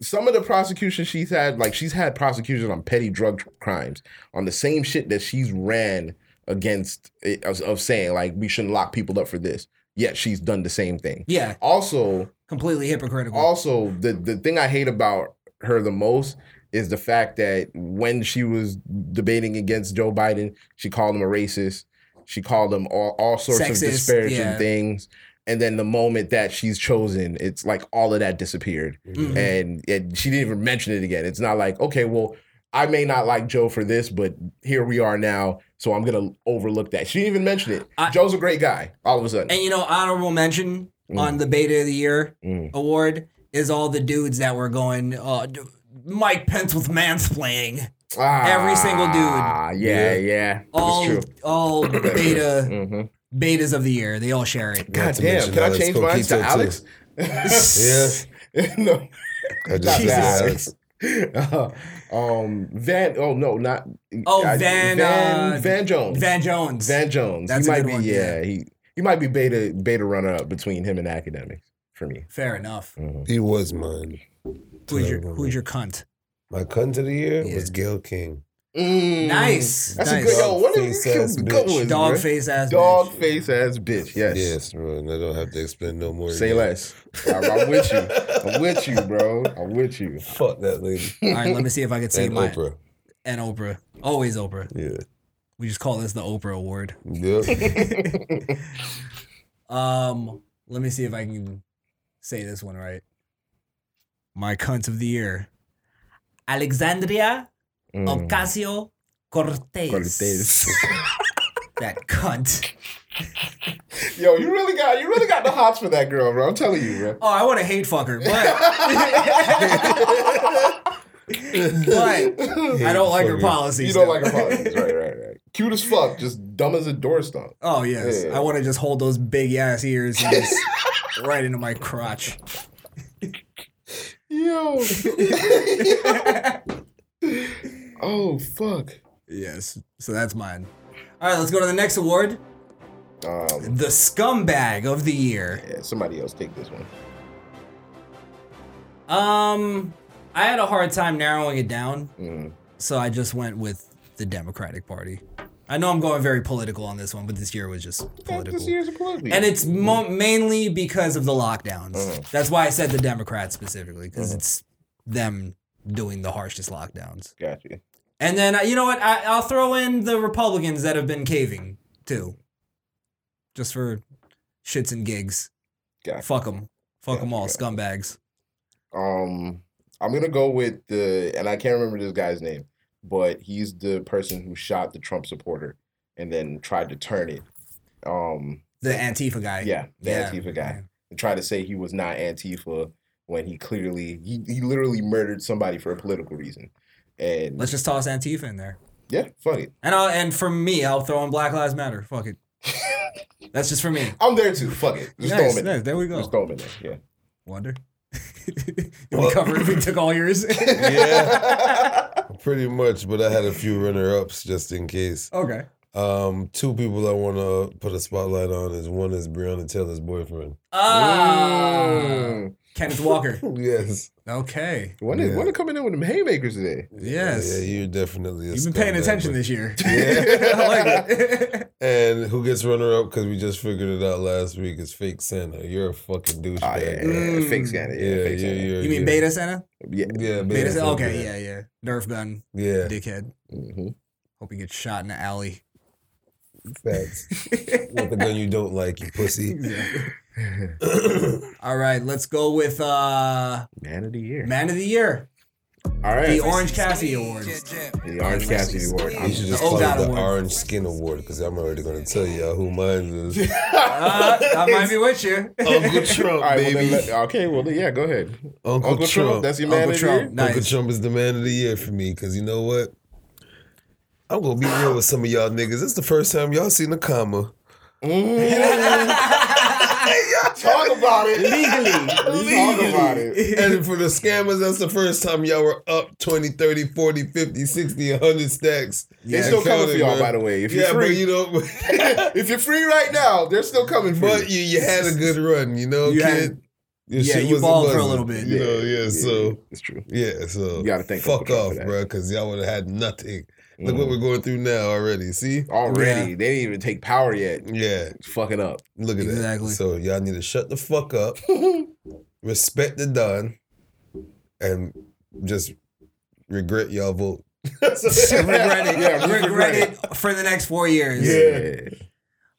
S3: some of the prosecutions she's had, like she's had prosecutions on petty drug crimes, on the same shit that she's ran against eh, of, of saying like we shouldn't lock people up for this. Yet she's done the same thing.
S4: Yeah,
S3: Also,
S4: completely hypocritical.
S3: also the the thing I hate about her the most is the fact that when she was debating against Joe Biden, she called him a racist. She called him all, all sorts
S4: Sexist,
S3: of disparaging
S4: yeah.
S3: things. And then the moment that she's chosen, it's like all of that disappeared.
S4: Mhm.
S3: And, and she didn't even mention it again. It's not like, okay, well, I may not like Joe for this, but here we are now. So I'm going to overlook that. She didn't even mention it.
S4: I-
S3: Joe's a great guy all of a sudden.
S4: And you know, honorable mention on the Beta of the Year
S3: Mm.
S4: award is all the dudes that were going, uh, d- Mike Pence with mansplaining. every single dude.
S3: Ah, Yeah, yeah. That's
S4: All
S3: true.
S4: all Beta
S3: Mm-hmm.
S4: Betas of the Year, they all share it.
S6: Not
S3: God
S6: to
S3: damn,
S6: mention
S3: can I
S6: Alex
S3: change mine
S6: Coquito,
S3: to
S6: too.
S3: Alex?
S6: Yeah,
S3: no.
S6: I just
S3: Jesus.
S6: said Alex.
S3: um, Van. Oh no, not.
S4: Oh,
S3: I-
S4: Van,
S3: Van,
S4: uh,
S3: Van Jones.
S4: Van Jones.
S3: Van Jones.
S4: That's a
S3: he might
S4: good
S3: be.
S4: one,
S3: yeah,
S4: yeah.
S3: he he might be beta beta runner up between him and academics for me. Mm-hmm.
S4: Fair enough.
S6: He was mine.
S4: Who's your Who's your cunt?
S6: My cunt of the year
S4: Yeah.
S6: was Gail King.
S4: Nice.
S3: That's
S4: nice.
S3: a good. Yo, what is
S6: Mm. Face
S3: this?
S6: ass
S3: Good
S6: bitch.
S3: one,
S4: Dog face ass.
S3: Dog
S4: bitch.
S3: face ass bitch. Yes.
S6: Yes, bro. And I don't have to explain no more.
S3: Say
S6: again.
S3: less. I, am with you. I'm with you, bro. I'm with you.
S6: Fuck that lady.
S4: All right, let me see if I can say
S6: and
S4: my
S6: Oprah.
S4: and Oprah. Always Oprah.
S6: Yeah.
S4: We just call this the Oprah Award.
S6: Yep.
S4: Um, let me see if I can say this one right. My cunt of the year, Alexandria
S3: Mm.
S4: Ocasio Cortez.
S3: Hmm. Cortez.
S4: that cunt.
S3: Yo, you really got you really got the hots for that girl, bro. I'm telling you, bro.
S4: Oh, I want to hate fuck her, but but I don't like her policies.
S3: You don't
S4: though.
S3: like her politics, right? Right? Right? Cute as fuck, just dumb as a door stump.
S4: Oh yes,
S3: Yeah.
S4: I want to just hold those big ass ears and just right into my crotch.
S3: Yo. oh fuck.
S4: Yes, so that's mine. All right, let's go to the next award,
S3: Um,
S4: the scumbag of the year.
S3: yeah, somebody else take this one.
S4: Um, I had a hard time narrowing it down,
S3: Mm.
S4: so I just went with the Democratic Party. I know I'm going very political on this one, but this year was just political.
S3: This year's a political.
S4: and it's mo- mainly because of the lockdowns.
S3: Mm.
S4: That's why I said the Democrats specifically, because it's them doing the harshest lockdowns.
S3: got you.
S4: And then uh, you know what? I, I'll throw in the Republicans that have been caving too, just for shits and gigs.
S3: Gotcha.
S4: Fuck them. Fuck them all, scumbags.
S3: Um, I'm gonna go with the, and I can't remember this guy's name, but he's the person who shot the Trump supporter and then tried to turn it. Um,
S4: The Antifa guy.
S3: yeah, the
S4: Yeah,
S3: Antifa guy, and tried to say he was not Antifa when he clearly he he literally murdered somebody for a political reason. And
S4: Let's just toss Antifa in there.
S3: yeah, fuck it,
S4: And I'll, and for me, I'll throw in Black Lives Matter. Fuck it. That's just for me.
S3: I'm there too. Fuck it, just throw
S4: Nice,
S3: him in.
S4: nice.
S3: there.
S4: There we go.
S3: Just throw him in there. Yeah.
S4: Wonder. Did we cover it? We took all yours.
S6: yeah. Pretty much, but I had a few runner ups just in case.
S4: okay.
S6: Um, two people I want to put a spotlight on is one is Breonna Taylor's boyfriend.
S4: Ah,
S3: Mm.
S4: Kenneth Walker.
S6: Yes.
S4: Okay.
S3: When is
S6: Yeah.
S3: when are coming in with them haymakers today?
S4: Yes.
S6: Yeah, you're definitely. A
S4: You've been paying
S6: scumbag,
S4: attention
S6: but-
S4: this year. I like it.
S6: And who gets runner up? Because we just figured it out last week. Is fake Santa? You're a fucking douchebag.
S3: Oh, yeah, yeah, yeah,
S4: Mm.
S3: fake Santa.
S6: yeah,
S3: Yeah,
S6: yeah,
S3: fake Santa.
S6: yeah,
S4: You mean
S6: yeah.
S4: Beta Santa?
S3: Yeah.
S6: Yeah,
S4: Beta,
S6: Beta.
S4: Santa. Okay. Yeah. Yeah. Nerf gun.
S6: yeah,
S4: Dickhead.
S3: Mhm.
S4: Hope he gets shot in the alley.
S6: Facts. With the gun you don't like, you pussy.
S4: All right. Let's go with uh
S3: Man of the year.
S4: Man of the Year,
S3: All right.
S4: the Orange Cassidy Award.
S3: The Orange Cassidy Award.
S6: You should just
S4: Oh,
S6: call
S4: God,
S6: it the
S4: award.
S6: Orange Skin Award because I'm already going to tell y'all who mine is.
S4: Uh, I might be with you.
S6: Uncle Trump,
S3: All right, well,
S6: baby.
S3: then let- okay, well, then, yeah, go ahead.
S6: Uncle,
S3: Uncle Trump,
S6: Trump.
S3: that's your man
S4: Uncle
S3: of the
S4: Trump.
S3: year?
S6: Uncle
S4: Nice.
S6: Trump is the man of the year for me because you know what? I'm gonna be real with some of y'all niggas. It's the first time y'all seen a comma.
S3: Talk about it. Legally. Talk about it.
S6: And for the scammers, that's the first time y'all were up 20, 30, 40, 50, 60, 100 stacks.
S3: They're still coming for y'all, by the way. If you're
S6: yeah,
S3: free.
S6: but you know,
S3: If you're free right now, they're still coming for
S6: but
S3: you.
S6: you, you had a good run, you know,
S4: You had-
S6: kid. Your
S4: yeah,
S6: shit
S4: you
S6: wasn't
S4: balled for a
S6: buzzing,
S4: little bit.
S6: You know, yeah, so.
S3: It's true.
S6: Yeah, so
S3: You gotta thank Uncle
S6: fuck
S3: Trump
S6: off,
S3: for that. Mm.
S6: bro, because y'all would have had nothing. Look what we're going through now already. See?
S3: Already.
S4: Yeah.
S3: They didn't even take power yet.
S6: Yeah,
S3: It's fucking up.
S6: look at
S4: Exactly.
S6: that. So y'all need to shut the fuck up, respect the Don, and just regret y'all vote.
S4: regret it.
S3: Yeah,
S4: regret,
S3: regret
S4: it. for the next four years.
S3: Yeah.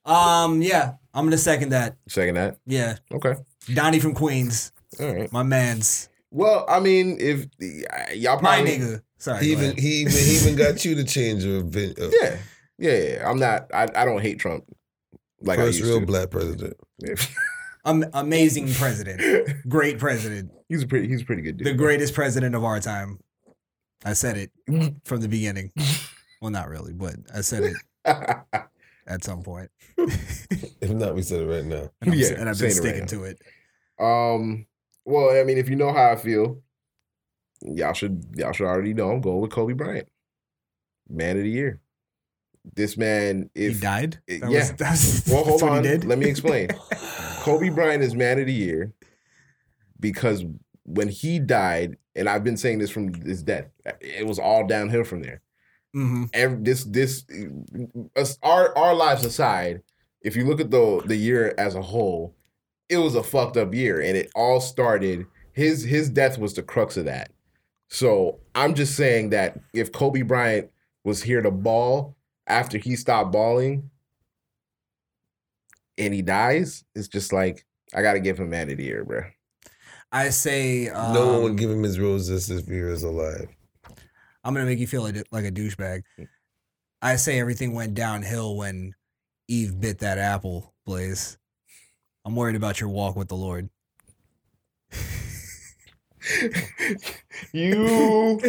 S4: Um. Yeah. I'm gonna second that.
S3: Second that.
S4: Yeah.
S3: Okay.
S4: Donnie from Queens,
S3: All right.
S4: my man's,
S3: Well, I mean, if y- y'all
S4: my
S3: probably.
S4: nigga. Sorry.
S6: He
S4: go
S6: even
S4: ahead.
S6: he even he even got you to change your uh, opinion.
S3: Yeah. Yeah. yeah. I'm not, I, I don't hate Trump. Like
S6: First
S3: I
S6: real
S3: used
S6: black president.
S3: to.
S4: Am- amazing president, great president,
S3: he's a pretty, he's a pretty good dude.
S4: the greatest president of our time. I said it
S3: Mm.
S4: from the beginning. Well, not really, but I said it at some point,
S6: If not, we said it right now.
S4: and, I'm-
S3: Yeah,
S4: and I've been
S3: saying it right
S4: sticking to
S3: now.
S4: it.
S3: Um, well, I mean, if you know how I feel, y'all should y'all should already know I'm going with Kobe Bryant, man of the year. This man, if
S4: he died.
S3: it-
S4: That
S3: yeah.
S4: was- that's,
S3: well, hold
S4: that's what
S3: on.
S4: he did.
S3: Let me explain. Kobe Bryant is man of the year because when he died, and I've been saying this from his death, it was all downhill from there.
S4: hmm
S3: Every, this this uh, us, our our lives aside, if you look at the the year as a whole, it was a fucked up year, and it all started. His his death was the crux of that. So I'm just saying that if Kobe Bryant was here to ball after he stopped balling and he dies, it's just like I gotta give him man of the year, bro.
S4: I say um,
S6: no one would give him his roses if he was alive.
S4: I'm gonna make you feel like a- like a douchebag.
S3: Mm.
S4: I say everything went downhill when Eve bit that apple, Blaze. I'm worried about your walk with the Lord.
S3: You,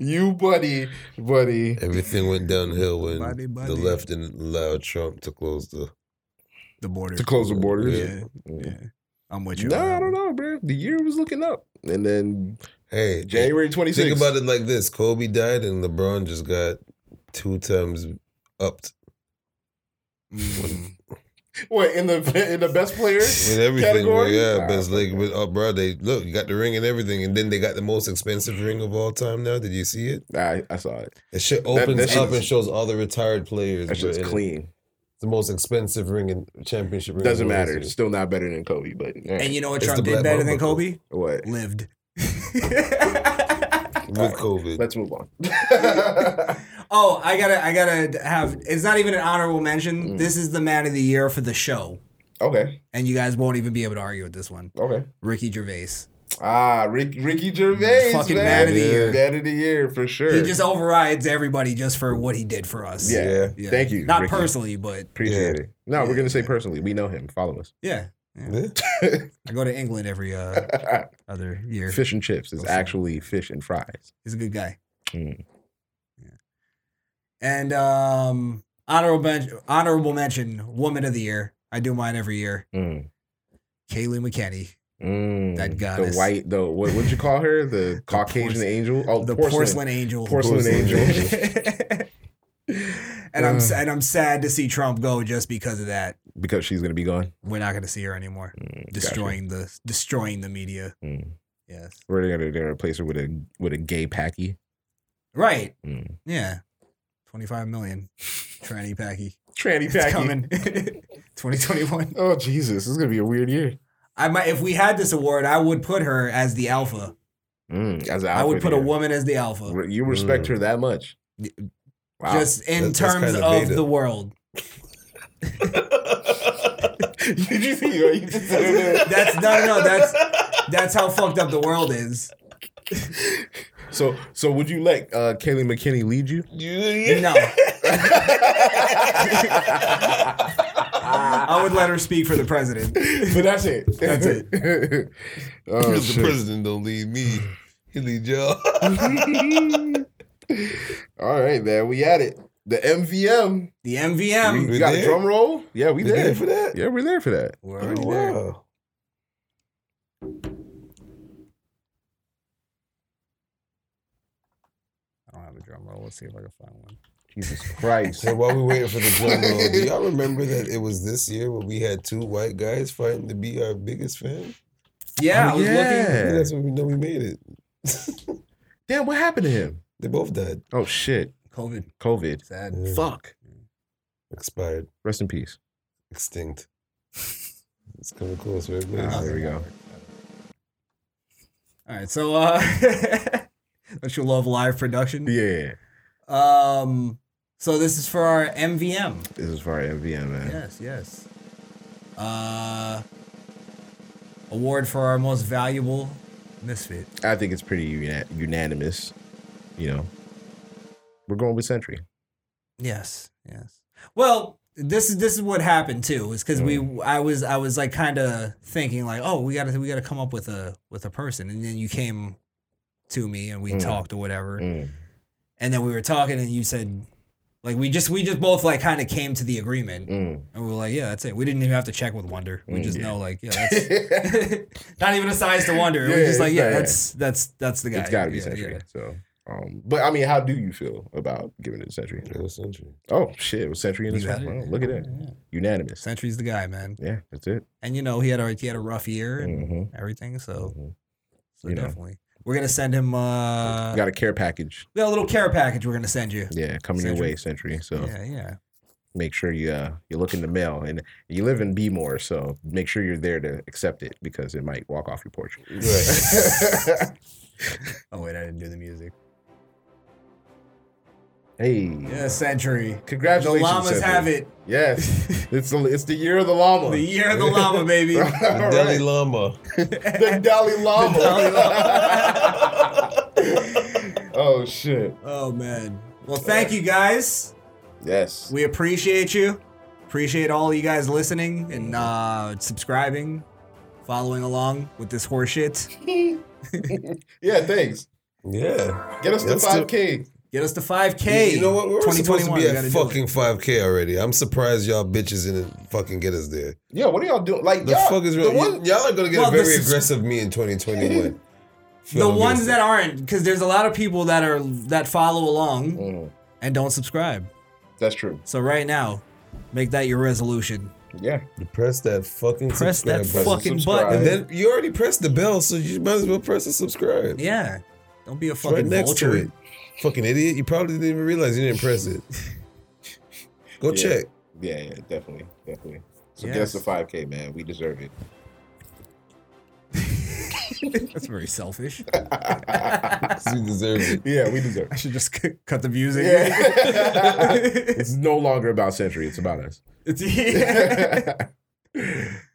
S3: you, buddy, buddy.
S6: Everything went downhill when
S4: Buddy, buddy.
S6: the left didn't allow Trump to close the.
S4: The border.
S3: To close the borders.
S4: Yeah, yeah. I'm with you.
S3: No,
S4: on that
S3: I don't
S4: one.
S3: know, bro. The year was looking up, and then
S6: Hey,
S3: January twenty
S6: Think
S3: sixth.
S6: about it like this: Kobe died, and LeBron just got two times upped
S4: Mm.
S3: What in the in the best player
S6: with everything.
S3: category?
S6: Yeah,
S3: Nah,
S6: best like with oh, bro, they look you got the ring and everything, and then they got the most expensive ring of all time. Now, did you see it?
S3: I, I saw it.
S6: It shit
S3: that
S6: opens
S3: shit's-
S6: up and shows all the retired players.
S3: That
S6: bro,
S3: shit's
S6: and
S3: clean.
S6: it's The most expensive ring and championship ring.
S3: Doesn't
S6: of all
S3: matter.
S6: time.
S3: Still not better than Kobe, but eh,
S4: And you know what
S6: It's
S4: Trump
S6: the
S4: did
S6: black
S4: better than Kobe?
S6: motherfucker.
S3: what?
S4: Lived.
S6: with COVID.
S3: Let's move on.
S4: Oh, I gotta, I gotta have. It's not even an honorable mention.
S3: Mm.
S4: This is the man of the year for the show,
S3: okay,
S4: and you guys won't even be able to argue with this one.
S3: okay.
S4: Ricky Gervais.
S3: Ah, Rick, Ricky Gervais,
S4: Fucking
S3: man.
S4: man of the year.
S3: man of the year for sure.
S4: He just overrides everybody just for what he did for us.
S3: yeah.
S6: Yeah.
S4: Yeah.
S3: Thank you.
S4: Not
S3: Ricky.
S4: personally, but
S3: Appreciate it. No, we're gonna say personally. We know him. Follow us.
S4: yeah. yeah.
S6: Yeah.
S4: I go to England every uh, other year.
S3: fish and chips is actually fish and fries.
S4: He's a good guy.
S3: Mm.
S4: Yeah. And um, honorable men- honorable mention, woman of the year. I do mine every year.
S3: Mm.
S4: Kaylee McKenny,
S3: Mm.
S4: That
S3: the
S4: goddess.
S3: white the what would you call her? The Caucasian
S4: porcelain-
S3: angel? Oh,
S4: the porcelain,
S3: porcelain.
S4: angel.
S3: Porcelain
S4: and I'm
S3: Uh.
S4: and I'm sad to see Trump go just because of that.
S3: Because she's gonna be gone.
S4: We're not going to see her anymore.
S3: Mm,
S4: Destroying the destroying the media.
S3: Gotcha. Mm.
S4: Yes.
S3: We're gonna, they're gonna replace her with a with a gay packy.
S4: Right.
S3: Mm.
S4: Yeah. 25 million. Tranny Packy.
S3: Tranny
S4: It's coming. 2021.
S3: Oh Jesus, this is gonna be a weird year.
S4: I might if we had this award, I would put her as the alpha.
S3: Mm, as an
S4: I would
S3: outfit
S4: put a
S3: here.
S4: woman as the alpha.
S3: Re- mm. You respect her that much?
S4: Y-
S3: Wow.
S4: Just in
S6: That's- that's
S4: terms
S6: kinda
S4: of
S6: beta.
S4: the world.
S3: Did you see what you just said?
S4: That's no no no, that's that's how fucked up the world is.
S3: So so would you let uh, Kaylee McKinney lead you?
S4: No. I would let her speak for the president.
S3: But that's it.
S4: That's
S3: it. oh,
S6: Because the
S3: shit.
S6: president don't lead me. He lead y'all.
S3: All right, man. We at it. The MVM.
S4: The MVM.
S3: We
S6: We
S3: got
S6: there?
S3: drum roll. Yeah, we
S6: We there
S3: there
S6: for that?
S3: Yeah, we're there for that.
S4: We're
S6: Oh,
S4: already there.
S6: wow.
S4: I don't have a drum roll. Let's see if I can find one.
S3: Jesus Christ.
S6: So while we waiting for the drum roll, do y'all remember that it was this year where we had two white guys fighting to be our biggest fan?
S4: Yeah, I was
S3: yeah.
S4: looking.
S6: Yeah, that's when we know we made it.
S3: Damn, what happened to him?
S6: They both died.
S3: Oh shit.
S4: COVID.
S3: COVID.
S4: Sad.
S6: Yeah.
S3: Fuck.
S6: Expired.
S3: Rest in peace.
S6: Extinct. It's coming close, right?
S4: Oh,
S3: Ah, there we go.
S4: All right, so uh don't you love live production?
S3: Yeah.
S4: Um so this is for our MVM.
S3: This is for our MVM, man.
S4: Yes, yes. Uh award for our most valuable misfit.
S3: I think it's pretty uni- unanimous. You know, we're going with Sentry.
S4: Yes, yes. Well, this is this is what happened too. Is because we I was I was like kind of thinking like oh we gotta we gotta come up with a with a person and then you came to me and we talked or whatever
S3: Mm.
S4: and then we were talking and you said Like we just we just both like kind of came to the agreement,
S3: Mm.
S4: and we were like, yeah, that's it. We didn't even have to check with Wonder. We just know like, yeah, that's not even a size to Wonder. we
S3: Yeah,
S4: are just like,
S3: it's
S4: yeah,
S3: not-
S4: that's that's that's the guy.
S3: it's got to be
S4: Yeah,
S3: Century.
S4: yeah.
S3: So, um, but I mean, how do you feel about giving it to Century?
S6: century.
S3: Oh shit, it was Century in this
S4: You had
S3: round.
S4: it.
S3: Wow, look at that,
S4: Yeah.
S3: unanimous.
S4: Century's the guy, man.
S3: Yeah, that's it.
S4: And you know he had a he had a rough year and
S3: hmm
S4: everything, so
S3: Mhm.
S4: so
S3: You know.
S4: definitely we're gonna send him. uh
S3: got a care package.
S4: We got a little care package we're gonna send you.
S3: Yeah, coming your
S4: Century.
S3: way, Century. So
S4: Yeah, yeah.
S3: make sure you uh, you look in the mail, and you live in Bmore, so make sure you're there to accept it because it might walk off your porch.
S4: Oh wait, I didn't do the music.
S3: hey,
S4: Yeah, Century. The
S3: congratulations!
S4: llamas
S3: Century.
S4: have it.
S3: Yes, it's the it's the year of the llama.
S4: The year of the llama, baby.
S3: All
S6: The
S3: right.
S6: Dalai Lama.
S3: the Dalai Lama.
S4: Dalai
S3: oh shit!
S4: Oh man. Well, thank you guys.
S3: Yes.
S4: We appreciate you. Appreciate all you guys listening and uh, subscribing, following along with this horseshit.
S3: yeah. Thanks.
S6: Yeah.
S3: Get us to
S6: Let's do-
S3: five k.
S4: Get us to 5K.
S6: you know what? We We're supposed to
S4: 2021.
S6: be
S4: We
S6: at
S4: gotta do it.
S6: fucking 5K already. I'm surprised y'all bitches didn't fucking get us there.
S3: Yeah. What are y'all doing? Like
S6: The
S3: y'all,
S6: fuck is
S3: the
S6: real?
S3: one.
S6: y'all are gonna get
S4: Well,
S6: very
S4: this is-
S6: aggressive me in 2021.
S4: The ones that aren't, because there's a lot of people that are that follow along
S3: Mm,
S4: and don't subscribe.
S3: that's true.
S4: So right now, make that your resolution.
S3: Yeah.
S6: press that fucking
S4: Press that
S6: subscribe button.
S4: fucking
S3: subscribe.
S4: button.
S6: And then you already pressed the bell, so you might as well press the subscribe.
S4: Yeah. Don't be a
S6: It's right
S4: fucking
S6: next
S4: vulture.
S6: to it. Fucking idiot. You probably didn't even realize you didn't press it. Go
S3: Yeah.
S6: check.
S3: Yeah. Yeah. Definitely. Definitely. So
S4: Yes.
S3: get us to five k, man. We deserve it.
S4: That's very selfish.
S6: You deserve it.
S3: Yeah, we deserve
S4: I
S3: it.
S4: should just c- cut the music.
S3: Yeah. it's no longer about Century. It's about us.
S4: It's-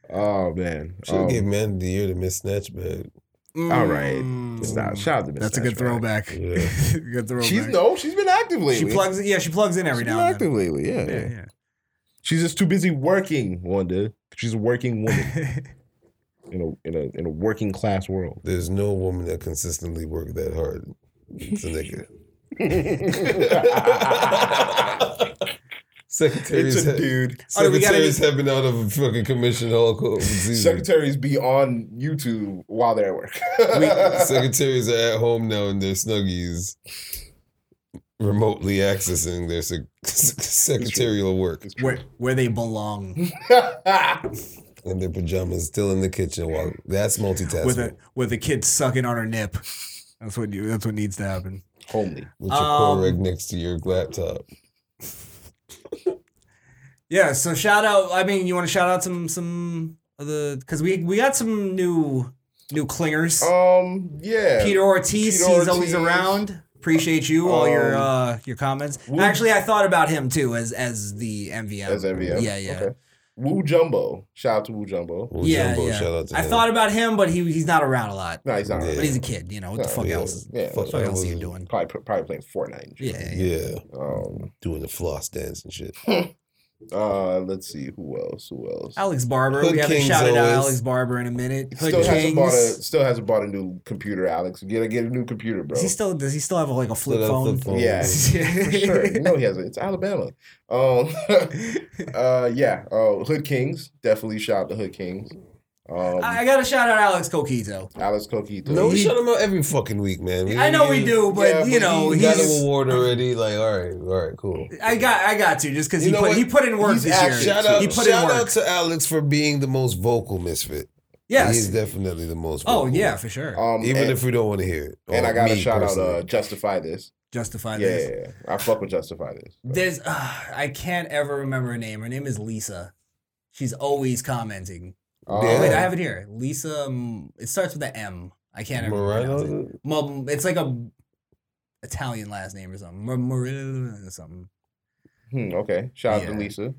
S3: oh man.
S6: Should
S3: Um,
S6: have gave man of the year to miss snatch bag.
S3: all right.
S4: Mm.
S3: Stop. Shout out to Miss
S4: That's a good
S3: Nash, man.
S4: throwback.
S6: Yeah.
S4: good throwback.
S3: She's no. She's been active lately.
S4: She plugs. Yeah, she plugs in every
S3: She's
S4: now
S3: been
S4: and
S3: active
S4: then.
S3: lately. Yeah, yeah.
S4: Yeah,
S3: She's just too busy working, Wanda. She's a working woman
S4: yeah.
S3: in a in a in a working class world.
S6: There's no woman that consistently worked that hard. It's a nigga. Secretaries,
S3: It's a
S6: have,
S3: dude.
S4: Oh, we gotta
S6: secretaries have been out of fucking commission all co- season.
S3: Secretaries be on YouTube while they're at work.
S6: Secretaries are at home now in their snuggies, remotely accessing their sec- secretarial work
S4: Where where they belong
S6: in their pajamas, still in the kitchen. While that's multitasking.
S4: with a with a kid sucking on her nip. That's what you. That's what needs to happen.
S3: Homely.
S6: with your
S4: Um,
S6: Coreg next to your laptop.
S4: Yeah. So shout out. I mean, you want to shout out some some of the because we we got some new new clingers.
S3: Um. Yeah.
S4: Peter Ortiz,
S3: Peter
S4: he's always
S3: Ortiz.
S4: around. Appreciate you all your
S3: Um,
S4: uh your comments.
S3: Wu-
S4: Actually, I thought about him too as as the MVM.
S3: As MVM.
S4: Yeah, yeah.
S3: Okay. Woo Jumbo. Shout out to Woo Jumbo.
S6: Well,
S4: Yeah,
S6: Jumbo,
S4: yeah.
S6: Shout out to
S4: I
S6: him.
S4: thought about him, but he he's not around a lot.
S3: No, he's not.
S6: Yeah.
S4: But he's a kid, you know. What the
S3: Yeah,
S4: fuck
S6: yeah.
S4: else?
S3: Yeah.
S6: Fuck,
S4: What
S6: I
S4: else are you
S6: was-
S4: doing?
S3: Probably probably playing Fortnite. And shit.
S4: Yeah, yeah.
S6: Yeah,
S3: Um.
S6: doing the floss dance and shit.
S3: Uh. Let's see. Who else? Who else?
S4: Alex Barber.
S6: Hood
S4: we haven't
S6: Kings
S4: shouted out
S6: always.
S4: Alex Barber in a minute. Hood
S3: still hasn't bought a
S4: Kings.
S3: still hasn't bought a new computer, Alex. Get a get a new computer, bro.
S4: Does he still does he still have like a flip
S6: Flip
S4: phone?
S6: phone.
S3: Yeah. For sure. You know he has it. It's Alabama. Um uh yeah. Uh Hood Kings. Definitely shout out to Hood Kings. Um
S4: I gotta shout out Alex Coquito.
S3: Alex Coquito.
S6: No, we
S4: He-
S6: shut him out every fucking week, man.
S4: I know we do, but
S3: Yeah,
S4: you
S3: but
S4: know,
S6: We got an
S4: he's
S6: award already. Like, all right, all right, cool.
S4: I got I got to just because
S6: You
S4: he
S6: know
S4: put
S6: what?
S4: he put in work
S3: He's
S4: this
S3: actually-
S4: year.
S6: Shout out,
S4: He put in
S6: shout
S4: work.
S6: out to Alex for being the most vocal misfit. he's
S4: Yes.
S6: definitely the most.
S4: Oh
S6: Vocal.
S4: yeah, for sure.
S3: Um
S6: even
S3: and,
S6: if we don't want to hear it.
S3: and
S6: Or
S3: I gotta
S6: me
S3: shout out uh
S6: personally.
S3: Justify This.
S4: Justify
S3: Yeah,
S4: this.
S3: yeah, yeah. I fuck with Justify This.
S4: There's uh, I can't ever remember her name. Her name is Lisa. She's always commenting.
S3: Um,
S6: Yeah.
S4: Oh, Wait, I have it here. Lisa. um, It starts with an M. I can't remember.
S6: Moreno.
S4: pronounce it. Mum- It's like a Italian last name or something. Mur- Mur- something.
S3: hmm, okay. Shout out
S4: Yeah.
S3: to Lisa.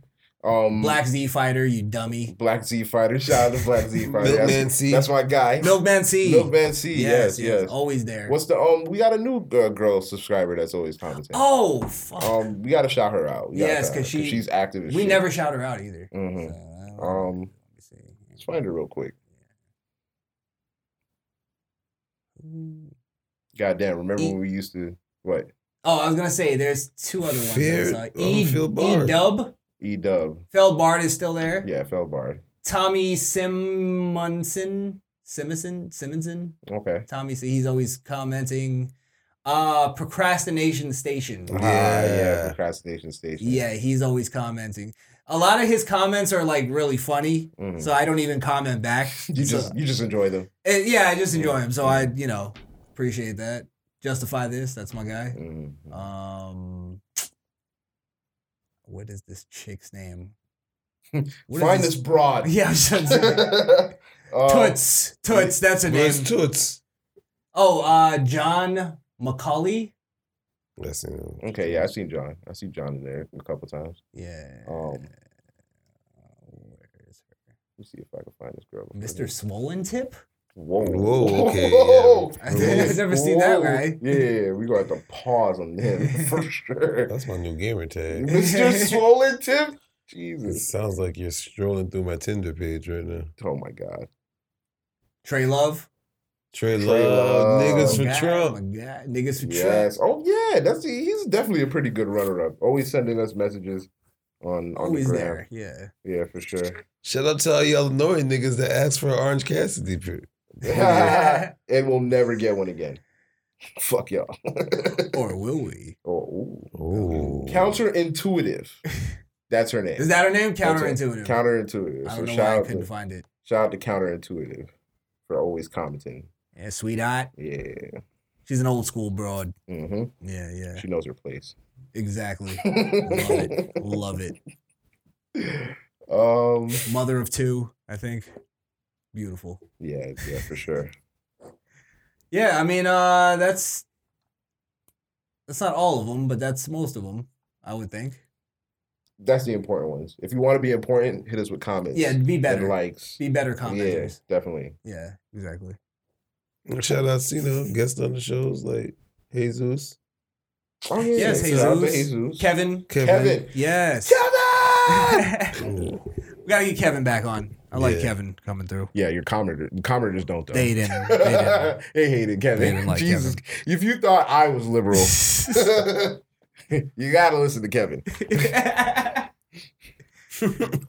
S3: Um
S4: Black Z fighter, you dummy.
S3: Black Z Fighter. Shout out to Black Z Fighter.
S6: Milkman
S3: That's,
S6: C.
S3: that's my guy.
S4: Milkman C.
S3: Milkman C. Yes, yes.
S4: Always there.
S3: What's the um? We got a new uh, girl subscriber that's always commenting.
S4: oh fuck.
S3: Um, we gotta shout her out. We gotta
S4: Yes,
S3: shout her
S4: 'cause
S3: out,
S4: she-
S3: she's active. As
S4: we
S3: shit.
S4: never shout her out either.
S3: Mhm.
S4: So, uh, let
S3: Um,
S4: me see.
S3: let's find her real quick. Goddamn! Remember
S4: E-
S3: when we used to what?
S4: Oh, I was gonna say there's two other ones.
S6: Fear-
S4: I saw.
S6: oh,
S4: E,
S6: Phil Bard.
S4: E Dub,
S3: E Dub.
S4: Phil Bard is still there.
S3: Yeah, Feldbard.
S4: Tommy Simonson, Simonson, Simonson.
S3: Okay.
S4: Tommy, so he's always commenting. Uh, procrastination station.
S3: Ah,
S6: Yeah.
S3: yeah. Procrastination station.
S4: Yeah, he's always commenting. A lot of his comments are like really funny,
S3: Mhm.
S4: so I don't even comment back.
S3: You
S4: So-
S3: just you just enjoy them.
S4: Eh, yeah, I just enjoy him, so I you know appreciate that. Justify this. That's my guy.
S3: Mhm.
S4: Um, what is this chick's name? What is
S3: Find this broad.
S4: Yeah, I'm just-
S3: uh,
S4: Toots. Toots. That's her name.
S6: Where's Toots?
S4: Oh, uh, John McCauley.
S6: Listen,
S3: okay, yeah, I've seen John. I've seen John in there a couple times.
S4: Yeah.
S3: Um,
S4: Where's her?
S3: Let's see if I can find this girl.
S4: Mr. Swollen Tip?
S3: Whoa.
S6: Whoa, okay,
S4: I've never seen that
S3: Whoa.
S4: guy.
S3: Yeah, we gonna have to pause on him for sure.
S6: that's my new gamer tag.
S3: Mr. Swollen Tip?
S6: It
S3: Jesus.
S6: sounds like you're strolling through my Tinder page right now.
S3: Oh my god.
S4: Trey Love.
S6: Trey
S3: Trey
S6: Love,
S3: Love.
S6: niggas for
S4: God,
S6: Trump.
S4: Oh, my God. Niggas for Trump.
S3: Yes. Oh yeah, that's he's definitely a pretty good runner up. Always sending us messages on on
S4: Always
S3: the gram.
S4: there. Yeah.
S3: Yeah, for sure.
S6: Shout out to all y'all annoying niggas that asked for an Orange Cassidy period.
S3: and we'll never get one again. Fuck y'all.
S4: Or will we?
S3: oh, ooh.
S6: Oh,
S3: Counterintuitive. That's her name.
S4: Is that her name?
S3: That's her-
S4: Counterintuitive.
S3: Counterintuitive.
S4: I
S3: So
S4: don't know
S3: shout
S4: why I
S3: out,
S4: couldn't
S3: to,
S4: find it.
S3: shout out to counterintuitive for always commenting.
S4: Yeah, sweetheart.
S3: Yeah.
S4: She's an old school broad.
S3: hmm
S4: Yeah, yeah.
S3: She knows her place.
S4: Exactly. Love it. Love it.
S3: um.
S4: Mother of two, I think. Beautiful.
S3: Yeah. Yeah. For sure.
S4: Yeah, I mean, uh, that's that's not all of them, but that's most of them, I would think.
S3: That's the important ones. If you want to be important, hit us with comments.
S4: Yeah, be better,
S3: And likes.
S4: be better
S3: Yeah.
S4: commenters.
S3: Definitely.
S4: Yeah, exactly.
S6: shout outs, you know, guests on the shows like Jesus,
S3: Oh yeah.
S4: Yes,
S3: shout out to
S4: Jesus.
S3: Jesus.
S4: Kevin,
S6: Kevin.
S3: Kevin.
S4: yes, we gotta get Kevin back on. I like
S6: Yeah.
S4: Kevin coming through.
S3: Yeah, your commenters, commenters don't though.
S4: They didn't. They didn't.
S3: They hated Kevin.
S4: They didn't like
S3: Jesus, if you thought I was liberal, you gotta listen to Kevin.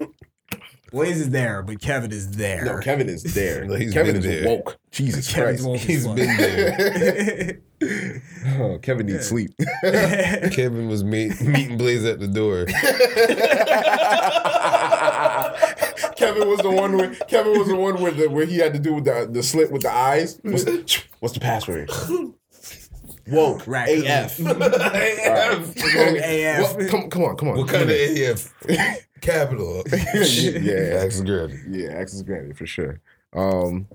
S4: Blaze is there, but Kevin is there.
S3: No, Kevin is there.
S6: No, he's
S3: Kevin
S6: been
S3: is
S6: there.
S3: woke. Jesus
S4: Kevin's
S3: Christ,
S4: woke as
S3: he's
S4: fuck.
S3: been there. oh, Kevin needs sleep.
S6: Kevin was meet, meeting Blaze at the door.
S3: Kevin was the one where Kevin was the one where the, where he had to do with the the slit with the eyes. What's the, what's the password? Woke
S4: Raccoon.
S3: AF. AF.
S4: AF.
S3: come, come on, come on.
S6: What kind of AF? Capital.
S3: yeah,
S6: Axe Granny.
S3: yeah, access granted for sure. Um,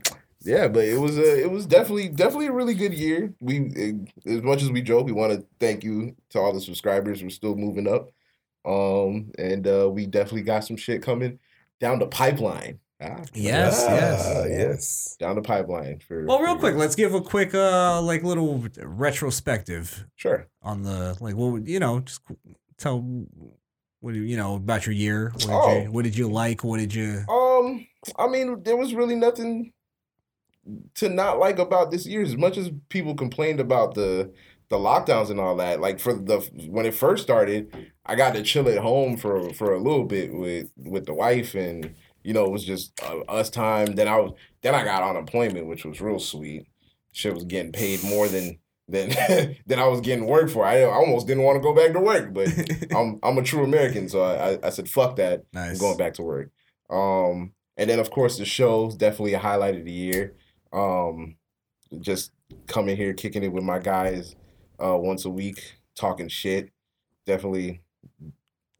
S3: yeah, but it was a, it was definitely, definitely a really good year. We, eh, as much as we joke, we want to thank you to all the subscribers. We're still moving up, um, and uh, we definitely got some shit coming down the pipeline. Ah,
S4: Yes, yes.
S6: Ah, yes.
S3: down the pipeline for.
S4: Well, real
S3: for-
S4: quick, let's give a quick, uh, like little retrospective
S3: sure.
S4: on the like what would you know just tell what do you you know about your year what did,
S3: Oh.
S4: you, what did you like what did you
S3: Um, I mean, there was really nothing to not like about this year. As much as people complained about the the lockdowns and all that, like for the when it first started, I got to chill at home for for a little bit with with the wife, and you know, it was just uh, us time. Then I was then I got unemployment, which was real sweet. Shit was getting paid more than. Than, than I was getting work for. I almost didn't want to go back to work, but I'm I'm a true American, so I, I, I said fuck that. I'm
S4: nice
S3: going back to work. Um, and then of course the show's definitely a highlight of the year. Um, just coming here, kicking it with my guys uh, once a week, talking shit. Definitely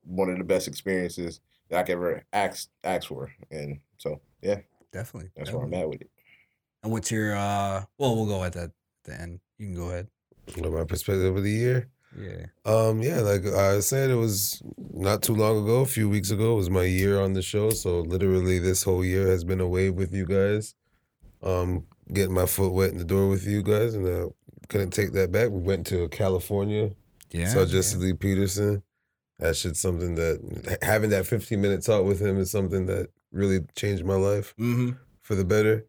S3: one of the best experiences that I could ever ask ask for. And so yeah,
S4: definitely
S3: that's where I'm at with it.
S4: and what's your uh well we'll go at that at the end you can go ahead
S6: What my perspective of the year?
S4: yeah
S6: Um, yeah, like I said, it was not too long ago, a few weeks ago, it was my year on the show. So literally this whole year has been away with you guys. Um, getting my foot wet in the door with you guys and uh couldn't take that back. We went to California,
S4: yeah
S6: saw Jesse Lee Peterson. That shit's something that having that 15 minute talk with him is something that really changed my life
S4: mm-hmm.
S6: for the better.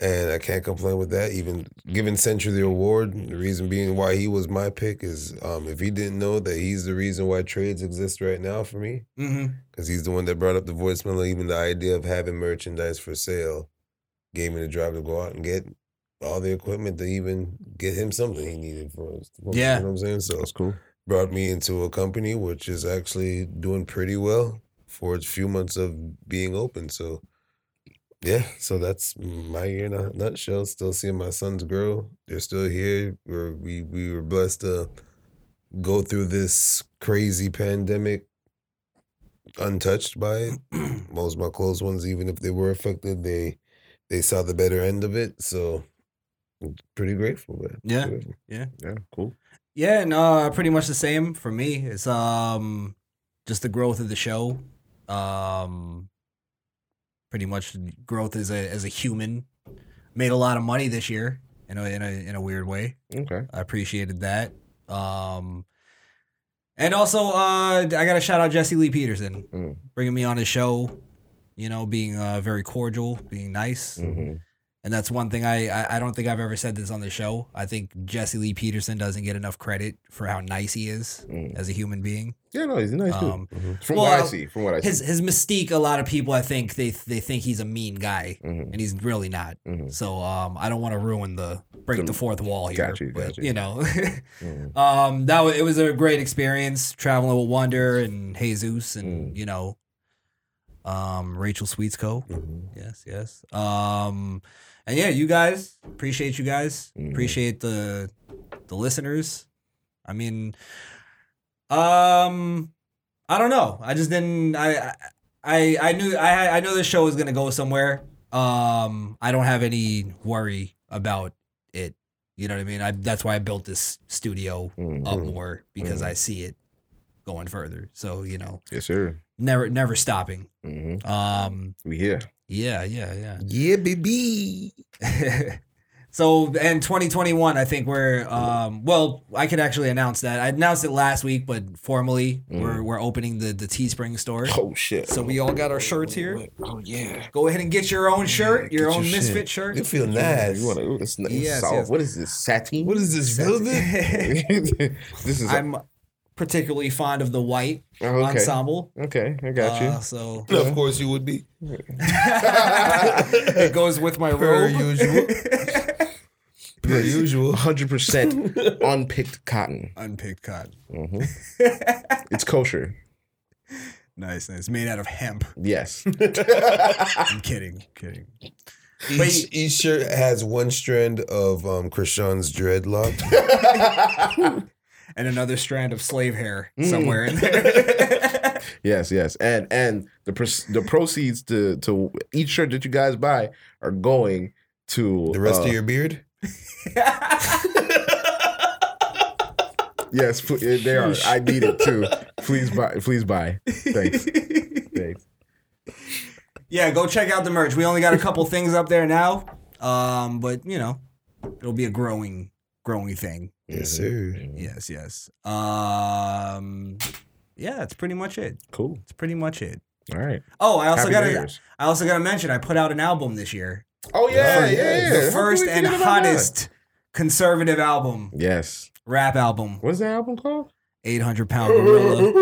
S6: And I can't complain with that. Even given Century the award, the reason being why he was my pick is um, if he didn't know that he's the reason why trades exist right now for me,
S4: Mm-hmm.
S6: because he's the one that brought up the voicemail. and Even the idea of having merchandise for sale gave me the drive to go out and get all the equipment to even get him something he needed for us.
S4: Yeah.
S6: you know what I'm saying. So
S3: That's cool.
S6: brought me into a company which is actually doing pretty well for its few months of being open. So, yeah, so that's my year in a nutshell. Still seeing my sons grow. They're still here. We're, we we were blessed to go through this crazy pandemic untouched by it. Most of my close ones, even if they were affected, they they saw the better end of it. So, I'm pretty grateful. Man.
S4: Yeah.
S6: Grateful.
S3: Yeah, cool.
S4: Yeah, no, pretty much the same for me. It's um just the growth of the show. Um pretty much growth as a as a human. Made a lot of money this year in a in a in a weird way.
S3: Okay.
S4: I appreciated that. Um and also uh I got to shout out Jesse Lee Peterson
S3: Mm.
S4: bringing me on his show, you know, being uh very cordial, being nice.
S3: Mm-hmm.
S4: And that's one thing I, I I don't think I've ever said this on the show. I think Jesse Lee Peterson doesn't get enough credit for how nice he is
S3: Mm.
S4: as a human being.
S3: Yeah, no, he's a nice
S4: Um,
S3: dude. From
S4: well,
S3: what I see, from what I see.
S4: his his mystique, a lot of people I think they they think he's a mean guy,
S3: Mhm.
S4: and he's really not.
S3: Mhm.
S4: So um, I don't want to ruin the break the,
S3: The-
S4: fourth wall here.
S3: Got you,
S4: but,
S3: got you.
S4: know,
S3: Mhm.
S4: um, that was, it was a great experience traveling with Wonder and Jesus and you know, um, Rachel Sweetsco. Yes, yes. Um, and yeah, you guys appreciate you guys
S3: Mhm.
S4: appreciate the the listeners. I mean, um, I don't know. I just didn't. I I I knew I I know this show was gonna go somewhere. Um, I don't have any worry about it. You know what I mean? I that's why I built this studio
S3: Mhm.
S4: up more because
S3: Mm-hmm.
S4: I see it going further. So you know,
S3: Yes, sir.
S4: never never stopping.
S3: hmm
S4: Um,
S3: We here.
S4: yeah, yeah, yeah.
S6: Yeah, baby.
S4: so and 2021 i think we're um well i could actually announce that i announced it last week but formally we're we're opening the the teespring store
S3: Mm. Oh shit.
S4: so we all got our shirts here
S3: Oh yeah.
S4: go ahead and get your own shirt your
S6: Get
S4: own
S6: shit.
S4: misfit
S6: You
S4: shirt
S6: feel nice.
S3: You want to? This is
S4: Yes,
S3: solid.
S4: yes.
S3: What is this satin?
S6: What is this velvet?
S3: this is.
S4: i'm particularly fond of the white
S3: oh, okay.
S4: ensemble
S3: Okay, I got you.
S4: Uh, so
S6: Of course you would be.
S4: it goes with my
S6: Per
S4: robe
S6: usual. per usual.
S3: 100% unpicked cotton. Mm-hmm.
S4: unpicked cotton
S3: It's kosher.
S4: nice nice made out of hemp
S3: Yes.
S4: i'm kidding kidding
S6: Each, each shirt has one strand of um Krishan's dreadlock.
S4: and another strand of slave hair somewhere in there.
S3: Yes, yes. And and the pros- the proceeds to to each shirt that you guys buy are going to
S6: The rest
S3: uh,
S6: of your beard?
S3: Yes, pl- they are. I need it too. Please buy. Please buy. Thanks. Thanks.
S4: yeah, go check out the merch. We only got a couple things up there now, um, but you know, it'll be a growing, growing thing.
S6: Yes, sir.
S4: Yes, yes. Um, yeah, that's pretty much it.
S3: Cool.
S4: That's pretty much it.
S3: All right.
S4: Oh, I also
S3: Happy
S4: got
S3: New
S4: to.
S3: Year's.
S4: I also got to mention I put out an album this year,
S3: Oh yeah, yeah.
S4: the first and hottest conservative album,
S3: Yes.
S4: rap album,
S3: What is that album called?
S4: 800 Pound Gorilla.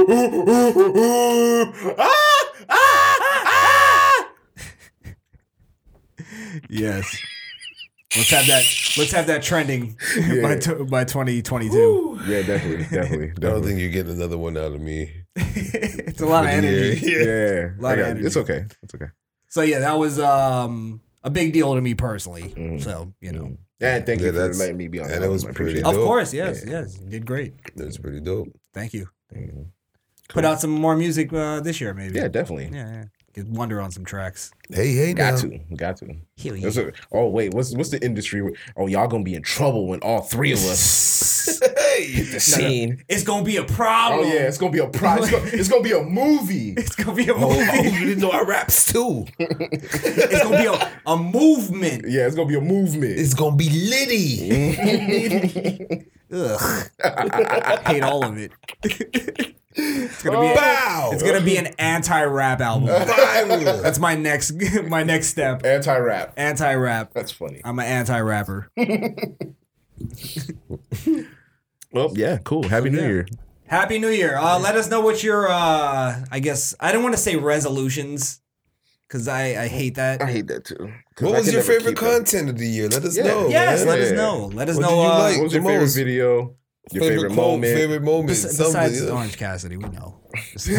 S4: Ah! Yes. Let's have that. Let's have that trending by t- by 2022.
S3: Yeah, definitely, definitely.
S6: I don't
S3: definitely.
S6: think you're getting another one out of me.
S4: it's a lot of
S6: for the year.
S4: energy.
S3: Yeah,
S4: Lot
S3: I
S4: of
S3: got it.
S4: energy.
S3: it's okay. It's okay.
S4: So yeah, that was um a big deal to me personally.
S3: Mhm.
S4: So you know,
S3: And thank
S6: Yeah,
S3: you for
S6: that's-
S3: letting me be on.
S6: yeah,
S3: that
S6: that
S3: one.
S6: was
S3: I appreciate
S6: pretty
S3: it.
S6: dope.
S4: of course, yes, yes, you did great.
S6: That's pretty dope.
S4: Thank you.
S3: Mhm.
S4: Put out some more music uh, this year, maybe.
S3: Yeah, definitely.
S4: yeah, yeah. Get Wonder on some tracks.
S6: Hey, hey, now.
S3: Got to, got to. That's a- oh wait, what's what's the industry? where- Oh, y'all gonna be in trouble when all three of us hit the scene.
S4: It's gonna be a problem.
S3: Oh yeah, it's gonna be a pro- it's, gonna, it's gonna be a movie.
S4: It's gonna be a movement.
S6: Oh, didn't know I raps too.
S4: it's gonna be a, a movement.
S3: Yeah, it's gonna be a movement.
S6: It's gonna be Liddy.
S4: Ugh. Hate all of it. It's gonna be
S6: Bow!
S4: it's gonna be an anti-rap album. That's my next my next step.
S3: Anti rap.
S4: Anti-rap.
S3: That's funny.
S4: I'm an anti-rapper.
S3: Well, yeah, cool. Happy New Year.
S4: Happy New Year. Uh, let us know what your uh, I guess I don't want to say resolutions because I I hate that.
S3: hate that too.
S6: What was your favorite content of the year? Let us
S3: Yeah.
S6: know.
S4: Yes,
S6: man.
S4: let us
S3: Yeah.
S4: know. Let us
S6: What
S4: know.
S6: did you
S4: uh,
S6: like?
S3: What was your
S6: The
S3: favorite
S6: most-
S3: video? Your favorite,
S6: quote,
S3: moment?
S6: Favorite moment.
S4: bes-
S6: something,
S4: besides
S6: yeah.
S4: Orange Cassidy, we know.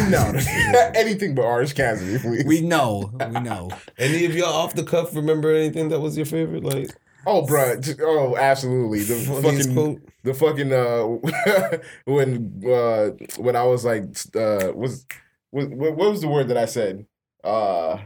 S3: no, anything but Orange Cassidy, please.
S4: We know. We know.
S6: Any of y'all off the cuff remember anything that was your favorite? Like
S3: oh, bro. Oh, absolutely. The
S6: funniest
S3: fucking
S6: quote?
S3: the fucking uh when uh when I was like uh was was what what was the word that I said uh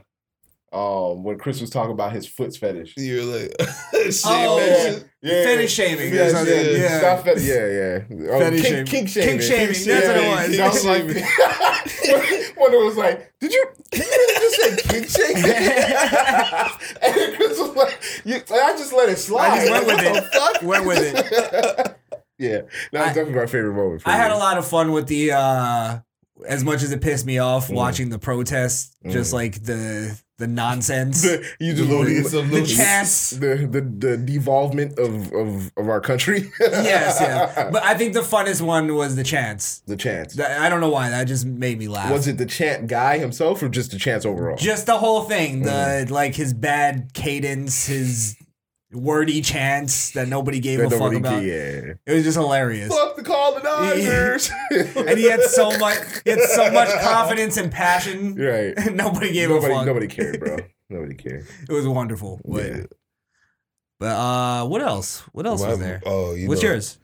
S3: um when Chris was talking about his foot fetish.
S6: You're like, shit,
S4: Oh,
S6: man.
S3: Yeah.
S4: Fetish shaming.
S3: Yeah,
S4: That's what
S3: yeah,
S4: it is. Yeah.
S3: Stop fet- yeah, yeah. Oh,
S4: Fetish
S3: kink,
S4: shaming.
S3: kink
S4: Kink
S3: shaming.
S4: shaming, that's what it was.
S3: Kink shaming. when it was like, did you, did you just say kink shaming? and Chris was like, you, I just let it slide.
S4: I just went with
S3: What the
S4: it. Went with it.
S3: yeah, that was
S4: I-
S3: definitely my favorite moment. for
S4: I had
S3: me.
S4: a lot of fun with the uh as much as it pissed me
S6: Mm.
S4: off watching the protests, just like the the nonsense.
S3: The, you just
S4: The-
S3: the,
S4: the chance.
S3: the the the devolvement of of of our country.
S4: yes, yeah. But I think the funnest one was the chance.
S3: the chance.
S4: That- I don't know why that just made me laugh.
S3: was it the chant guy himself or just the chance overall?
S4: just the whole thing, the
S3: Mm.
S4: like his bad cadence, his wordy chants that nobody gave
S3: That
S4: a fuck
S3: nobody
S4: about.
S3: cared.
S4: It was just hilarious.
S3: Fuck the colonizers.
S4: And he had so much he had so much confidence and passion.
S3: right.
S4: nobody gave
S3: Nobody,
S4: a fuck.
S3: nobody cared, bro. Nobody cared.
S4: It was wonderful. But,
S3: Yeah.
S4: but uh what else? What else was
S6: Why-
S3: uh,
S4: there?
S6: Oh, you
S4: What's
S6: know,
S4: yours?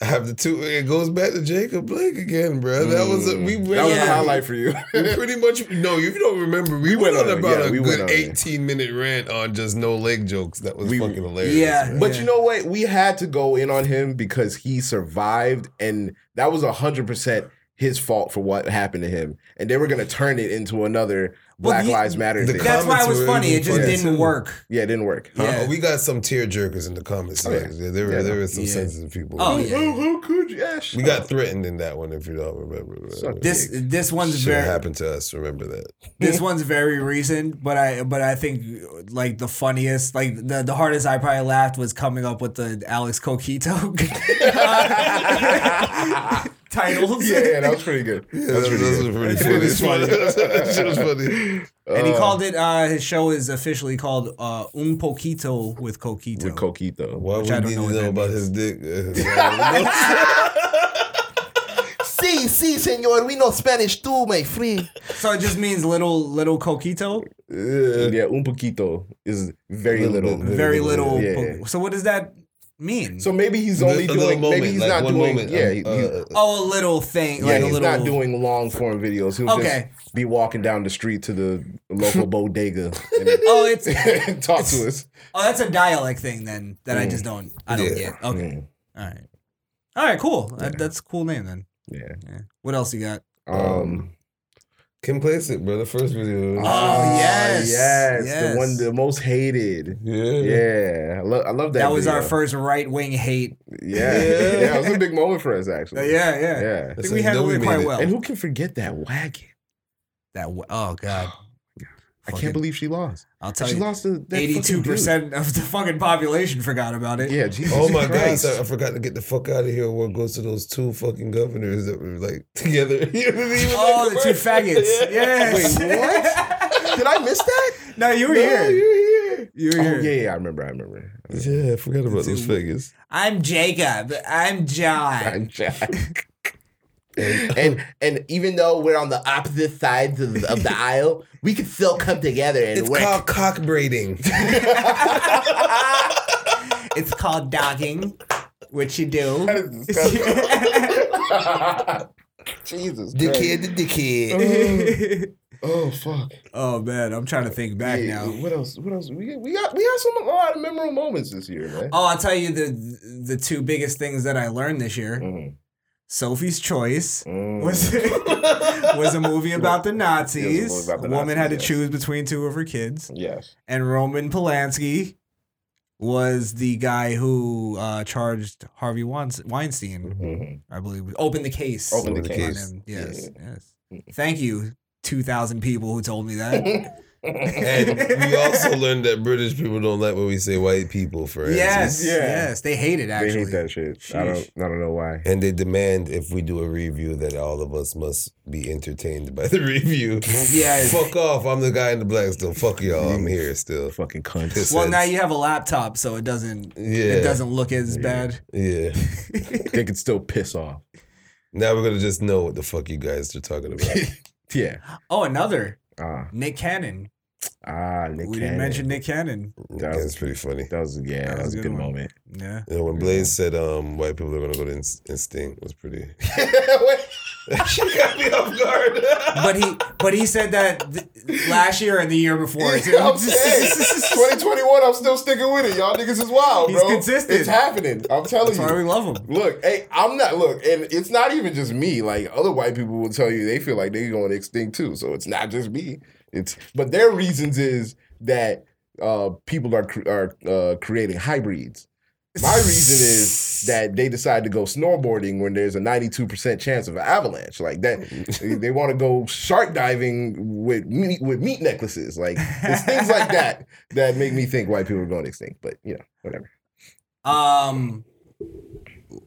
S6: I have the two. It goes back to Jacob Blake again, bro. Mm. That was a, we
S3: Mm. That was
S4: Yeah.
S3: a highlight for you.
S6: We pretty much no. If you don't remember, we,
S3: went
S6: went, on
S3: on it,
S6: about
S3: yeah,
S6: a
S3: we went
S6: good
S3: on it.
S6: eighteen minute rant on just no leg jokes. That was
S3: We-
S6: fucking hilarious.
S4: yeah.
S6: bro.
S3: but you know what? We had to go in on him because he survived, and that was hundred percent his fault for what happened to him. And they were gonna turn it into another
S4: Well,
S3: Black
S4: the-
S3: Lives Matter
S6: the
S3: thing.
S4: That's why it was
S6: Comments were
S4: funny. It just
S3: funny,
S4: didn't
S6: too.
S4: work.
S3: yeah, it didn't work.
S6: Uh,
S4: Yeah.
S6: we got some tear jerkers in the comments.
S3: yeah.
S6: like, There were
S3: Yeah,
S6: there were some
S4: yeah.
S6: sensitive people.
S4: Oh,
S3: Who-
S4: yeah.
S3: Who, who could you? Yeah, shut
S6: We got
S3: up.
S6: threatened in that one. If you don't remember, bro.
S3: Suck
S4: This this one's
S6: Should've
S4: very
S6: happened to us. Remember that.
S4: this one's very recent, but I but I think like the funniest, like the, the hardest I probably laughed was coming up with the Alex Coquito titles.
S3: yeah, yeah, that was pretty good. That's pretty
S6: Those
S3: good.
S6: were pretty funny.
S3: It's funny.
S6: That was funny.
S4: And
S3: Oh.
S4: he called it uh his show is officially called uh Un Poquito with Coquito.
S3: With Coquito.
S6: Why
S4: Which
S6: would
S4: I don't
S6: need
S4: know
S6: to
S4: what that
S6: know about
S4: means.
S6: his dick? Uh,
S2: See, see, senor, we know Spanish too, my friend.
S4: so it just means little little Coquito.
S3: yeah, un poquito is very
S6: Little
S3: Uh, little.
S6: bit,
S4: very
S6: Yeah.
S4: little.
S3: Yeah.
S4: po- So what does that mean?
S3: So maybe he's
S6: a
S3: only
S6: little
S3: doing.
S6: moment,
S3: maybe he's
S6: like
S3: not
S6: one
S3: doing.
S6: moment,
S3: yeah,
S6: um,
S3: he-
S6: uh,
S3: he-
S4: oh, a little thing,
S3: yeah,
S4: like a
S3: he's
S4: little.
S3: not doing long form videos. He'll
S4: Okay.
S3: just be walking down the street to the local bodega
S4: Oh, it's
S3: and talk to us.
S4: oh, that's a dialect thing then that I
S3: Mm.
S4: just don't I don't
S6: Yeah.
S4: get. Okay, all right, all right, cool. That, that's a cool name then.
S3: Yeah.
S4: yeah. What else you got?
S3: Um.
S6: Kim Placid, bro. The first video.
S3: Ah.
S4: Oh, yes.
S3: yes,
S4: Yes.
S3: the one the most hated.
S6: yeah.
S3: Yeah, I, lo- I love that.
S4: That, was our
S3: video.
S4: first right wing hate. Uh,
S3: Yeah,
S6: Yeah.
S3: yeah, it was a big moment for us actually.
S4: yeah, yeah.
S3: Mm. yeah.
S4: I
S6: That's
S4: think we
S6: how you know
S4: handled
S6: we
S4: it
S6: made
S4: quite
S6: it.
S4: well.
S3: And who can forget that wagon?
S4: that w- oh god,
S3: I
S4: Fucking-
S3: can't believe she lost.
S4: I'll tell
S3: she
S4: you,
S3: lost the
S4: eighty-two percent of the fucking population forgot about it.
S3: Yeah, Jesus
S6: Oh my god!
S3: Christ.
S6: Sorry, I forgot to get the fuck out of here. What goes to those two fucking governors that were like together? You know what I mean?
S4: Oh, the
S6: Like,
S4: two faggots. Yes.
S3: Wait, what? Did I miss that?
S4: No, you were here. You were here.
S3: Oh, yeah, yeah, I remember. I remember.
S6: Yeah, I forgot about those figures.
S4: I'm Jacob. I'm John.
S3: I'm Jack. and and even though we're on the opposite sides of, of the aisle, we can still come together and
S6: It's called cock braiding.
S4: It's called dogging, which you do.
S3: Jesus,
S6: dickhead to dickhead.
S3: Oh fuck!
S4: oh man, I'm trying to think back
S3: Yeah,
S4: now.
S3: What else? What else? We got, we got we got some a lot of memorable moments this year, man.
S4: Oh, I'll tell you the the two biggest things that I learned this year.
S3: Mhm.
S4: Sophie's Choice
S3: Mm.
S4: was was a movie about the Nazis.
S3: movie about the
S4: a woman
S3: Nazis,
S4: had to
S3: yes.
S4: choose between two of her kids,
S3: Yes.
S4: and Roman Polanski was the guy who uh, charged Harvey Weins- Weinstein, I believe, opened the case.
S3: Opened Mm-hmm. the
S4: on
S3: case.
S4: him. Yes, yes.
S3: Mm.
S4: Thank you, two thousand people who told me that.
S6: And we also learned that British people don't like when we say white people for
S4: yes,
S6: answers.
S3: Yeah.
S4: yes, they hate it. Actually,
S3: They hate that shit. I don't. I don't know why.
S6: And they demand if we do a review that all of us must be entertained by the review.
S4: Yeah.
S6: Fuck off. I'm the guy in the black still. Fuck y'all. I'm here still.
S3: Fucking cunt.
S6: Piss
S4: Well, now
S6: heads.
S4: you have a laptop, so it doesn't.
S6: Yeah.
S4: It doesn't look as bad.
S6: Yeah.
S3: they could still piss off.
S6: Now we're gonna just know what the fuck you guys are talking about.
S3: Yeah.
S4: Oh, another
S3: Ah.
S4: Nick Cannon.
S3: Ah. Nick
S4: we
S3: Cannon.
S4: didn't mention Nick Cannon.
S3: That was-
S6: That's pretty funny.
S3: That was yeah. That, was a good,
S4: one.
S3: moment.
S4: Yeah.
S6: And when Blaze said um, white people are gonna go to inst- instinct was pretty. she got me off guard.
S4: But he, but he said that th- last year and the year before. Too.
S3: I'm saying, 2021. I'm still sticking with it. Y'all niggas is wild,
S4: He's
S3: bro.
S4: consistent.
S3: It's happening. I'm telling
S4: That's why we
S3: you.
S4: love him.
S3: Look, hey, I'm not. Look, and it's not even just me. Like other white people will tell you, they feel like they're going extinct too. So it's not just me. It's but their reasons is that uh, people are cr- are uh, creating hybrids. My reason is that they decide to go snowboarding when there's a 92% chance of an avalanche. Like that, they- they want to go shark diving with meat, with meat necklaces. Like it's things like that that make me think white people are going extinct. But you know, whatever.
S4: Um,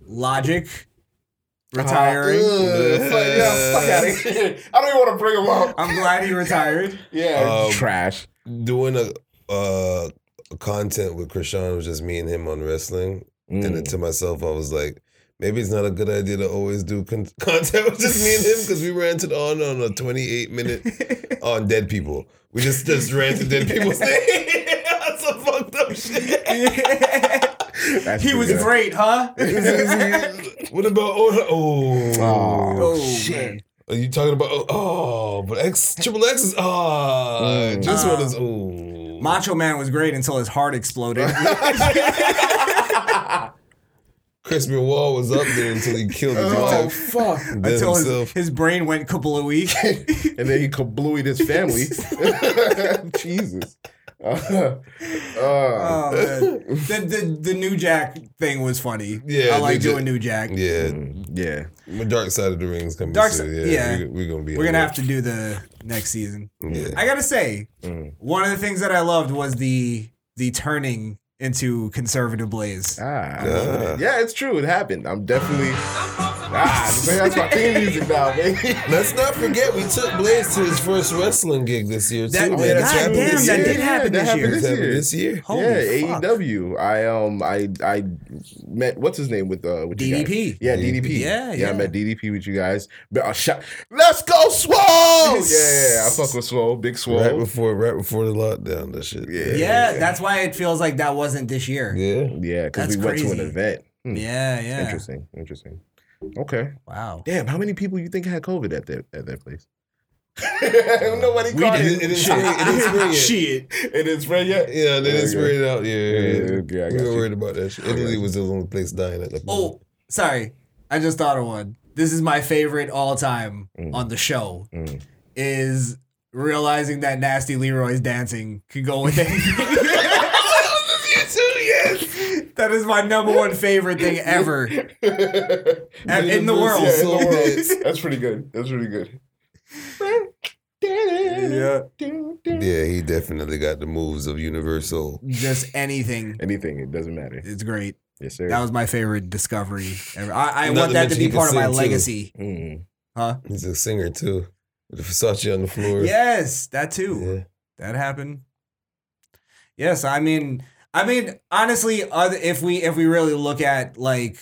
S4: Logic retiring.
S3: Ugh, Uh, fuck, yeah, fuck outta here. I don't even want to bring them up.
S4: I'm glad he retired.
S3: Yeah,
S6: Um,
S3: trash.
S6: Doing a uh, content with Krishan was just me and him on wrestling, and then
S4: Mm.
S6: to myself I was like, maybe it's not a good idea to always do con- content with just me and him because we ranted on on a twenty eight minute on dead people. We just just ranted dead people's name. That's a fucked up shit.
S3: That's
S4: he
S3: pretty
S4: was
S3: good.
S4: great, huh?
S6: What about Oda? Oh,
S3: Aw.
S4: Oh shit!
S6: are you talking about? Oh, oh, but X Triple X is ah,
S3: Mm.
S6: just one is oh.
S4: Um, Macho Man was great until his heart exploded.
S6: Crispin Wall was up there until he killed
S3: Oh
S6: himself.
S3: fuck!
S6: Then
S4: until his,
S6: himself.
S4: his brain went kablooey.
S3: And then he kablooied his family. Jesus. Uh, uh,
S4: Oh, man. the, the the New Jack thing was funny.
S6: Yeah,
S4: I like
S6: New
S4: doing New Jack.
S6: yeah,
S3: yeah.
S6: the Dark Side of the Ring's coming
S4: Dark
S6: soon.
S4: Side-
S6: Yeah,
S4: yeah.
S6: We, we're gonna be.
S4: We're gonna have to do the next season.
S6: Yeah.
S4: I gotta say,
S3: Mm.
S4: one of the things that I loved was the the turning into conservative Blaze.
S3: Ah, I
S6: Yeah.
S3: love it. yeah, it's true. It happened. I'm definitely. Ah, man, that's my theme music now, baby.
S6: Let's not forget we took Blaze to his first wrestling gig this year
S4: That-
S6: too.
S4: oh, yeah,
S6: That's
S4: God
S6: happened
S4: damn,
S6: this
S4: that
S6: year.
S4: did happen
S3: that
S4: this year.
S6: That's happened this year.
S4: Holy
S3: yeah,
S4: fuck.
S3: AEW. I um, I I met what's his name with uh with you guys.
S4: DDP.
S3: Yeah, DDP.
S4: Yeah,
S3: I
S4: yeah.
S3: met DDP with you guys. But, uh, shout- Let's go, Swole. yeah, yeah, I fuck with Swole, big Swole.
S6: Right before, right before the lockdown, that shit.
S3: Yeah.
S4: Yeah, that's why it feels like that wasn't this year. Yeah,
S6: yeah.
S3: yeah, because
S4: That's
S3: we went to an
S4: crazy.
S3: event. Hmm,
S4: yeah.
S3: Interesting, interesting. Okay,
S4: Wow.
S3: damn. How many people you think had COVID at that at that place? Nobody
S4: We
S3: caught
S4: didn't.
S3: it. It is
S4: Shit.
S3: free- it is free yet.
S4: Ah, Shit.
S3: It is free yet.
S6: Yeah, they didn't
S3: Okay.
S6: spread it out. Yeah, yeah, yeah.
S3: okay, I
S6: we
S3: got
S6: were
S3: you.
S6: worried about that. Shit. Italy was the only place dying at the
S4: Oh, sorry. I just thought of one. This is my favorite all time
S6: Mm.
S4: on the show. Is realizing that nasty Leroy's dancing could go with anything. that is my number one favorite thing ever And in the world.
S3: Yeah, in the
S6: So
S3: world.
S6: dead.
S3: That's pretty good. That's pretty good.
S6: Yeah, he definitely got the moves of Universal.
S4: Just anything.
S3: Anything, it doesn't matter.
S4: It's great.
S3: Yes, sir.
S4: That was my favorite discovery ever. I, I
S6: Not
S4: want
S6: to
S4: that to
S6: mention
S4: be
S6: he can
S4: part of my
S6: sing, too.
S4: legace.
S3: Mm.
S6: He's a singer too. The Versace on the floor.
S4: Yes, that too.
S6: Yeah.
S4: that happened. Yes, I mean, I mean, honestly, other if we if we really look at like,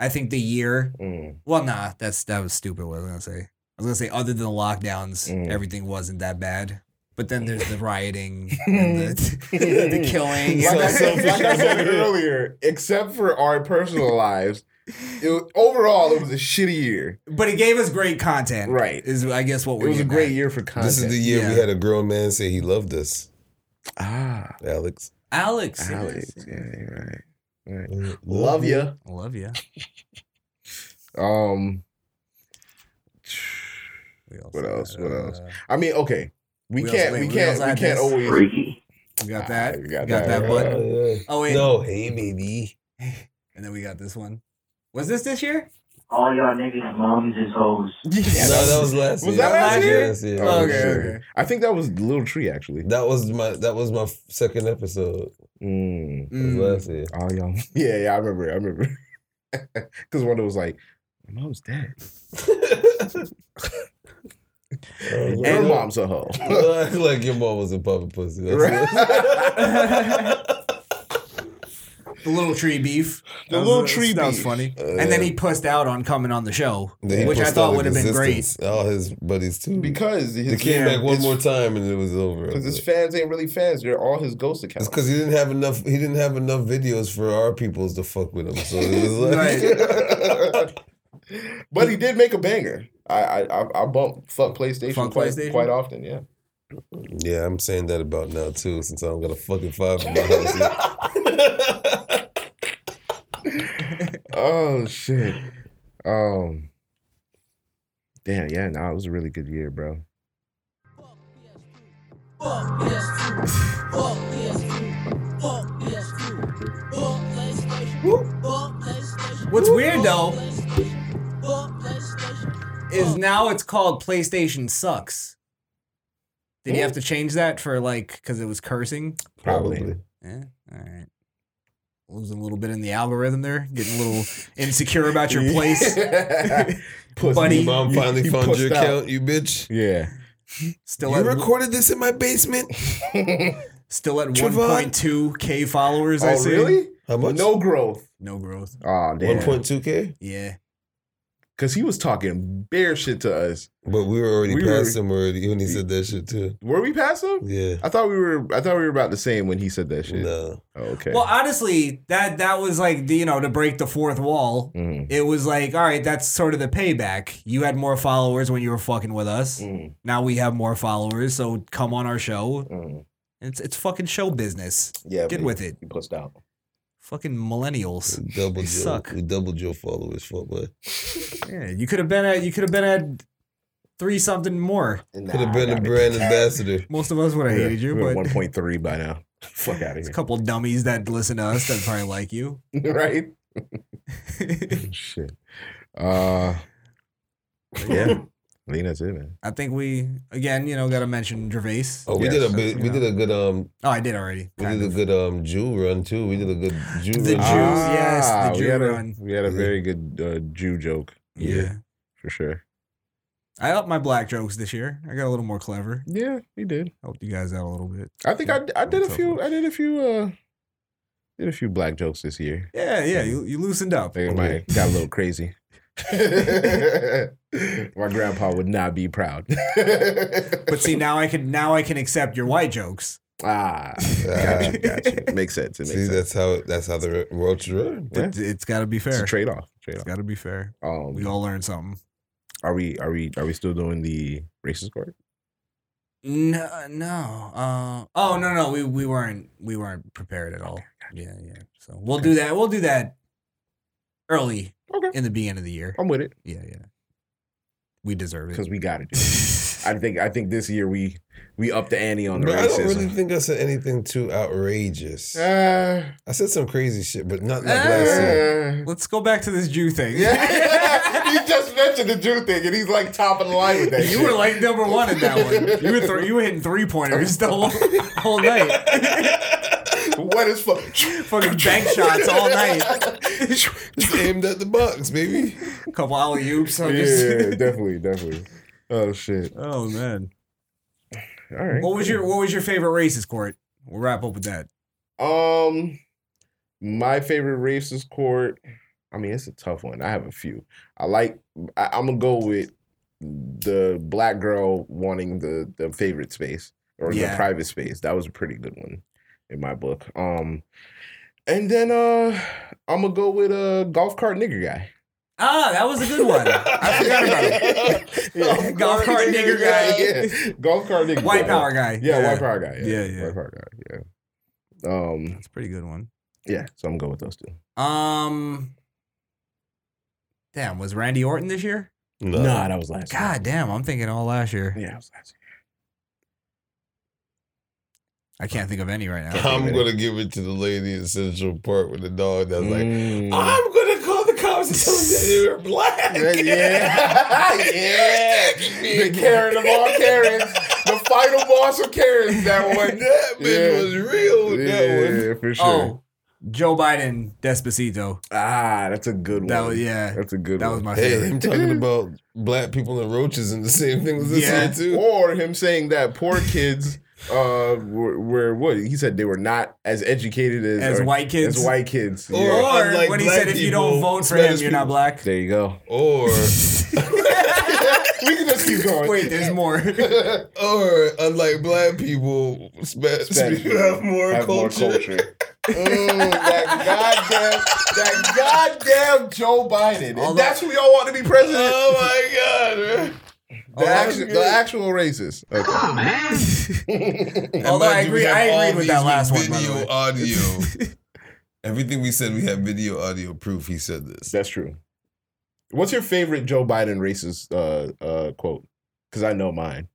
S4: I think the year.
S3: Mm.
S4: Well, nah, that's that was stupid. What I was gonna say. I was gonna say other than the lockdowns,
S3: Mm.
S4: everything wasn't that bad. But then there's the rioting, and the, the killing.
S3: Like, I
S6: So
S3: said, like I said
S6: selfish.
S3: earlier, except for our personal lives, it was, overall it was a shitty year.
S4: but it gave us great content,
S3: Right.
S4: Is I guess what
S3: It
S4: we're.
S3: was a
S4: getting
S3: great
S4: at.
S3: year for content.
S6: This is the year we
S4: Yeah.
S6: had a grown man say he loved us.
S3: ah,
S6: Alex.
S4: Alex.
S3: Alex.
S4: yes.
S3: Yeah, you're right.
S6: Love,
S3: Love ya.
S4: I love you.
S3: Um, what else? What else? I mean, okay, we
S4: We also-
S3: can't,
S4: wait,
S3: we
S4: we
S3: can't,
S4: also
S3: we
S4: had
S3: can't
S4: this.
S3: always.
S4: We got that.
S3: we
S4: We
S3: Ah, got
S4: got, that,
S3: that.
S4: one.
S6: yeah.
S4: Oh wait.
S6: No, hey baby.
S4: And then we got this one. Was this this year?
S12: All y'all niggas, moms is hoes.
S6: no, that was last
S3: Was
S6: year.
S3: that last year?
S6: Last year.
S3: Oh,
S4: okay,
S3: shit.
S4: okay.
S3: Oh, I think that was Little Tree actually.
S6: That was my that was my second episode.
S3: Mm.
S6: It was
S4: Mm.
S6: last year.
S3: Oh yeah, yeah, yeah. I remember. I remember. Because one of them was like, "My mom's dead."
S6: Oh,
S3: Your
S6: yeah.
S3: mom's a hoe.
S6: Don't act like your mom was a papa pussy. That's
S4: The little tree beef.
S3: The
S4: That was-
S3: little
S4: that was-
S3: tree
S4: That was
S3: beef.
S4: funny. and then he pussed out on coming on the show,
S6: Then he
S4: which I
S6: pushed
S4: thought
S6: out
S4: would have been great.
S6: existence. All his buddies too.
S3: because his
S6: they came back one
S3: his-
S6: more time and it was over.
S3: Because his
S6: It's
S3: fans ain't really fans. They're all his ghost accounts.
S6: because he didn't have enough. He didn't have enough videos for our peoples to fuck with him. So it was like,
S3: but he did make a banger. I I I, I bump fuck PlayStation,
S4: Fuck
S3: quite,
S4: PlayStation?
S3: quite often. Yeah.
S6: yeah, I'm saying that about now too, since I don't got a fucking five in my house. yet.
S3: Oh shit. Um. Damn. Yeah. Nah. It was a really good year, bro.
S4: What's weird though is now it's called PlayStation Sucks. Did you have to change that for like because it was cursing?
S3: Probably.
S4: Yeah. All right. Losing a little bit in the algorithm there, getting a little insecure about your place.
S3: Pussy.
S4: Buddy.
S6: Your mom finally
S3: He
S6: found your
S3: pushed out.
S6: account, you bitch.
S3: Yeah.
S4: Still
S6: You
S4: at
S6: recorded this in my basement.
S4: still at
S6: Trevon?
S4: 1.2k followers. I
S3: Oh
S4: see.
S3: really?
S6: How much?
S3: No growth.
S4: No growth.
S3: Oh damn.
S6: one point two k.
S4: Yeah.
S3: Because he was talking bare shit to us.
S6: But we were already
S3: We were-
S6: past him already when he said that shit too.
S3: Were we past him?
S6: Yeah.
S3: I thought we were. I thought we were about the same when he said that shit.
S6: No.
S3: Oh, okay.
S4: Well, honestly, that that was like the, you know to break the fourth wall.
S3: Mhm.
S4: It was like, all right, that's sort of the payback. You had more followers when you were fucking with us.
S3: Mm,
S4: Now we have more followers, so come on our show.
S3: mm.
S4: It's it's fucking show business.
S3: Yeah.
S4: Get
S3: but
S4: with it.
S3: He pushed out.
S4: Fucking millennials.
S6: We doubled
S4: They
S6: your,
S4: suck.
S6: We doubled your followers for but
S4: Yeah, you could have been at you could have been at three something more.
S6: could have been a brand ambassador.
S4: Most of us would have hated you, but
S3: one point three by now. Fuck out of
S4: there's a
S3: here.
S4: couple dummies that listen to us that probably like you.
S3: right? Shit. Uh yeah. I think that's it, man.
S4: I think we again, you know, got to mention Gervais.
S6: Oh, we
S3: Yes.
S6: did a bit, we did a good um
S4: Oh, I did already.
S6: we
S4: Kind
S6: did a
S4: of.
S6: good um Jew run too. We did a good Jew
S4: The Jew-
S6: run.
S4: yes, the
S3: Ah, we
S4: Jew
S3: had
S4: run.
S3: A, we had a very good uh, Jew joke.
S4: yeah.
S3: for sure.
S4: I upped my black jokes this year. I got a little more clever.
S3: Yeah, he did.
S4: Helped you guys out a little bit.
S3: I think I, I did a few. I did a few. uh Did a few black jokes this year.
S4: Yeah, yeah. You, you loosened
S3: I
S4: up.
S3: think it might got a little crazy. My grandpa would not be proud.
S4: But see, now I can now I can accept your white jokes.
S3: ah, gotcha, gotcha. Makes sense. It makes
S6: See,
S3: sense.
S6: that's how that's how the world should run.
S3: Yeah.
S4: It, has got to be
S3: It's a
S4: fair.
S3: trade off. Trade
S4: It's
S3: off.
S4: got to be fair.
S3: Um,
S4: We all learned something.
S3: Are we are we are we still doing the racist court?
S4: No, no. Uh, oh, no, no. We we weren't we weren't prepared at all. Yeah, yeah. So we'll do that. We'll do that early
S3: Okay.
S4: in the beginning of the year.
S3: I'm with it
S4: Yeah, yeah. We deserve
S3: because
S4: it.
S3: we got to do. It. I think I think this year we we up the ante on the
S6: But I don't really
S3: racism.
S6: think I said anything too outrageous.
S4: Eh.
S3: Uh,
S6: I said some crazy shit, but not like last year.
S3: uh,
S4: Let's go back to this Jew thing.
S3: yeah, he just mentioned the Jew thing, and he's like top of the line with that.
S4: You
S3: shit.
S4: were like number one in that one. You were th- you were hitting three pointers the whole, whole night,
S6: Uh,
S3: what is fuck?
S4: fucking bank shots all night,
S6: Just aimed at the box, baby.
S4: couple alley oops.
S3: yeah, definitely, definitely. Oh shit!
S4: Oh man,
S3: All right.
S4: what was your what was your favorite races, Court? We'll wrap up with that.
S3: Um, my favorite racist court. I mean, it's a tough one. I have a few. I like. I, I'm gonna go with the black girl wanting the the favorite space or
S4: Yeah.
S3: the private space. That was a pretty good one in my book. Um, and then uh, I'm gonna go with a golf cart nigger guy.
S4: Ah, that was a good one. I forgot about it.
S3: Yeah.
S4: Golf cart nigger guy.
S3: Yeah. Golf cart nigger.
S4: White
S3: guy.
S4: power guy.
S3: Yeah, white power guy. Yeah,
S4: Yeah, yeah.
S3: white power guy. Yeah. Um.
S4: That's a pretty good one.
S3: Yeah. So I'm going with those two.
S4: Um, damn, was Randy Orton this year?
S6: No.
S3: that was last.
S4: God damn, I'm thinking all last year.
S3: Yeah, it was last year.
S4: I can't think of any right now.
S6: I'm gonna give it to the lady in Central Park with the dog that's like, "Oh,
S3: Mm.
S6: I'm gonna call the cops and tell them that you're black.
S3: yeah, yeah. The Karen of all Karens, the final boss of Karens. That one.
S6: That bitch
S3: Yeah.
S6: was real with that one.
S3: Yeah, for sure.
S4: Oh, Joe Biden, Despacito.
S3: Ah, that's a good one.
S4: That was yeah.
S3: that's a good
S4: That
S3: one.
S4: was my
S6: Hey,
S4: favorite.
S6: him talking about black people and roaches and the same thing was this
S4: Yeah.
S6: year too.
S3: or him saying that poor kids uh were, were what he said they were not as educated as
S4: As
S3: or-
S4: white kids?
S3: as white kids.
S6: Or-
S3: Yeah.
S4: Or
S6: Unlike
S4: when he
S6: black
S4: said, if you don't
S6: people,
S4: vote for him,
S6: Spanish
S4: you're not black.
S3: There you go.
S6: Or
S3: We can just keep going.
S4: Wait, there's more.
S6: or unlike black people, Spanish, people have more
S3: Have more
S6: culture.
S3: culture. Mm, that goddamn, that goddamn Joe Biden.
S4: All
S3: And that's
S4: that-
S3: who y'all want to be president.
S6: Oh my god. man.
S3: the,
S4: that
S3: actual,
S4: was
S3: the actual racist. Okay.
S4: Although I
S6: Mind you, we
S4: agree, I
S6: have all
S4: agree with that
S6: these
S4: last one. by the
S6: Video,
S4: way.
S6: audio. Everything we said, we have video, audio proof. He said this.
S3: That's true. What's your favorite Joe Biden racist uh, uh, quote? Because I know mine.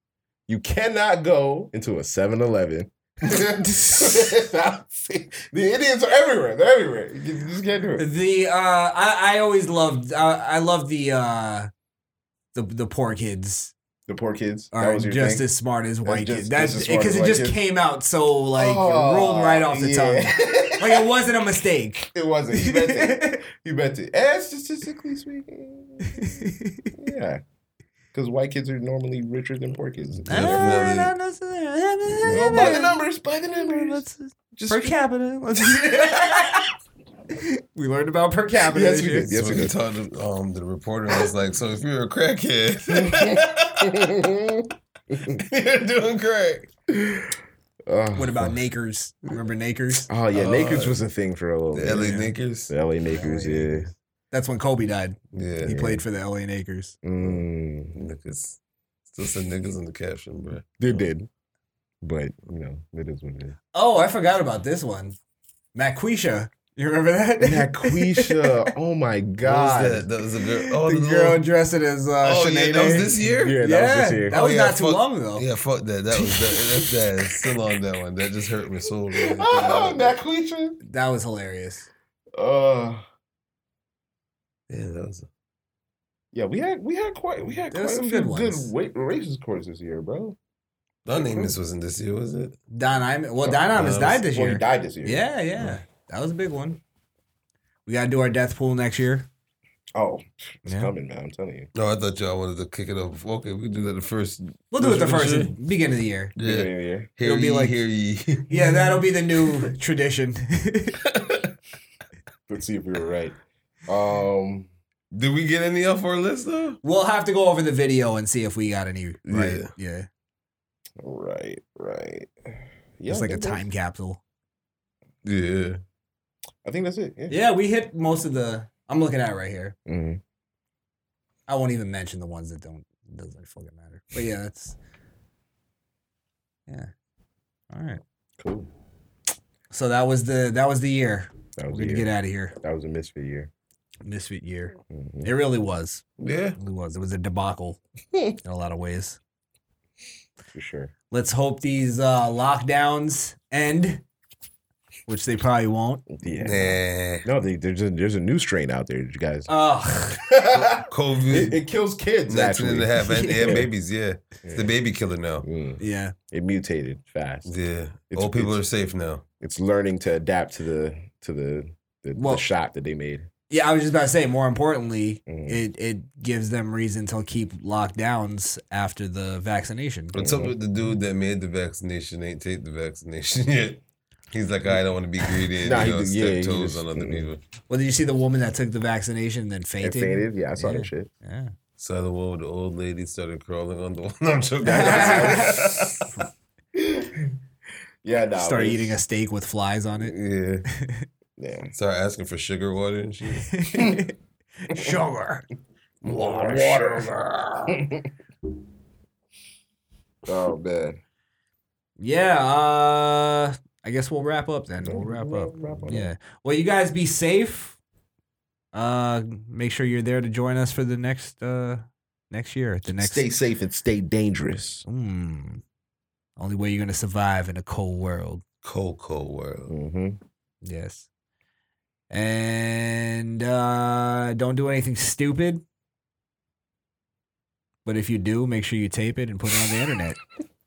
S3: You cannot go into a 7 Eleven. the Indians are everywhere. They're everywhere. You just can't do it.
S4: The uh, I I always loved uh, I love the uh, the the poor kids
S3: The poor kids.
S4: are
S3: that was your
S4: just
S3: thing?
S4: as smart as
S3: They're
S4: white
S3: just-
S4: kids.
S3: they're
S4: That's
S3: just as smart
S4: because
S3: as
S4: it
S3: white
S4: just
S3: kids.
S4: came out so like
S3: Oh,
S4: rolled right off the
S3: yeah.
S4: tongue. Like it wasn't a mistake.
S3: It wasn't. You bet it. You bet it. And statistically speaking, yeah. Because white kids are normally richer than poor kids.
S4: Ah,
S6: Definitely.
S3: Go by the numbers. By the numbers. Just
S4: per capita. we learned about per capita.
S3: Yes,
S4: this
S3: we
S4: year.
S3: did. Yes,
S6: so
S3: we
S6: he
S3: did.
S6: told the, um, the reporter, I was like, so if you're a crackhead, you're doing crack.
S4: What about Nakers? Remember Nakers?
S3: Oh yeah,
S6: Uh,
S3: Nakers was a thing for a little
S6: The
S3: bit.
S6: LA Knickers.
S3: The LA Nakers, yeah.
S4: That's when Kobe died.
S6: Yeah.
S4: He played for the LA Nakers.
S3: Mm,
S6: Niggas. Still said niggas in the caption, bro.
S3: they did, but you know it is what it is.
S4: Oh, I forgot about this one. Macquisha. You remember that?
S3: Naquisha, oh my god,
S6: What was that? That was a girl. Oh,
S4: the
S6: the
S4: girl
S6: little-
S4: dressed as uh,
S6: oh yeah, that was
S4: Sinead.
S6: this year?
S3: yeah, that was this year.
S4: That
S6: Oh,
S4: was
S6: yeah,
S4: not too
S6: fuck-
S4: long ago.
S6: Yeah, fuck that. That was that. That's that. Still on that one. That just hurt my soul. man.
S3: Oh, Naquisha.
S4: That was hilarious.
S3: Uh,
S6: Yeah, that was.
S3: yeah, we had we had quite we had
S4: There
S3: quite
S4: was
S3: a
S4: some
S3: few
S4: good
S3: good,
S4: ones.
S3: wa- racist courts this year, bro.
S6: Don Amos wasn't this year, was it?
S4: Don Imus. Uh, Well,
S3: Oh,
S4: Don
S6: that
S4: Imus
S6: was-
S4: died this
S3: Well, he
S4: year.
S3: died this year.
S4: Yeah, yeah. That was a big one. We got to do our death pool next year.
S3: Oh, it's
S4: Yeah.
S3: coming, man. I'm telling you.
S6: No, I thought y'all wanted to kick it off. Okay, we can do that the first.
S4: We'll do it the
S6: Sure.
S4: first beginning of the year.
S3: Yeah,
S6: Yeah,
S3: yeah, yeah.
S6: hear
S4: It'll
S6: ye,
S4: be like-
S6: hear ye.
S4: Yeah, that'll be the new tradition.
S3: Let's see if we were right. Um,
S6: Did we get any off our list though?
S4: we'll have to go over the video and see if we got any. Right. Yeah.
S6: Yeah.
S3: right, right. Yeah,
S4: It's
S3: I
S4: like a
S3: think that-
S4: time capsule.
S6: Yeah.
S3: I think that's it. Yeah.
S4: Yeah, we hit most of the. I'm looking at it right here.
S3: Mhm.
S4: I won't even mention the ones that don't doesn't fucking matter. But yeah, that's yeah. All right.
S3: Cool.
S4: So that was the that was the year.
S3: That was
S4: We're
S3: a
S4: gonna
S3: year.
S4: get out of here.
S3: That was a misfit year.
S4: Misfit year.
S3: Mhm.
S4: It really was.
S6: Yeah.
S4: It really was. It was a debacle in a lot of ways.
S3: For sure.
S4: Let's hope these uh, lockdowns end, which they probably won't.
S3: Yeah.
S6: Nah.
S3: No, they, there's a there's a new strain out there, you guys.
S4: Ugh.
S3: it,
S6: COVID
S3: it kills kids.
S6: 19
S3: Naturally.
S6: and a half and, and
S3: Yeah.
S6: babies, yeah. It's the baby killer now.
S3: Mm.
S4: Yeah.
S3: It mutated fast.
S6: Yeah.
S3: It's-
S6: Old people are
S3: it's-
S6: safe now.
S3: It's learning to adapt to the to the the,
S4: Well-
S3: the shot that they made.
S4: Yeah, I was just about to say. More importantly,
S3: Mhm.
S4: it it gives them reason to keep lockdowns after the vaccination.
S6: What's up with the dude that made the vaccination ain't take the vaccination yet? He's like, I don't want to be greedy and
S3: Nah,
S6: you
S3: he
S6: know,
S3: did- yeah,
S6: step
S3: he
S6: toes
S3: just-
S6: on other
S3: mm.
S6: people.
S4: Well, did you see the woman that took the vaccination and then
S3: It
S4: fainted?
S3: faded. Yeah, I saw that shit.
S4: Yeah.
S6: So the one with the old lady started crawling on the one. I'm joking. yeah.
S3: Yeah, no.
S4: Started eating a steak with flies on it.
S3: Yeah.
S6: Start asking for sugar water and shit.
S4: Sugar.
S3: Water. water. oh man.
S4: Yeah. Uh, I guess we'll wrap up then. We'll wrap up. Yeah. Well, you guys be safe. Uh, make sure you're there to join us for the next uh next year. The next.
S3: Stay safe and stay dangerous.
S4: Mm. Only way you're gonna survive in a cold world.
S6: Cold, cold world.
S3: Mm-hmm.
S4: Yes. And uh, don't do anything stupid. But if you do, make sure you tape it and put it on the internet.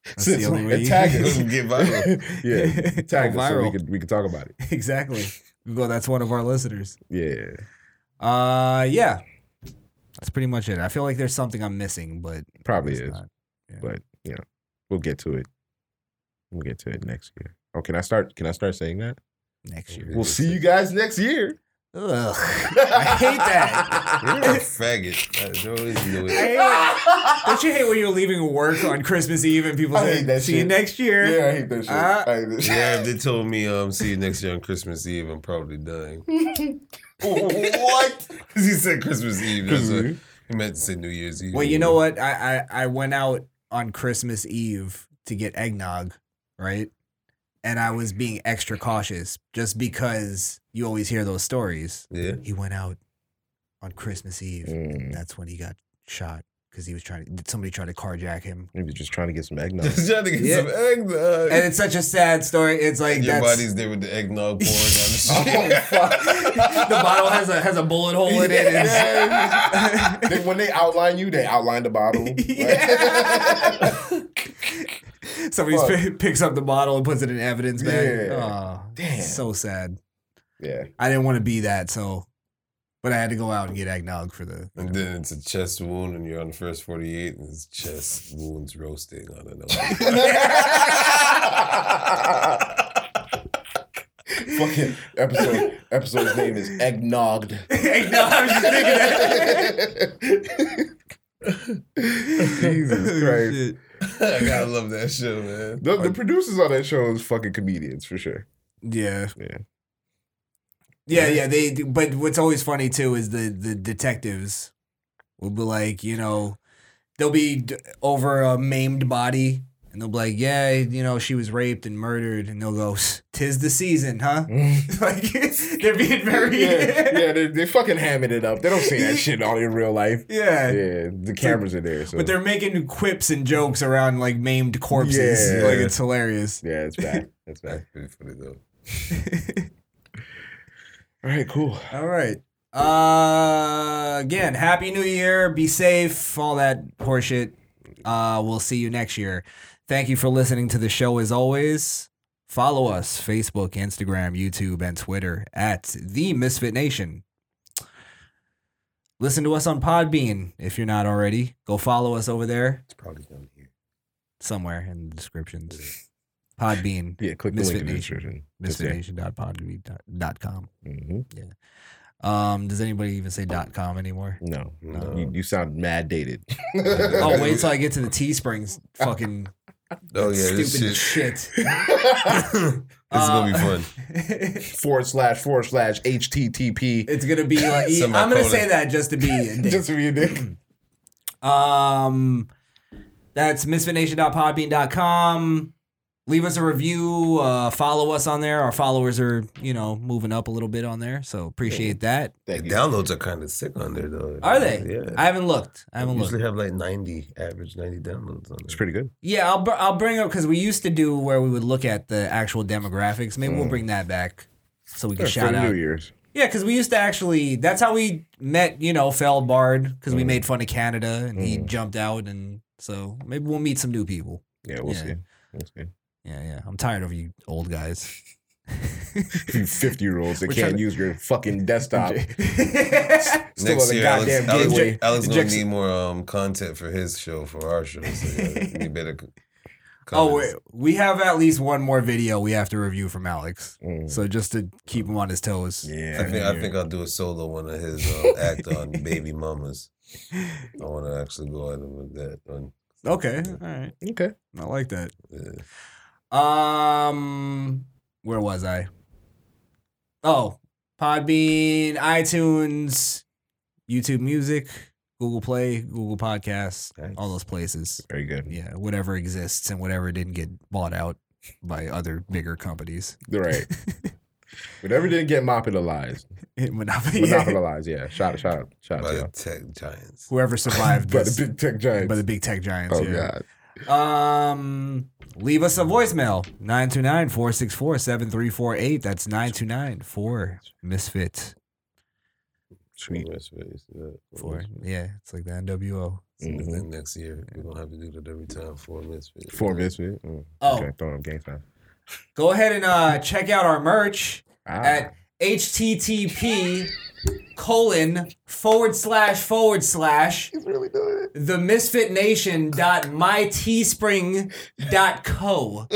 S4: That's the only way.
S6: And
S4: You
S6: tag us and get viral.
S3: yeah, tag
S4: Go
S3: us so we
S4: viral.
S3: could we could talk about it.
S4: exactly. Well, that's one of our listeners.
S3: Yeah.
S4: Uh, yeah. That's pretty much it. I feel like there's something I'm missing, but
S3: Probably
S4: it's
S3: is.
S4: not.
S3: But you know, we'll get to it. We'll get to it next year. Oh, can I start? Can I start saying that?
S4: next year.
S3: We'll see you guys next year.
S4: Ugh. I hate that.
S6: You're a faggot. I always knew
S4: I
S6: it.
S4: hate when- don't you hate when you're leaving work on Christmas Eve and people
S3: I
S4: say,
S3: hate that
S4: "See you
S3: shit.
S4: next year"?
S3: I hate that shit.
S4: Uh,
S3: I hate that shit.
S6: Yeah, if they told me, um, see you next year on Christmas Eve, I'm probably dying.
S3: what?
S6: Because he said Christmas Eve. That's
S3: Christmas
S6: what-
S3: Eve.
S6: he meant to say New Year's Eve.
S4: Mm-hmm. Well, you know what? I, I I went out on Christmas Eve to get eggnog, right? And I was being extra cautious just because you always hear those stories.
S6: Yeah.
S4: He went out on Christmas Eve.
S3: Mm,
S4: That's when he got shot because he was trying to. Somebody tried to carjack him.
S3: maybe just trying to get some eggnog.
S6: Just trying to get
S4: Yeah.
S6: some eggnog.
S4: And it's such a sad story. It's like
S6: Your
S4: that's
S6: body's there with the eggnog pouring on the street.
S4: oh, fuck. the bottle has a has a bullet hole in it. and-
S3: They- when they outline you, they outline the bottle.
S4: Yeah. Somebody
S3: Fuck.
S4: p- picks up the bottle and puts it in evidence bag.
S3: Yeah.
S4: Oh,
S3: Damn.
S4: So sad.
S3: yeah.
S4: I didn't want to be that, so but I had to go out and get eggnog for the
S6: And then it's a chest wound, and you're on the first 48, and it's chest wounds roasting. I don't know.
S3: Fucking episode episode's name is eggnogged.
S4: eggnog. I was just thinking that.
S3: Jesus Christ.
S4: Shit.
S6: I gotta love that show, man.
S3: The, the producers on that show is fucking comedians for sure.
S4: Yeah.
S3: Yeah.
S4: Yeah, yeah, they do. But what's always funny too is the the detectives will be like, you know, they'll be d- over a maimed body and they'll be like, yeah, you know, she was raped and murdered, and they'll go, tis the season, huh? like they're being very
S3: Mm-hmm. yeah,
S4: yeah,
S3: yeah they, they fucking hamming it up. They don't say that shit all in real life. Yeah, the cameras are there. So.
S4: But they're making quips and jokes around like maimed corpses.
S3: Yeah.
S4: Like it's hilarious.
S3: yeah, it's bad. It's bad.
S6: That's pretty funny, though.
S3: All right, cool.
S4: All right. Uh, again, happy new year. Be safe. All that horseshit. Uh, we'll see you next year. Thank you for listening to the show as always. Follow us Facebook, Instagram, YouTube, and Twitter at The Misfit Nation. Listen to us on Podbean if you're not already. Go follow us over there
S6: It's probably down here.
S4: somewhere in the descriptions. Podbean.
S3: Yeah, click the
S4: Misfit
S3: link in the
S4: Nation.
S3: description.
S4: misfitnation.podbean.com.
S3: Mm-hmm.
S4: Um, does anybody even say dot com anymore?
S3: No,
S6: No.
S3: You, you sound mad dated.
S4: Oh, wait till I get to the Teesprings fucking
S6: Oh, yeah, this
S4: stupid
S6: shit.
S4: shit.
S6: This is gonna be
S4: Uh,
S6: fun.
S3: forward slash forward slash http.
S4: It's gonna be like
S6: Semicolon.
S4: I'm gonna say that just to be a dick.
S3: Just for your dick.
S4: um that's misfitnation.podbean.com. Leave us a review, uh, follow us on there. Our followers are, you know, moving up a little bit on there. So appreciate that.
S6: The downloads are kind of sick on there, though.
S4: Are they?
S6: Yeah.
S4: I haven't looked. I haven't looked.
S6: usually have like 90, average 90 downloads on there.
S3: It's pretty good.
S4: Yeah, I'll br- I'll bring up because we used to do where we would look at the actual demographics. Maybe
S6: Mm.
S4: we'll bring that back so we can shout
S3: for
S4: out.
S3: New Year's.
S4: Yeah, because we used to actually. That's how we met. You know, Fell Bard because
S3: Mm-hmm.
S4: we made fun of Canada and he jumped out, and so maybe we'll meet some new people.
S3: Yeah, we'll
S4: Yeah.
S3: see. We'll see.
S4: Yeah, yeah. I'm tired of you old guys.
S3: You fifty year olds that
S4: We're
S3: can't
S4: trying to-
S3: use your fucking desktop. Still
S6: Next
S3: on a
S6: year, Alex,
S3: goddamn
S6: Alex,
S3: gateway.
S6: Alex gonna
S3: Injection.
S6: need more um, content for his show, for our show. So yeah, we better. c-
S4: oh, wait,
S6: comments.
S4: we have at least one more video we have to review from Alex.
S3: Mm.
S4: So just to keep him on his toes.
S6: I
S3: Yeah.
S6: think I think I'll do a solo one of his uh, act on Baby Mamas. I want to actually go at him with that uh, one.
S4: Okay. All right.
S3: Okay.
S4: I like that.
S6: Yeah.
S4: Um, where was I? Oh, Podbean, iTunes, YouTube Music, Google Play, Google Podcasts,
S6: Nice.
S4: all those places.
S3: Very good.
S4: Yeah, whatever exists and whatever didn't get bought out by other bigger companies.
S3: Right. Whatever didn't get monopolized.
S4: Monopoly. Yeah.
S3: Monopolized. Yeah. Shout out. Shout out. Shout out.
S6: By
S3: to
S6: the
S3: y'all.
S6: tech giants.
S4: Whoever survived
S3: By the
S4: this,
S3: big tech giants.
S4: by the big tech giants.
S3: oh
S4: yeah.
S3: god.
S4: Um, leave us a voicemail 929 464 7348. That's 929 4 Misfit.
S6: Sweet. For
S4: Four. Yeah, it's like the NWO.
S3: Mm-hmm.
S6: next year we're gonna have to do that every time. Four misfits.
S3: Four misfit. Mm.
S4: Oh.
S3: Okay, throw him game time.
S4: Go ahead and uh, check out our merch
S3: Ah.
S4: at http colon forward slash forward slash the misfit nation dot myteespring dot co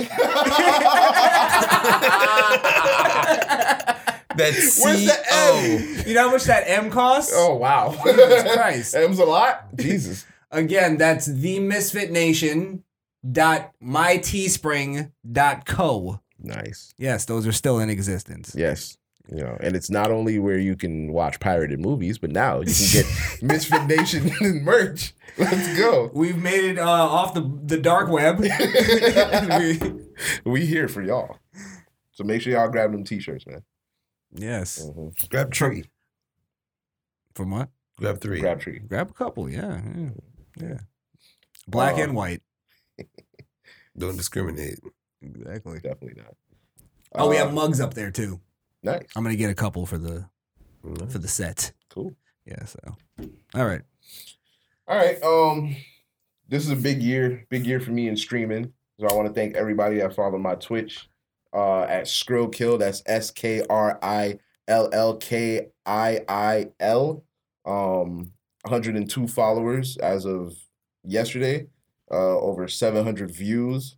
S4: Ah.
S6: That's
S3: Where's the M?
S4: you know how much that m costs
S3: Oh wow.
S4: Christ.
S3: M's a lot. Jesus.
S4: again that's the misfit nation dot myteespring dot co
S3: Nice.
S4: yes those are still in existence
S3: Yes. You know, and it's not only where you can watch pirated movies, but now you can get Misfit Nation merch. Let's go.
S4: We've made it uh, off the the dark web. We-
S3: We here for y'all. So make sure y'all grab them t-shirts, man.
S4: yes.
S6: Grab tree.
S4: From what?
S6: Grab three.
S3: Grab tree.
S4: Grab a couple. Yeah. Yeah. yeah. Black
S3: Uh,
S4: and white.
S6: Don't discriminate.
S4: Exactly.
S3: Definitely not.
S4: Oh, we
S3: Uh,
S4: have mugs up there too.
S3: nice.
S4: I'm gonna get a couple for the
S6: Mhm.
S4: for the set.
S3: Cool.
S4: Yeah. So. All right.
S3: All right. Um, this is a big year, big year for me in streaming. So I want to thank everybody that followed my Twitch uh, at Skrillkill. That's S K R I L L K I I L. Um, 102 followers as of yesterday. Uh, over 700 views.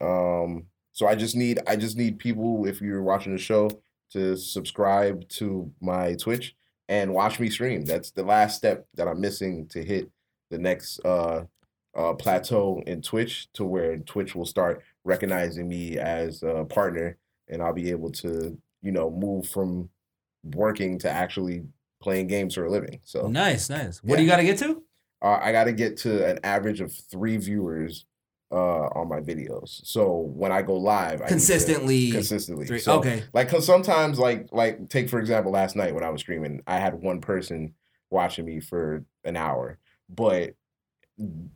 S3: Um, so I just need I just need people if you're watching the show to subscribe to my Twitch and watch me stream. That's the last step that I'm missing to hit the next uh, uh, plateau in Twitch to where Twitch will start recognizing me as a partner and I'll be able to, you know, move from working to actually playing games for a living. So
S4: Nice. Nice.
S3: What do you
S4: gotta get to?
S3: uh, I got to get to an average of three viewers uh, on my videos. So when I go live, I need to-
S4: Consistently
S3: consistently.
S4: Three.
S3: So,
S4: okay.
S3: like because sometimes like like take for example last night when i was streaming i had one person watching me for an hour but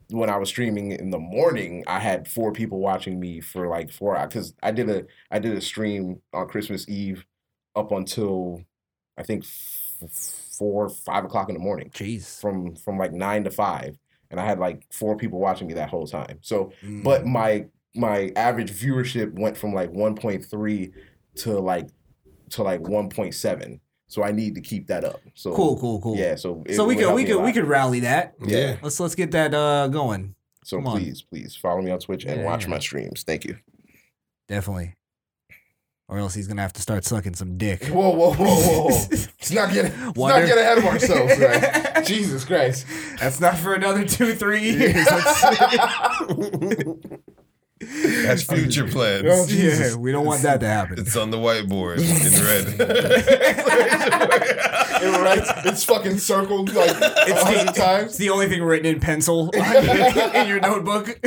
S3: when i was streaming in the morning i had four people watching me for like four hours because i did a i did a stream on christmas eve up until i think f- four five o'clock in the morning
S4: Jeez.
S3: from from like nine to five and i had like four people watching me that whole time so
S4: Mm.
S3: but my my average viewership went from like 1.3 to like to like 1.7 so i need to keep that up so
S4: cool. Cool. Cool.
S3: yeah so it
S4: So we
S3: would
S4: could
S3: help
S4: we
S3: me a
S4: could we
S3: lot.
S4: could rally that.
S3: Yeah.
S4: Let's let's get that uh going.
S3: so
S4: come on.
S3: please please follow me on twitch and
S4: Yeah,
S3: watch
S4: yeah.
S3: my streams thank you
S4: Definitely. Or else he's gonna have to start sucking some dick.
S3: whoa whoa whoa whoa, whoa. let's Oh, not get let's
S4: Wonder-
S3: not get ahead of ourselves right jesus christ
S4: That's not for another two, three years.
S6: That's future plans.
S3: Oh,
S4: yeah, we don't want that to happen.
S6: It's on the whiteboard in red.
S3: it writes, it's fucking circled like a hundred
S4: It's
S3: times
S4: the only thing written in pencil in your notebook.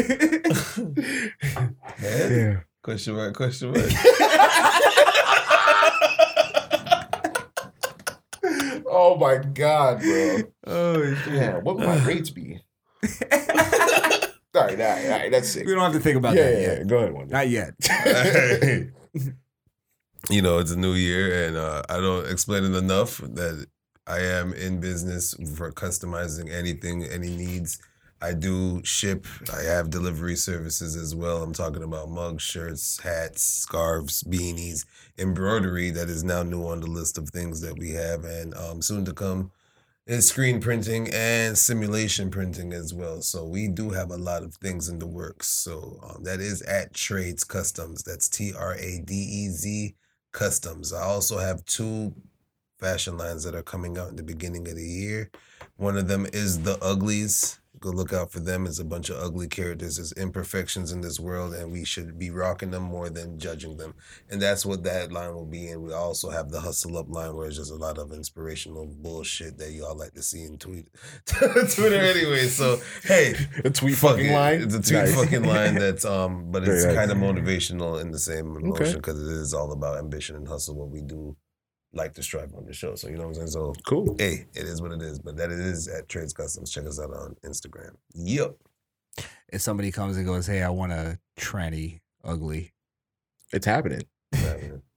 S6: yeah. Question mark, question mark.
S3: oh my god bro
S4: oh,
S3: Yeah, what would my rates be? all right, all right, all right, that's sick.
S4: we don't have to think about
S3: yeah,
S4: that
S3: yeah,
S4: yet.
S3: yeah, go ahead, Wanda.
S4: Not yet.
S6: you know, it's a new year, and uh, I don't explain it enough that I am in business for customizing anything, any needs. I do ship. I have delivery services as well. I'm talking about mugs, shirts, hats, scarves, beanies, embroidery that is now new on the list of things that we have, and um, soon to come is screen printing and simulation printing as well. So we do have a lot of things in the works. So um, that is at Trades Customs. That's T R A D E Z Customs. I also have two fashion lines that are coming out in the beginning of the year. One of them is the Uglies. Go look out for them. It's a bunch of ugly characters. There's imperfections in this world, and we should be rocking them more than judging them. And that's what that line will be. And we also have the Hustle Up line, where it's just a lot of inspirational bullshit that y'all like to see in tweet Twitter anyway. So hey,
S3: A tweet
S6: fuck
S3: fucking
S6: it.
S3: line?
S6: It's a tweet
S3: Nice.
S6: fucking line that's um, but it's
S3: Very nice.
S6: kind of motivational in the same emotion because it is all about ambition and hustle. What we do like to strive on the show. So you know what I'm saying. So
S3: Cool.
S6: hey, it is what it is. But that it is at Trades Customs. Check us out on Instagram. Yep.
S4: if somebody comes and goes, "Hey, I want a tranny ugly."
S3: It's happening.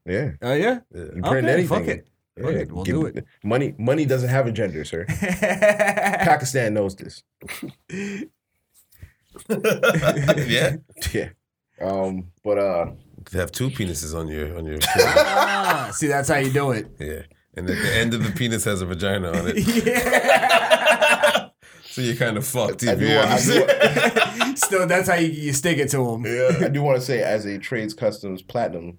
S3: Yeah.
S4: Oh yeah,
S3: You print
S4: Okay,
S3: anything.
S4: fuck it. Fuck it, we'll do it.
S3: Money money doesn't have a gender, sir. Pakistan knows this.
S6: yeah,
S3: Yeah. Um, but uh
S6: to have two penises on your on your.
S4: Ah, see, that's how you do it.
S6: yeah, and at the end of the penis has a vagina on it, so you're kind of fucked.
S3: I
S6: if
S3: do,
S6: you
S3: want, I, do,
S6: understand.
S4: Still, that's how you, you stick it to them.
S3: I do want to say as a trades customs platinum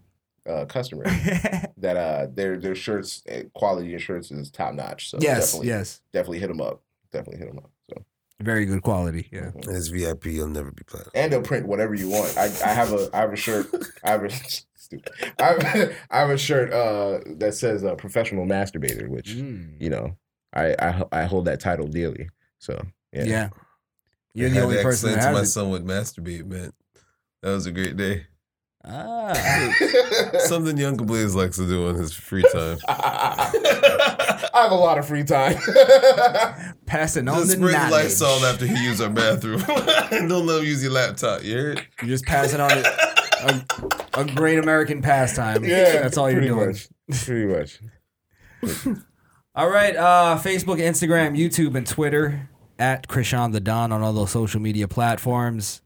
S3: uh, customer that uh their their shirts eh, quality assurance is top notch. So
S4: Yes,
S3: definitely
S4: yes,
S3: definitely hit them up. Definitely hit them up. So
S4: very good quality. Yeah.
S6: And it's VIP. You'll never be platinum.
S3: and they'll print whatever you want. I, I have a I have a shirt. I have a stupid. I have, I have a shirt uh, that says uh, professional masturbator, which
S4: Mm.
S3: you know I, I ho- I hold that title dearly. So
S4: Yeah.
S3: yeah,
S4: You're
S6: I
S4: the
S6: had
S4: only
S6: to
S4: person
S6: explain
S4: that
S6: to my
S4: has it.
S6: son what masturbate meant. That was a great day.
S4: Ah.
S6: Something young Blaze likes to do on his free time.
S3: I have a lot of free time.
S4: Ah. Passing on
S6: Just
S4: the
S6: spray the
S4: knowledge.
S6: Lysol after he uses our bathroom. and don't let him use your laptop. You heard?
S4: You're just passing on a, a, a great American pastime.
S3: yeah,
S4: that's all you're
S3: pretty
S4: doing.
S3: Much, pretty much.
S4: All right, uh, Facebook, Instagram, YouTube, and Twitter at Krishan the Don on all those social media platforms.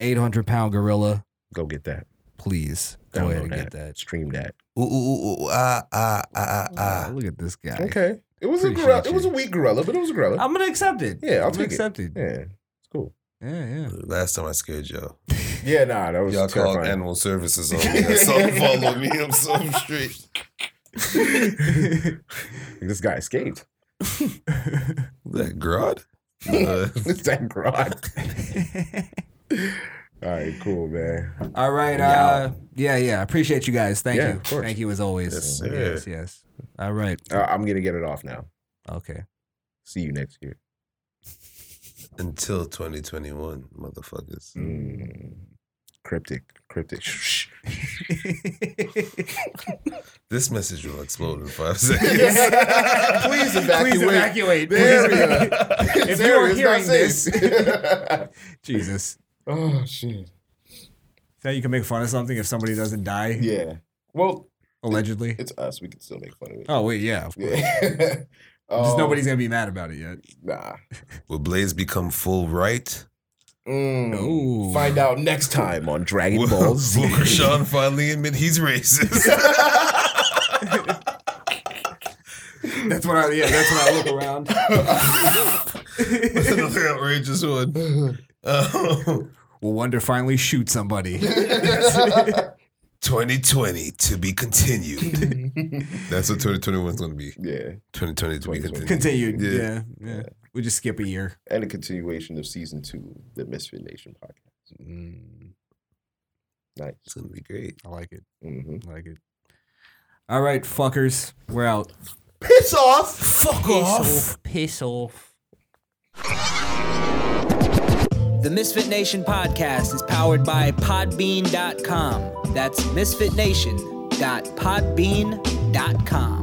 S4: 800 pound gorilla,
S3: Go get that.
S4: please go ahead and
S3: Download
S4: get that.
S3: Stream that.
S6: Ooh, ooh, ooh, ooh, ah, ah, ah, ah,
S4: Oh,
S6: ah.
S4: look at this guy.
S3: Okay. It was a
S4: Appreciate
S3: gorilla. It was
S4: you.
S3: a weak gorilla, but it was a gorilla.
S4: I'm gonna accept it.
S3: yeah, I'll
S4: I'm
S3: take
S4: accepted.
S3: it. Yeah, it's cool.
S4: Yeah, yeah.
S6: ah. Last time I scared y'all.
S3: Yeah, nah, that was
S6: Y'all called
S3: terrifying.
S6: animal services on me. I saw him follow me. I'm so straight.
S3: this guy escaped.
S6: That grod? Uh,
S3: It's that garage. All right, cool, man.
S4: All right. Uh, yeah, yeah. Appreciate you guys. Thank
S3: Yeah,
S4: you.
S3: of course.
S4: Thank you as always.
S6: Yes, sir.
S4: yes, yes. All right.
S3: Uh, I'm gonna get it off now.
S4: Okay.
S3: See you next year.
S6: until 2021, motherfuckers.
S3: Mm. Cryptic, cryptic.
S6: This message will explode in five seconds.
S3: Please
S4: Please
S3: evacuate.
S4: evacuate.
S3: There we
S4: Please evacuate.
S3: go.
S4: If you
S3: There,
S4: are
S3: it's not
S4: hearing this,
S3: safe.
S4: Jesus.
S3: oh shit.
S4: Now you can make fun of something if somebody doesn't die
S3: Yeah. Well,
S4: allegedly.
S3: it's us. We can still make fun of it.
S4: Oh wait, yeah. Of course.
S3: Yeah.
S4: Just
S3: Um,
S4: nobody's gonna be mad about it yet.
S3: Nah.
S6: Will Blaze become full right?
S3: Mm.
S4: Ooh.
S3: Find out next time on Dragon
S6: Will,
S3: Ball
S6: will
S3: Z.
S6: Krishan finally admit he's racist?
S4: That's when I yeah. That's when I look around.
S6: That's another outrageous one. Um,
S4: Will Wonder finally shoot somebody?
S6: 2020 to be continued. That's what 2021 is going to be.
S3: yeah.
S6: 2020 to be continued.
S4: Continued. Yeah.
S6: Yeah.
S4: yeah, We just skip a year.
S3: and a continuation of season two, of the Misfit Nation podcast. Nice.
S6: It's going to be great.
S4: I like it.
S3: hmm
S4: I like it. All right, fuckers. We're out.
S6: Piss off! Fuck off!
S11: Piss off. The Misfit Nation podcast is powered by Podbean.com. That's misfitnation.podbean.com.